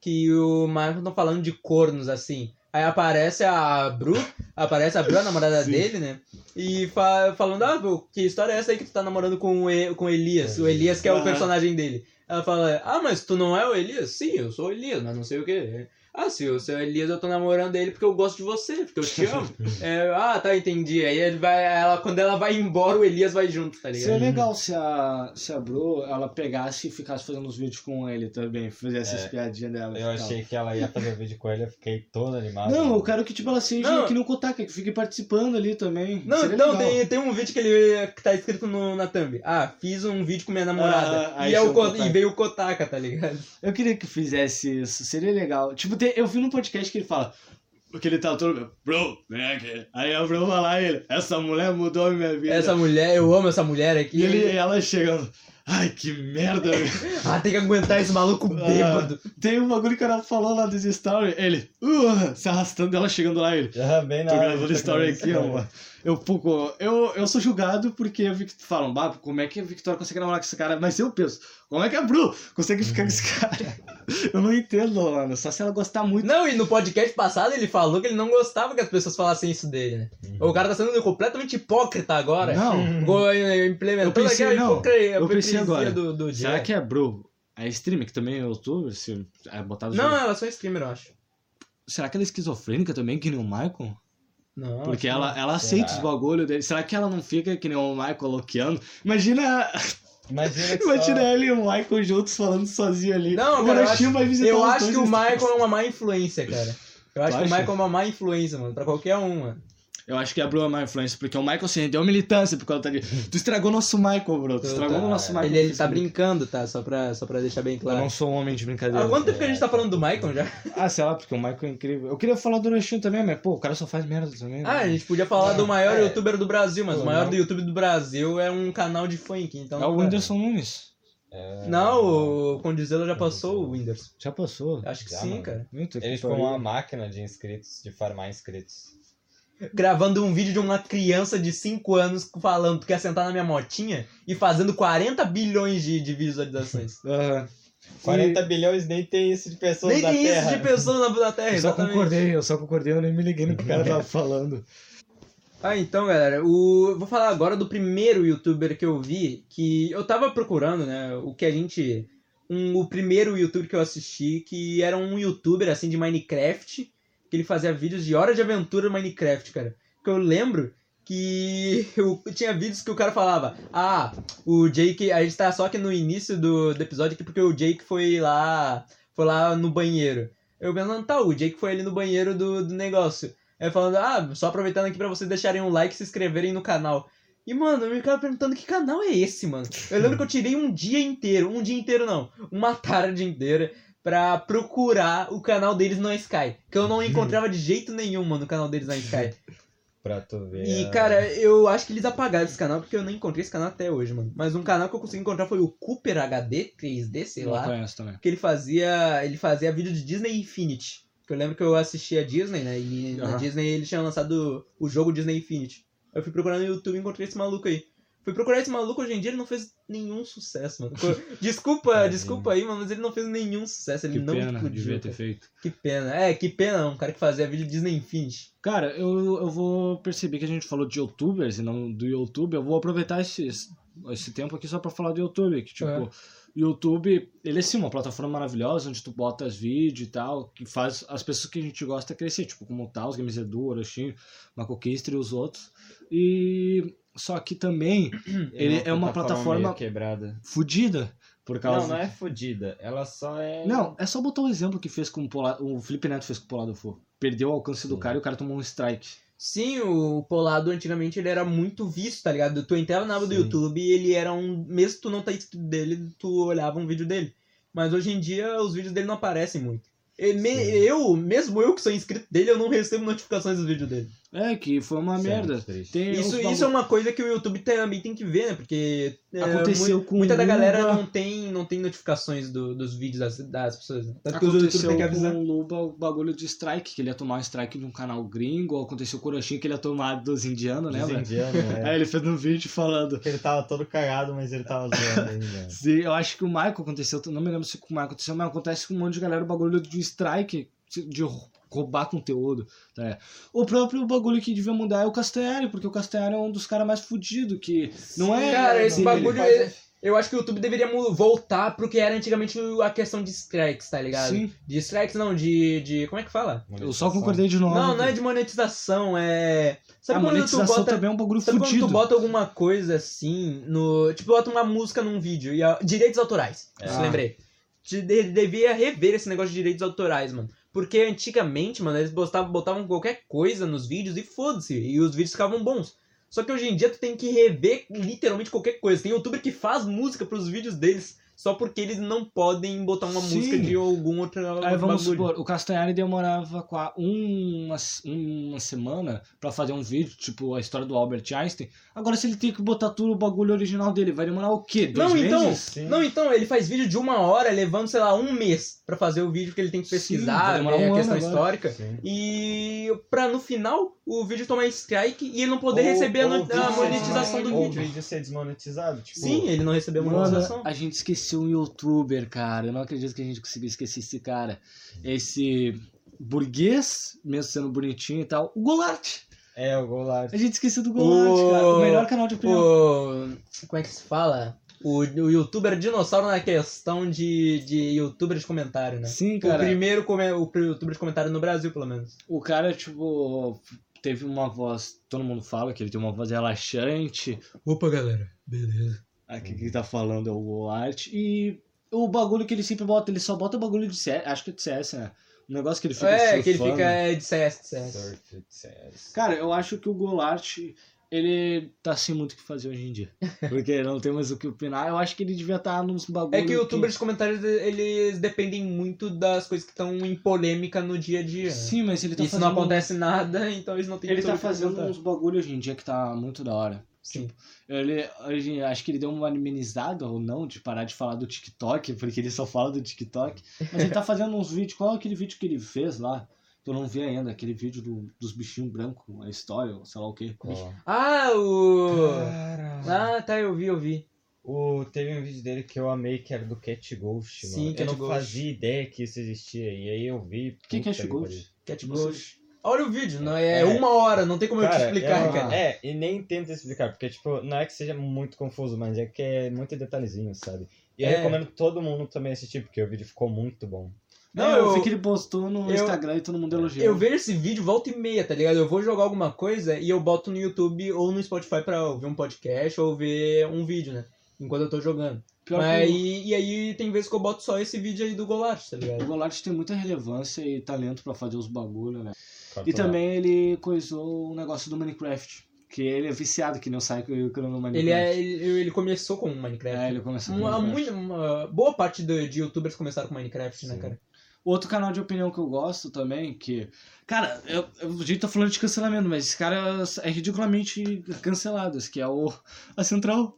[SPEAKER 2] Que o Michael tá falando de cornos, assim. Aí aparece a Bru, aparece a Bru, a namorada
[SPEAKER 3] Sim.
[SPEAKER 2] dele, né? E fa- falando, ah, Bru, que história é essa aí que tu tá namorando com o, e com o Elias? O Elias que é o
[SPEAKER 3] Aham.
[SPEAKER 2] personagem dele. Ela fala, ah, mas tu não é o Elias? Sim, eu sou o Elias, mas não sei o quê. Ah, se eu sou o Elias, eu tô namorando ele porque eu gosto de você, porque eu te amo. É, ah, tá, entendi. Aí ele vai, ela, quando ela vai embora, o Elias vai junto, tá ligado?
[SPEAKER 3] Seria legal se a, se a Bru, ela pegasse e ficasse fazendo uns vídeos com ele também, fizesse
[SPEAKER 1] É.
[SPEAKER 3] as piadinhas dela. e
[SPEAKER 1] Eu
[SPEAKER 3] tal.
[SPEAKER 1] achei que ela ia fazer vídeo com ele, eu fiquei todo animado.
[SPEAKER 3] Não, eu quero que tipo, ela seja
[SPEAKER 2] Não.
[SPEAKER 3] que nem o Kotaka, que fique participando ali também.
[SPEAKER 2] Não,
[SPEAKER 3] Seria
[SPEAKER 2] então
[SPEAKER 3] legal.
[SPEAKER 2] tem, tem um vídeo que ele que tá escrito no, na thumb. Ah, fiz um vídeo com minha namorada.
[SPEAKER 3] Ah, aí
[SPEAKER 2] e, é o
[SPEAKER 3] chama o
[SPEAKER 2] Ko-
[SPEAKER 3] Kotaka.
[SPEAKER 2] e veio o Kotaka, tá ligado?
[SPEAKER 3] Eu queria que fizesse isso, seria legal. Tipo, tem- eu vi num podcast que ele fala. Que ele tá todo. Bro, vem aqui. Aí a Bro vai lá e ele. Essa mulher mudou a minha vida.
[SPEAKER 2] Essa mulher, eu amo essa mulher aqui.
[SPEAKER 3] E ele, ela chegando. Ai, que merda, meu."
[SPEAKER 2] Ah, tem que aguentar esse maluco
[SPEAKER 3] Ah.
[SPEAKER 2] bêbado.
[SPEAKER 3] Tem um bagulho que ela falou lá dos stories. Ele, uh, se arrastando, ela chegando lá, ele.
[SPEAKER 1] Já bem na
[SPEAKER 3] Tô
[SPEAKER 1] hora,
[SPEAKER 3] gravando
[SPEAKER 1] tô
[SPEAKER 3] story
[SPEAKER 1] gravando
[SPEAKER 3] aqui, ó,
[SPEAKER 1] story.
[SPEAKER 3] mano. Eu, pouco, eu, eu sou julgado porque a Vic- falam, bah, como é que a Victoria consegue namorar com esse cara? Mas eu penso, como é que a Bru consegue ficar com esse cara? Eu não entendo, Rolando. Só se ela gostar muito.
[SPEAKER 2] Não, e no podcast passado ele falou que ele não gostava que as pessoas falassem isso dele, né?
[SPEAKER 3] Uhum.
[SPEAKER 2] O cara tá sendo completamente hipócrita agora.
[SPEAKER 3] Não.
[SPEAKER 2] Go- eh, Implementando
[SPEAKER 3] Eu pensei,
[SPEAKER 2] aquela
[SPEAKER 3] não.
[SPEAKER 2] hipocri-
[SPEAKER 3] Eu pensei
[SPEAKER 2] hipocrisia
[SPEAKER 3] agora.
[SPEAKER 2] do, do
[SPEAKER 3] Será
[SPEAKER 2] Jack.
[SPEAKER 3] que a Bru, a streamer, que também é youtuber, se é botado
[SPEAKER 2] Não, ela é só streamer, eu acho.
[SPEAKER 3] Será que ela é esquizofrênica também, que nem o Michael?
[SPEAKER 2] Não, acho
[SPEAKER 3] Porque
[SPEAKER 2] que
[SPEAKER 3] ela,
[SPEAKER 2] não.
[SPEAKER 3] ela aceita
[SPEAKER 1] Será?
[SPEAKER 3] os bagulhos dele. Será que ela não fica que nem o Michael loqueando? Imagina
[SPEAKER 1] Imagina que
[SPEAKER 3] Imagina
[SPEAKER 1] só...
[SPEAKER 3] ele e o Michael juntos falando sozinho ali.
[SPEAKER 2] Não,
[SPEAKER 3] o
[SPEAKER 2] cara, eu
[SPEAKER 3] Orochinho
[SPEAKER 2] acho,
[SPEAKER 3] vai visitar
[SPEAKER 2] eu
[SPEAKER 3] os
[SPEAKER 2] acho
[SPEAKER 3] dois
[SPEAKER 2] que o
[SPEAKER 3] no
[SPEAKER 2] Michael é uma má influência, cara. Eu acho
[SPEAKER 3] Tu
[SPEAKER 2] que
[SPEAKER 3] acha?
[SPEAKER 2] o Michael é uma má influência, mano, pra qualquer um, mano.
[SPEAKER 3] Eu acho que abriu uma má influência, porque o Michael se rendeu à militância por causa de. Tu estragou nosso Michael, bro. Tu
[SPEAKER 2] Tu
[SPEAKER 3] estragou
[SPEAKER 1] tá-
[SPEAKER 3] o nosso Michael.
[SPEAKER 2] Ele, ele tá
[SPEAKER 3] no Facebook.
[SPEAKER 2] brincando, tá? Só pra, só pra deixar bem
[SPEAKER 3] Eu
[SPEAKER 2] claro.
[SPEAKER 3] não sou um homem de brincadeira.
[SPEAKER 2] Há quanto tempo que a gente tá falando do Michael já?
[SPEAKER 3] Ah, sei lá, porque o Michael é incrível. Eu queria falar do Orochinho também, mas pô, o cara só faz merda também. né?
[SPEAKER 2] Ah, a gente podia falar do maior
[SPEAKER 1] é.
[SPEAKER 2] youtuber do Brasil, mas
[SPEAKER 1] Pô,
[SPEAKER 2] o maior
[SPEAKER 1] não.
[SPEAKER 2] do YouTube do Brasil é um canal de funk, então.
[SPEAKER 3] É o Whindersson Nunes.
[SPEAKER 2] Não, o Condizelo já passou o Whindersson.
[SPEAKER 3] Já passou.
[SPEAKER 2] Acho que é.
[SPEAKER 1] Já,
[SPEAKER 2] sim,
[SPEAKER 1] mano.
[SPEAKER 2] cara.
[SPEAKER 3] Muito
[SPEAKER 1] Ele tipo uma máquina de inscritos, de farmar inscritos.
[SPEAKER 2] Gravando um vídeo de uma criança de 5 anos falando tu quer sentar na minha motinha e fazendo 40 bilhões de, de visualizações.
[SPEAKER 3] Aham.
[SPEAKER 1] 40 bilhões nem tem isso de pessoas
[SPEAKER 2] Nem
[SPEAKER 1] da
[SPEAKER 2] tem
[SPEAKER 1] Terra. né?
[SPEAKER 2] isso de pessoas na da Terra,
[SPEAKER 3] Eu só
[SPEAKER 2] exatamente.
[SPEAKER 3] concordei, eu só concordei, eu nem me liguei no que o cara tava falando.
[SPEAKER 2] Ah, então, galera, o... eu vou falar agora do primeiro youtuber que eu vi, que eu tava procurando, né, o que a gente... Um, o primeiro youtuber que eu assisti, que era um youtuber, assim, de Minecraft, que ele fazia vídeos de hora de aventura no Minecraft, cara. Que eu lembro que eu tinha vídeos que o cara falava, ah, o Jake, a gente tá só aqui no início do, do episódio aqui porque o Jake foi lá, foi lá no banheiro. Eu pensando, tá, o Jake foi ali no banheiro do, do negócio. É falando, ah, só aproveitando aqui pra vocês deixarem um like e se inscreverem no canal. E, mano, eu ficava perguntando que canal é esse, mano. Eu lembro que eu tirei um dia inteiro, um dia inteiro não, uma tarde inteira, pra procurar o canal deles no Sky. Que eu não encontrava de jeito nenhum, mano, o canal deles na Sky.
[SPEAKER 1] Pra tu ver. é
[SPEAKER 2] E,
[SPEAKER 1] a-
[SPEAKER 2] cara, eu acho que eles apagaram esse canal, porque eu não encontrei esse canal até hoje, mano. Mas um canal que eu consegui encontrar foi o Cooper HD 3D, sei lá
[SPEAKER 3] Não conheço também.
[SPEAKER 2] que ele fazia ele fazia vídeo de Disney Infinity. Que eu lembro que eu assistia a Disney, né? E na
[SPEAKER 3] Aham.
[SPEAKER 2] Disney eles tinham lançado o jogo Disney Infinity. Eu fui procurar no YouTube e encontrei esse maluco aí. Fui procurar esse maluco, hoje em dia ele não fez nenhum sucesso, mano. Co- Desculpa,
[SPEAKER 1] Tadinho.
[SPEAKER 2] desculpa aí, mano, mas ele não fez nenhum sucesso, ele
[SPEAKER 3] Que
[SPEAKER 2] não
[SPEAKER 3] pena,
[SPEAKER 2] explodiu.
[SPEAKER 3] devia ter
[SPEAKER 2] cara.
[SPEAKER 3] feito.
[SPEAKER 2] Que pena. É, que pena, um cara que fazia vídeo Disney Infinity.
[SPEAKER 3] Cara, eu, eu vou perceber que a gente falou de youtubers e não do YouTube. Eu vou aproveitar esse, esse tempo aqui só pra falar do YouTube. Que, tipo,
[SPEAKER 2] É.
[SPEAKER 3] YouTube, ele é sim uma plataforma maravilhosa onde tu botas vídeo e tal, que faz as pessoas que a gente gosta crescer, tipo, como o Taos, Games Edu, Orochinho, Macoquistre e os outros. E. Só que também ele é uma plataforma
[SPEAKER 1] um meio quebrada.
[SPEAKER 3] fudida por causa.
[SPEAKER 1] Não, não é fodida. Ela só é.
[SPEAKER 3] Não, é só botar o exemplo que fez com o, Pola... o Felipe Neto fez com o Polado Fu. Perdeu o alcance do
[SPEAKER 1] Sim.
[SPEAKER 3] cara e o cara tomou um strike.
[SPEAKER 2] Sim, o Polado antigamente ele era muito visto, tá ligado? Tu entrava na aba do
[SPEAKER 1] Sim.
[SPEAKER 2] YouTube e ele era um. Mesmo tu não tá inscrito dele, tu olhava um vídeo dele. Mas hoje em dia os vídeos dele não aparecem muito. E me-
[SPEAKER 1] Sim.
[SPEAKER 2] eu, mesmo eu que sou inscrito dele, eu não recebo notificações dos vídeos dele.
[SPEAKER 3] É, que foi uma
[SPEAKER 1] Sim,
[SPEAKER 3] merda.
[SPEAKER 1] triste.
[SPEAKER 3] Tem
[SPEAKER 2] Isso,
[SPEAKER 3] uns
[SPEAKER 2] isso é
[SPEAKER 3] bagulho-
[SPEAKER 2] uma coisa que o YouTube também tem que ver, né? Porque. é,
[SPEAKER 3] Aconteceu
[SPEAKER 2] mu-
[SPEAKER 3] com
[SPEAKER 2] Muita da
[SPEAKER 3] Luba.
[SPEAKER 2] galera não tem, não tem notificações do- dos vídeos das, das pessoas. né? Tanto que o YouTube
[SPEAKER 3] Aconteceu
[SPEAKER 2] tem que avisar.
[SPEAKER 3] com o Luba o bagulho de strike, que ele ia tomar um strike de um canal gringo. Aconteceu com o Orochinho, que ele ia tomar dos indianos,
[SPEAKER 1] Dos
[SPEAKER 3] lembra?
[SPEAKER 1] indianos,
[SPEAKER 2] é.
[SPEAKER 1] né?
[SPEAKER 3] Aí ele fez um vídeo falando.
[SPEAKER 1] Ele tava todo cagado, mas ele tava zoando né? ainda.
[SPEAKER 3] Sim, eu acho que o Michael aconteceu, não me lembro se com o Michael aconteceu, mas acontece com um monte de galera o bagulho de strike, de rou- roubar conteúdo. Tá? O próprio bagulho que devia mudar é o Castanhari, porque o Castanhari é um dos caras mais fudidos, que não é.
[SPEAKER 2] Cara, esse
[SPEAKER 3] ele
[SPEAKER 2] bagulho- é-
[SPEAKER 3] faz-
[SPEAKER 2] ele- Eu acho que o YouTube deveria mu- voltar pro que era antigamente a questão de strikes, tá ligado?
[SPEAKER 3] Sim,
[SPEAKER 2] De strikes não, de, de. Como é que fala?
[SPEAKER 3] eu só concordei de novo.
[SPEAKER 2] Não, não é de monetização, é.
[SPEAKER 3] A
[SPEAKER 2] Sabe quando tu
[SPEAKER 3] Ah, monetização
[SPEAKER 2] bota.
[SPEAKER 3] também é um bagulho
[SPEAKER 2] Sabe quando
[SPEAKER 3] fudido.
[SPEAKER 2] tu bota alguma coisa assim no. Tipo, bota uma música num vídeo e a- direitos autorais.
[SPEAKER 1] É.
[SPEAKER 2] Isso
[SPEAKER 3] Ah.
[SPEAKER 2] lembrei. Te de- devia rever esse negócio de direitos autorais, mano. Porque antigamente, mano, eles botavam, botavam qualquer coisa nos vídeos e foda-se. E os vídeos ficavam bons. Só que hoje em dia tu tem que rever literalmente qualquer coisa. Tem youtuber que faz música pros vídeos deles só porque eles não podem botar uma
[SPEAKER 3] Sim.
[SPEAKER 2] música de algum outro,
[SPEAKER 3] Aí
[SPEAKER 2] outro
[SPEAKER 3] vamos
[SPEAKER 2] bagulho.
[SPEAKER 3] supor, o Castanhari demorava qua- uma, uma semana pra fazer um vídeo, tipo a história do Albert Einstein. Agora, se ele tem que botar tudo o bagulho original dele, vai demorar o quê? Dois
[SPEAKER 2] Não,
[SPEAKER 3] meses?
[SPEAKER 2] então,
[SPEAKER 1] Sim.
[SPEAKER 2] Não, então, ele faz vídeo de uma hora, levando, sei lá, um mês pra fazer o vídeo que ele tem que
[SPEAKER 3] Sim,
[SPEAKER 2] pesquisar,
[SPEAKER 3] vai demorar
[SPEAKER 2] né,
[SPEAKER 3] um
[SPEAKER 2] a questão
[SPEAKER 3] ano agora.
[SPEAKER 2] histórica.
[SPEAKER 1] Sim.
[SPEAKER 2] E pra no final o vídeo tomar strike e ele não poder
[SPEAKER 1] Ou-
[SPEAKER 2] receber a,
[SPEAKER 1] ou
[SPEAKER 2] no-
[SPEAKER 1] o vídeo
[SPEAKER 2] a
[SPEAKER 1] ser
[SPEAKER 2] monetização do
[SPEAKER 1] desmo- ou
[SPEAKER 2] vídeo.
[SPEAKER 1] o vídeo ser desmonetizado, tipo...
[SPEAKER 2] Sim, ele não recebeu a monetização.
[SPEAKER 3] Mano, a gente esqueceu um youtuber, cara. Eu não acredito que a gente conseguiu esquecer esse cara. Esse burguês, mesmo sendo bonitinho e tal, o Goulart.
[SPEAKER 1] É, o Goulart.
[SPEAKER 3] A gente esqueceu do Goulart, cara. O melhor canal de opinião.
[SPEAKER 2] O... Como é que se fala? O, o youtuber dinossauro na questão de, de youtuber de comentário, né?
[SPEAKER 3] Sim,
[SPEAKER 2] O
[SPEAKER 3] cara.
[SPEAKER 2] primeiro come- o primeiro youtuber de comentário no Brasil, pelo menos.
[SPEAKER 3] O cara, tipo, teve uma voz. Todo mundo fala que ele tem uma voz relaxante.
[SPEAKER 2] Opa, galera. Beleza.
[SPEAKER 3] Aqui que tá falando é o Goulart. E o bagulho que ele sempre bota, ele só bota bagulho de CS. Acho que é de CS, né? O negócio que ele fica.
[SPEAKER 2] é, que ele
[SPEAKER 3] surfando.
[SPEAKER 2] fica é, de CS, de CS.
[SPEAKER 1] Surf, CS.
[SPEAKER 3] Cara, eu acho que o Goulart, ele tá sem muito o que fazer hoje em dia. Porque não tem mais o que opinar. Eu acho que ele devia estar nos bagulhos.
[SPEAKER 2] É que youtubers de comentários, eles dependem muito das coisas que estão em polêmica no dia a dia.
[SPEAKER 3] Sim, mas ele tá
[SPEAKER 2] e se
[SPEAKER 3] fazendo.
[SPEAKER 2] não acontece nada, então eles não têm
[SPEAKER 3] Ele tá
[SPEAKER 2] youtuber pra Tipo,
[SPEAKER 3] fazendo
[SPEAKER 2] comentar.
[SPEAKER 3] uns bagulhos hoje em dia que tá muito da hora.
[SPEAKER 2] Sim.
[SPEAKER 3] Ele, hoje, acho que ele deu uma amenizada ou não de parar de falar do TikTok, porque ele só fala do TikTok. Mas ele tá fazendo uns vídeos. Qual é aquele vídeo que ele fez lá? Que eu não vi ainda. Aquele vídeo do- dos bichinhos brancos, a história, ou sei lá o quê.
[SPEAKER 1] Ó.
[SPEAKER 2] Ah, o...
[SPEAKER 1] Cara.
[SPEAKER 2] Ah, tá, eu vi, eu vi.
[SPEAKER 1] O, teve um vídeo dele que eu amei, que era do Cat Ghost, mano.
[SPEAKER 2] Sim,
[SPEAKER 1] eu
[SPEAKER 2] Cat
[SPEAKER 1] não
[SPEAKER 2] Ghost.
[SPEAKER 1] fazia ideia que isso existia. E aí eu vi.
[SPEAKER 3] O que, que é
[SPEAKER 1] puta
[SPEAKER 3] Shugos?
[SPEAKER 2] Cat
[SPEAKER 3] Você-
[SPEAKER 2] Ghost. Olha o vídeo, não é,
[SPEAKER 1] É.
[SPEAKER 2] uma hora, não tem como eu te
[SPEAKER 1] Cara,
[SPEAKER 2] explicar,
[SPEAKER 1] é,
[SPEAKER 3] uma-
[SPEAKER 2] cara.
[SPEAKER 1] É, e nem tenta explicar, porque, tipo, não é que seja muito confuso, mas é que é muito detalhezinho, sabe? E eu
[SPEAKER 2] É.
[SPEAKER 1] recomendo todo mundo também assistir, porque o vídeo ficou muito bom.
[SPEAKER 2] Não,
[SPEAKER 3] É, eu,
[SPEAKER 2] eu-
[SPEAKER 3] vi que ele postou no
[SPEAKER 2] eu-
[SPEAKER 3] Instagram e todo mundo elogiou.
[SPEAKER 2] Eu vejo esse vídeo volta e meia, tá ligado? Eu vou jogar alguma coisa e eu boto no YouTube ou no Spotify pra ouvir um podcast ou ver um vídeo, né? Enquanto eu tô jogando.
[SPEAKER 3] Pior que
[SPEAKER 2] Mas, e, e aí tem vezes que eu boto só esse vídeo aí do Golart, tá ligado?
[SPEAKER 3] O Golart tem muita relevância e talento pra fazer os bagulho, né?
[SPEAKER 1] Corta
[SPEAKER 3] E
[SPEAKER 1] lá.
[SPEAKER 3] também ele coisou o negócio do Minecraft. Que ele é viciado, que nem o Psycho e o Crono Minecraft.
[SPEAKER 2] Ele, é, ele, ele começou com Minecraft. né?
[SPEAKER 3] É, ele começou
[SPEAKER 2] Uma,
[SPEAKER 3] Minecraft.
[SPEAKER 2] muito- uma boa parte do- de youtubers começaram com Minecraft, né,
[SPEAKER 1] Sim.
[SPEAKER 2] cara?
[SPEAKER 3] Outro canal de opinião que eu gosto também, que. Cara, eu, eu, a gente tá falando de cancelamento, mas esse cara é ridiculamente cancelado, esse que é o. A Central.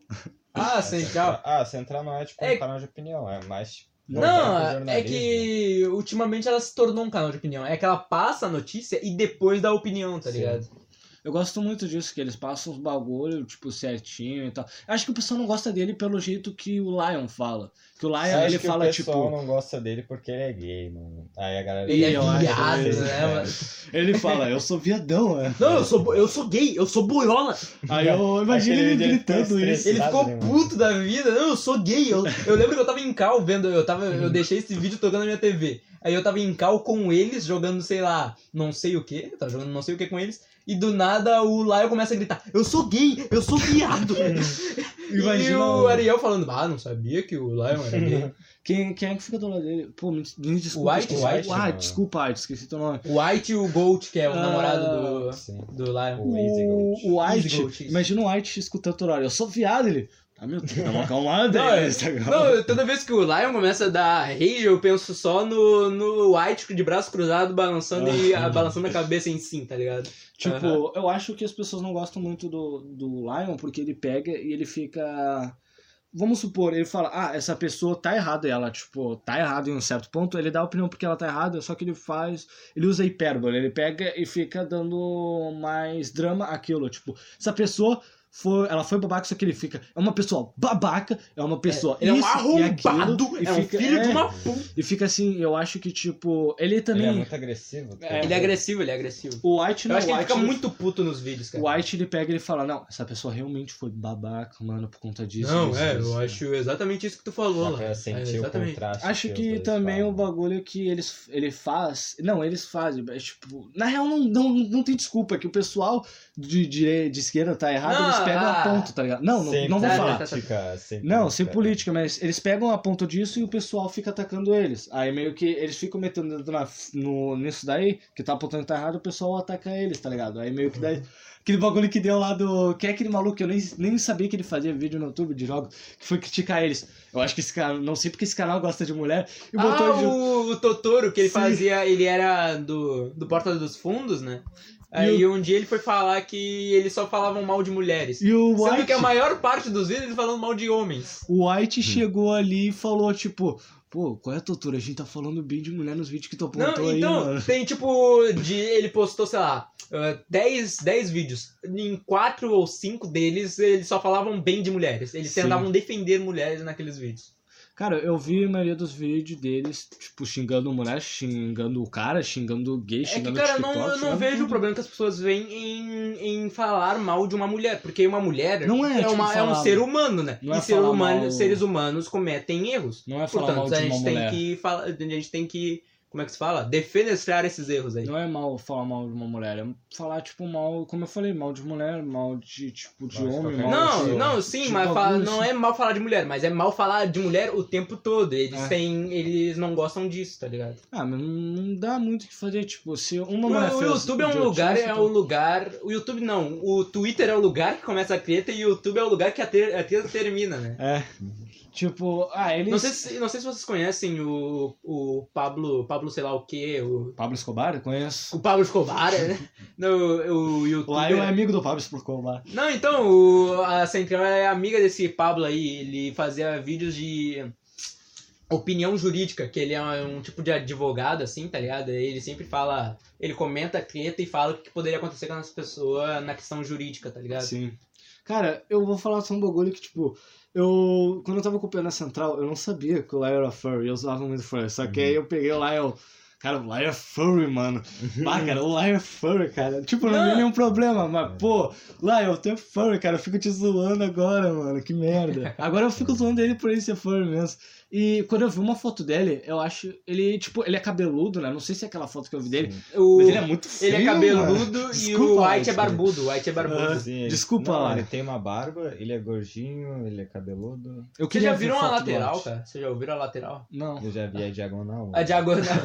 [SPEAKER 2] Ah, Central.
[SPEAKER 1] Ah, Central não é, tipo, um
[SPEAKER 2] É-
[SPEAKER 1] canal de opinião, é mais... voltado pro
[SPEAKER 2] Não, é
[SPEAKER 1] jornalismo.
[SPEAKER 2] que ultimamente ela se tornou um canal de opinião. É que ela passa a notícia e depois dá a opinião, tá
[SPEAKER 1] Sim.
[SPEAKER 2] ligado?
[SPEAKER 3] Eu gosto muito disso, que eles passam os bagulho, tipo, certinho e tal. Acho que o pessoal não gosta dele pelo jeito que o Lion fala. Que o Lion,
[SPEAKER 1] Você acha
[SPEAKER 3] ele
[SPEAKER 1] que
[SPEAKER 3] fala,
[SPEAKER 1] o pessoal
[SPEAKER 3] tipo.
[SPEAKER 1] não gosta dele porque ele é gay, mano. Aí a galera... assim,
[SPEAKER 2] Ele é
[SPEAKER 3] eu acho
[SPEAKER 2] viado,
[SPEAKER 3] que-
[SPEAKER 2] né, mano?
[SPEAKER 1] Tipo
[SPEAKER 3] tipo, Ele fala, eu sou viadão, né?
[SPEAKER 2] Não, eu sou, bo- eu sou gay, eu sou boiola.
[SPEAKER 3] Aí eu imagino
[SPEAKER 1] Aquele
[SPEAKER 3] ele
[SPEAKER 1] vídeo ele fica
[SPEAKER 3] gritando isso.
[SPEAKER 2] Ele
[SPEAKER 1] Sabe,
[SPEAKER 2] ficou
[SPEAKER 1] né, mano?
[SPEAKER 2] puto da vida. Não, eu sou gay. Eu, eu lembro que eu tava em cal vendo. Eu, tava, eu deixei esse vídeo tocando na minha TV. Aí eu tava em cal com eles, jogando, sei lá, não sei o que. Tava jogando não sei o que com eles. E do nada o Lion começa a gritar: Eu sou gay, eu sou viado. e
[SPEAKER 3] Imagina
[SPEAKER 2] o
[SPEAKER 3] o-
[SPEAKER 2] Ariel falando: Ah, não sabia que o Lion era gay.
[SPEAKER 3] Quem, quem é que fica do lado dele? Pô, me, me desculpa.
[SPEAKER 2] White,
[SPEAKER 3] esqueci-
[SPEAKER 1] White,
[SPEAKER 3] ah,
[SPEAKER 1] mano.
[SPEAKER 3] desculpa, White, esqueci teu nome.
[SPEAKER 2] o White e o Gold, que é o
[SPEAKER 3] Ah.
[SPEAKER 2] namorado
[SPEAKER 1] Sim.
[SPEAKER 2] do, do Lion.
[SPEAKER 1] O Easy Gold.
[SPEAKER 3] O
[SPEAKER 2] Easy Gold,
[SPEAKER 3] White,
[SPEAKER 2] isso.
[SPEAKER 3] imagina o White escutando o horário. Eu sou viado, ele. Ah, meu Deus, dá uma acalmada
[SPEAKER 2] Não,
[SPEAKER 3] aí
[SPEAKER 2] eu-
[SPEAKER 3] no Instagram.
[SPEAKER 2] Não, eu- toda vez que o Lion começa a dar rage, eu penso só no, no White de braço cruzado, balançando e a, balançando a cabeça em sim, tá ligado?
[SPEAKER 3] Tipo, eu acho que as pessoas não gostam muito do, do Lion porque ele pega e ele fica. Vamos supor, ele fala, ah, essa pessoa tá errada, e ela, tipo, tá errada em um certo ponto, ele dá a opinião porque ela tá errada, só que ele faz. Ele usa hipérbole, ele pega e fica dando mais drama aquilo, tipo, essa pessoa foi, ela foi babaca, só que ele fica. É uma pessoa babaca, é uma pessoa.
[SPEAKER 2] Ele é um
[SPEAKER 3] isso e aquilo,
[SPEAKER 2] arrombado,
[SPEAKER 3] e
[SPEAKER 2] é um
[SPEAKER 3] fica-
[SPEAKER 2] filho de
[SPEAKER 3] é.
[SPEAKER 2] uma puta.
[SPEAKER 3] E fica assim, eu acho que, tipo, ele
[SPEAKER 1] Ele
[SPEAKER 3] também.
[SPEAKER 1] é muito agressivo. tá?
[SPEAKER 2] Ele é agressivo, ele é agressivo.
[SPEAKER 3] O White
[SPEAKER 2] Eu
[SPEAKER 3] não
[SPEAKER 2] acho que ele
[SPEAKER 3] White, é
[SPEAKER 2] fica muito puto nos vídeos, cara.
[SPEAKER 3] O White ele pega e ele fala: Não, essa pessoa realmente foi babaca, mano, por conta disso.
[SPEAKER 2] Não,
[SPEAKER 3] isso,
[SPEAKER 2] é,
[SPEAKER 3] isso,
[SPEAKER 2] eu acho exatamente isso que tu falou
[SPEAKER 1] Dá
[SPEAKER 2] lá.
[SPEAKER 1] pra sentir o
[SPEAKER 2] É, exatamente.
[SPEAKER 1] contraste.
[SPEAKER 3] Acho
[SPEAKER 1] os
[SPEAKER 3] que
[SPEAKER 1] dois
[SPEAKER 3] também o
[SPEAKER 1] falam.
[SPEAKER 3] bagulho que eles, ele faz. Não, eles fazem, mas tipo. Na real, não, não, não tem desculpa, é que o pessoal de, de, de esquerda tá errado,
[SPEAKER 2] Não,
[SPEAKER 3] eles pegam
[SPEAKER 2] ah,
[SPEAKER 3] a ponto, tá ligado? Não, não,
[SPEAKER 1] Sem
[SPEAKER 3] não vou
[SPEAKER 2] tá,
[SPEAKER 3] falar.
[SPEAKER 2] tá,
[SPEAKER 1] política, sem
[SPEAKER 3] Não, sem
[SPEAKER 1] política.
[SPEAKER 3] política, mas eles pegam a ponto disso e o pessoal fica atacando eles. Aí meio que eles ficam metendo o dedo na- no, nisso daí, que tá apontando que tá errado, o pessoal ataca eles, tá ligado? Aí meio que daí. Aquele bagulho que deu lá do. Que é aquele maluco que eu nem, nem sabia que ele fazia vídeo no YouTube de jogos, que foi criticar eles. Eu acho que esse canal. Não sei porque esse canal gosta de mulher e botou
[SPEAKER 2] ah,
[SPEAKER 3] de. um-
[SPEAKER 2] o, o Totoro, que ele
[SPEAKER 3] Sim.
[SPEAKER 2] fazia, ele era do, do Porta dos Fundos, né? Aí um dia ele foi falar que eles só falavam mal de mulheres.
[SPEAKER 3] E o
[SPEAKER 2] Sendo
[SPEAKER 3] White,
[SPEAKER 2] que é a maior parte dos vídeos eles falando mal de homens.
[SPEAKER 3] o White chegou ali e falou, tipo, pô, qual é a tortura? A gente tá falando bem de mulher nos vídeos que tu apontou
[SPEAKER 2] Não,
[SPEAKER 3] aí,
[SPEAKER 2] então,
[SPEAKER 3] mano.
[SPEAKER 2] tem tipo, de, ele postou, sei lá, ah, 10, 10 vídeos. Em 4 ou 5 deles, eles só falavam bem de mulheres. Eles
[SPEAKER 3] Sim.
[SPEAKER 2] tentavam defender mulheres naqueles vídeos.
[SPEAKER 3] Cara, eu vi a maioria dos vídeos deles, tipo, xingando mulher, xingando o cara, xingando o gay,
[SPEAKER 2] É que,
[SPEAKER 3] xingando né? o
[SPEAKER 2] cara, eu
[SPEAKER 3] TikTok.
[SPEAKER 2] não, eu não
[SPEAKER 3] xingando
[SPEAKER 2] vejo o
[SPEAKER 3] tudo.
[SPEAKER 2] problema que as pessoas veem em, em falar mal de uma mulher, porque uma mulher
[SPEAKER 3] Não é, tipo,
[SPEAKER 2] uma, é um
[SPEAKER 3] falar-
[SPEAKER 2] ser humano, né?
[SPEAKER 3] não
[SPEAKER 2] e
[SPEAKER 3] é
[SPEAKER 2] ser
[SPEAKER 3] falar
[SPEAKER 2] humano-
[SPEAKER 3] mal-
[SPEAKER 2] seres humanos cometem erros.
[SPEAKER 3] Não é falar
[SPEAKER 2] Portanto,
[SPEAKER 3] mal
[SPEAKER 2] a
[SPEAKER 3] de uma
[SPEAKER 2] gente tem
[SPEAKER 3] mulher.
[SPEAKER 2] que falar, a gente tem que, como é que se fala? Defenestrar esses erros aí.
[SPEAKER 3] Não é mal falar mal de uma mulher, é falar, tipo, mal, como eu falei, mal de mulher, mal de, tipo, de
[SPEAKER 1] Mal de
[SPEAKER 3] homem,
[SPEAKER 1] qualquer-
[SPEAKER 3] mal
[SPEAKER 2] Não,
[SPEAKER 3] de...
[SPEAKER 1] de-
[SPEAKER 2] não, sim,
[SPEAKER 3] de
[SPEAKER 2] mas
[SPEAKER 3] bagulho,
[SPEAKER 2] fala- não
[SPEAKER 3] assim.
[SPEAKER 2] é mal falar de mulher, mas é mal falar de mulher o tempo todo. Eles
[SPEAKER 3] É.
[SPEAKER 2] têm, eles não gostam disso, tá ligado?
[SPEAKER 3] Ah, mas não- não dá muito o que fazer, tipo, se uma mulher
[SPEAKER 2] O, o
[SPEAKER 3] fez
[SPEAKER 2] YouTube é um
[SPEAKER 3] idiotice,
[SPEAKER 2] lugar, é
[SPEAKER 3] então-
[SPEAKER 2] o lugar. O YouTube não, o Twitter é o lugar que começa a treta e o YouTube é o lugar que a tre- a treta termina, né?
[SPEAKER 3] É, tipo, ah, eles...
[SPEAKER 2] Não sei, se, não sei se vocês conhecem o, o Pablo, Pablo sei lá o que, o,
[SPEAKER 3] Pablo Escobar, eu conheço.
[SPEAKER 2] o Pablo Escobar, né? No, o
[SPEAKER 3] O Lion é
[SPEAKER 2] youtuber.
[SPEAKER 3] amigo do Pablo Escobar.
[SPEAKER 2] Não, então, o, a Central é amiga desse Pablo aí, ele fazia vídeos de opinião jurídica, que ele é um tipo de advogado, assim, tá ligado? Ele sempre fala, ele comenta a treta e fala o que poderia acontecer com as pessoas na questão jurídica, tá ligado?
[SPEAKER 3] Sim. Cara, eu vou falar só um bagulho que, tipo, eu. Quando eu tava com o pé na central, eu não sabia que o Lion era furry, eu usava muito furry. Só que aí eu peguei o Lion. Cara, o Lion é furry, mano. Ah, cara, o Lion é furry, cara. Tipo, não
[SPEAKER 2] Não.
[SPEAKER 3] tem nenhum problema, mas, pô, Lion, tu é furry, cara. Eu fico te zoando agora, mano. Que merda. Agora eu fico zoando ele por ele ser furry mesmo. E quando eu vi uma foto dele, eu acho. Ele, tipo, ele é cabeludo, né? Não sei se é aquela foto que eu vi dele,
[SPEAKER 2] O-
[SPEAKER 3] mas ele é muito feio.
[SPEAKER 2] ele é
[SPEAKER 3] mano.
[SPEAKER 2] cabeludo e o
[SPEAKER 3] Desculpa,
[SPEAKER 2] White é
[SPEAKER 3] White.
[SPEAKER 2] barbudo, o White é barbudo.
[SPEAKER 3] Ah,
[SPEAKER 1] Sim, ele-
[SPEAKER 3] Desculpa,
[SPEAKER 1] não,
[SPEAKER 3] Lara.
[SPEAKER 1] Ele tem uma barba, ele é gordinho, ele é cabeludo.
[SPEAKER 3] Eu
[SPEAKER 2] Vocês já
[SPEAKER 3] queria ver
[SPEAKER 2] viram a
[SPEAKER 3] foto do
[SPEAKER 2] lateral,
[SPEAKER 3] White.
[SPEAKER 2] cara? Vocês já ouviram a lateral?
[SPEAKER 3] Não.
[SPEAKER 1] Eu já vi a diagonal.
[SPEAKER 2] A diagonal.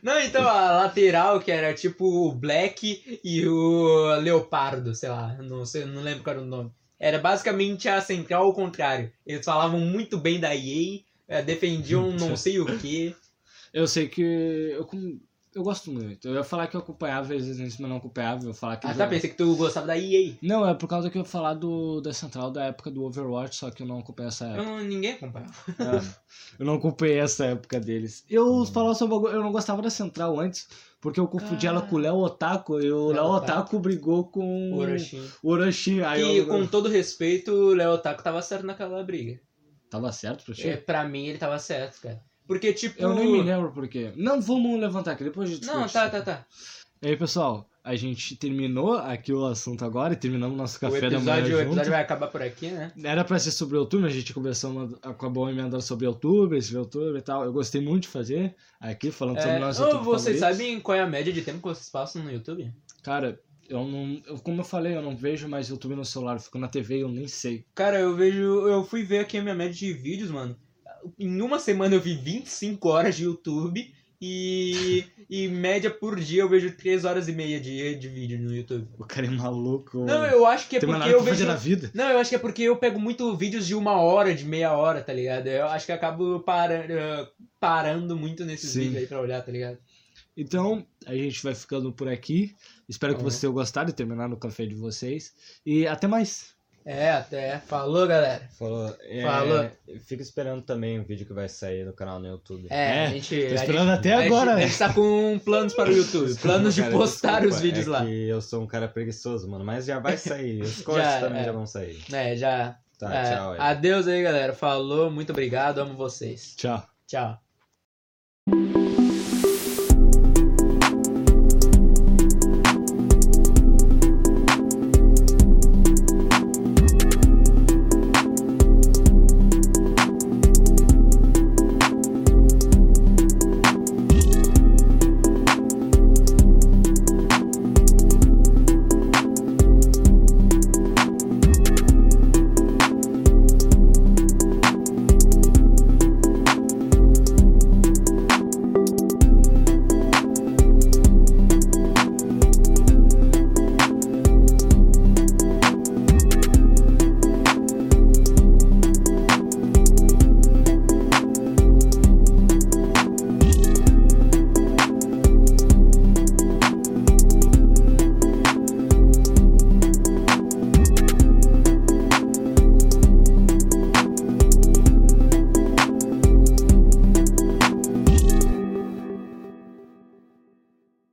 [SPEAKER 2] Não, então, a lateral, que era tipo o Black e o Leopardo, sei lá. Não sei, não lembro qual era o nome. Era basicamente a central ao contrário. Eles falavam muito bem da EA, eh, defendiam não sei o que.
[SPEAKER 3] Eu sei que. Eu, com- eu gosto muito. Eu ia falar que eu acompanhava às vezes, mas não acompanhava. Eu ia falar que.
[SPEAKER 2] Ah,
[SPEAKER 3] eu
[SPEAKER 2] tá,
[SPEAKER 3] jogava.
[SPEAKER 2] pensei que tu gostava da EA.
[SPEAKER 3] Não, é por causa que eu ia falar do, da central da época do Overwatch, só que eu não acompanhei essa
[SPEAKER 2] Eu
[SPEAKER 3] época.
[SPEAKER 2] não, ninguém acompanha. Ah.
[SPEAKER 3] Eu não acompanhei essa época deles. Eu
[SPEAKER 2] Uhum.
[SPEAKER 3] falava sobre um bagulho. Eu não gostava da central antes, porque eu confundi ela com o Léo Otaku. E o
[SPEAKER 2] Ah. Léo
[SPEAKER 3] Léo
[SPEAKER 2] Otaku.
[SPEAKER 3] Otaku brigou com
[SPEAKER 2] O Orochi.
[SPEAKER 3] o Orochi. Hum. Aí
[SPEAKER 2] E
[SPEAKER 3] eu.
[SPEAKER 2] com todo respeito, o Leo Taco tava certo naquela briga.
[SPEAKER 3] Tava certo pra ti?
[SPEAKER 2] É, pra mim, ele tava certo, cara. Porque, tipo.
[SPEAKER 3] Eu nem me lembro por quê. Não vamos levantar aqui, depois a gente
[SPEAKER 2] Não,
[SPEAKER 3] discute
[SPEAKER 2] tá,
[SPEAKER 3] isso.
[SPEAKER 2] tá, tá.
[SPEAKER 3] E aí, pessoal, a gente terminou aqui o assunto agora e terminamos nosso
[SPEAKER 2] O
[SPEAKER 3] café da manhã.
[SPEAKER 2] episódio, é o
[SPEAKER 3] junto.
[SPEAKER 2] episódio vai acabar por aqui, né?
[SPEAKER 3] Era pra ser sobre o YouTube, a gente conversou, acabou emendando sobre o YouTube, esse YouTube e tal. Eu gostei muito de fazer aqui, falando sobre
[SPEAKER 2] É,
[SPEAKER 3] o nosso
[SPEAKER 2] ô,
[SPEAKER 3] YouTube.
[SPEAKER 2] vocês
[SPEAKER 3] favorito.
[SPEAKER 2] sabem qual é a média de tempo que vocês passam no YouTube?
[SPEAKER 3] Cara, eu não. eu- como eu falei, eu não vejo mais YouTube no celular, eu fico na TV e eu nem sei.
[SPEAKER 2] Cara, eu vejo. Eu fui ver aqui a minha média de vídeos, mano. Em uma semana eu vi 25 horas de YouTube e. e média por dia eu vejo 3 horas e meia de, de vídeo no YouTube.
[SPEAKER 3] O cara é maluco.
[SPEAKER 2] Não, eu acho que é
[SPEAKER 3] Tem mais
[SPEAKER 2] porque
[SPEAKER 3] nada
[SPEAKER 2] eu
[SPEAKER 3] pra fazer
[SPEAKER 2] vejo.
[SPEAKER 3] na vida.
[SPEAKER 2] Não, eu acho que é porque eu pego muito vídeos de uma hora, de meia hora, tá ligado? Eu acho que eu acabo para- eh, parando muito nesses
[SPEAKER 3] Sim.
[SPEAKER 2] vídeos aí pra olhar, tá ligado?
[SPEAKER 3] Então, a gente vai ficando por aqui. Espero que
[SPEAKER 2] Tá bom.
[SPEAKER 3] vocês tenham gostado e terminado o café de vocês. E até mais.
[SPEAKER 2] É, até. Falou, galera.
[SPEAKER 1] Falou. É,
[SPEAKER 2] Falou.
[SPEAKER 1] Fica esperando também o vídeo que vai sair no canal no YouTube.
[SPEAKER 2] É,
[SPEAKER 3] É,
[SPEAKER 2] a gente.
[SPEAKER 3] Tô
[SPEAKER 2] a gente-
[SPEAKER 3] esperando até
[SPEAKER 2] a gente-
[SPEAKER 3] agora,
[SPEAKER 2] A
[SPEAKER 3] velho.
[SPEAKER 2] gente tá com planos para o YouTube. Planos de
[SPEAKER 1] É Cara,
[SPEAKER 2] postar
[SPEAKER 1] desculpa,
[SPEAKER 2] os vídeos
[SPEAKER 1] é
[SPEAKER 2] lá.
[SPEAKER 1] Que eu sou um cara preguiçoso, mano, mas já vai sair. Os cortes
[SPEAKER 2] Já,
[SPEAKER 1] também
[SPEAKER 2] é.
[SPEAKER 1] já vão sair.
[SPEAKER 2] É, já.
[SPEAKER 1] Tá,
[SPEAKER 2] é,
[SPEAKER 1] tchau aí.
[SPEAKER 2] Adeus aí, galera. Falou, muito obrigado, amo vocês.
[SPEAKER 3] Tchau.
[SPEAKER 2] Tchau.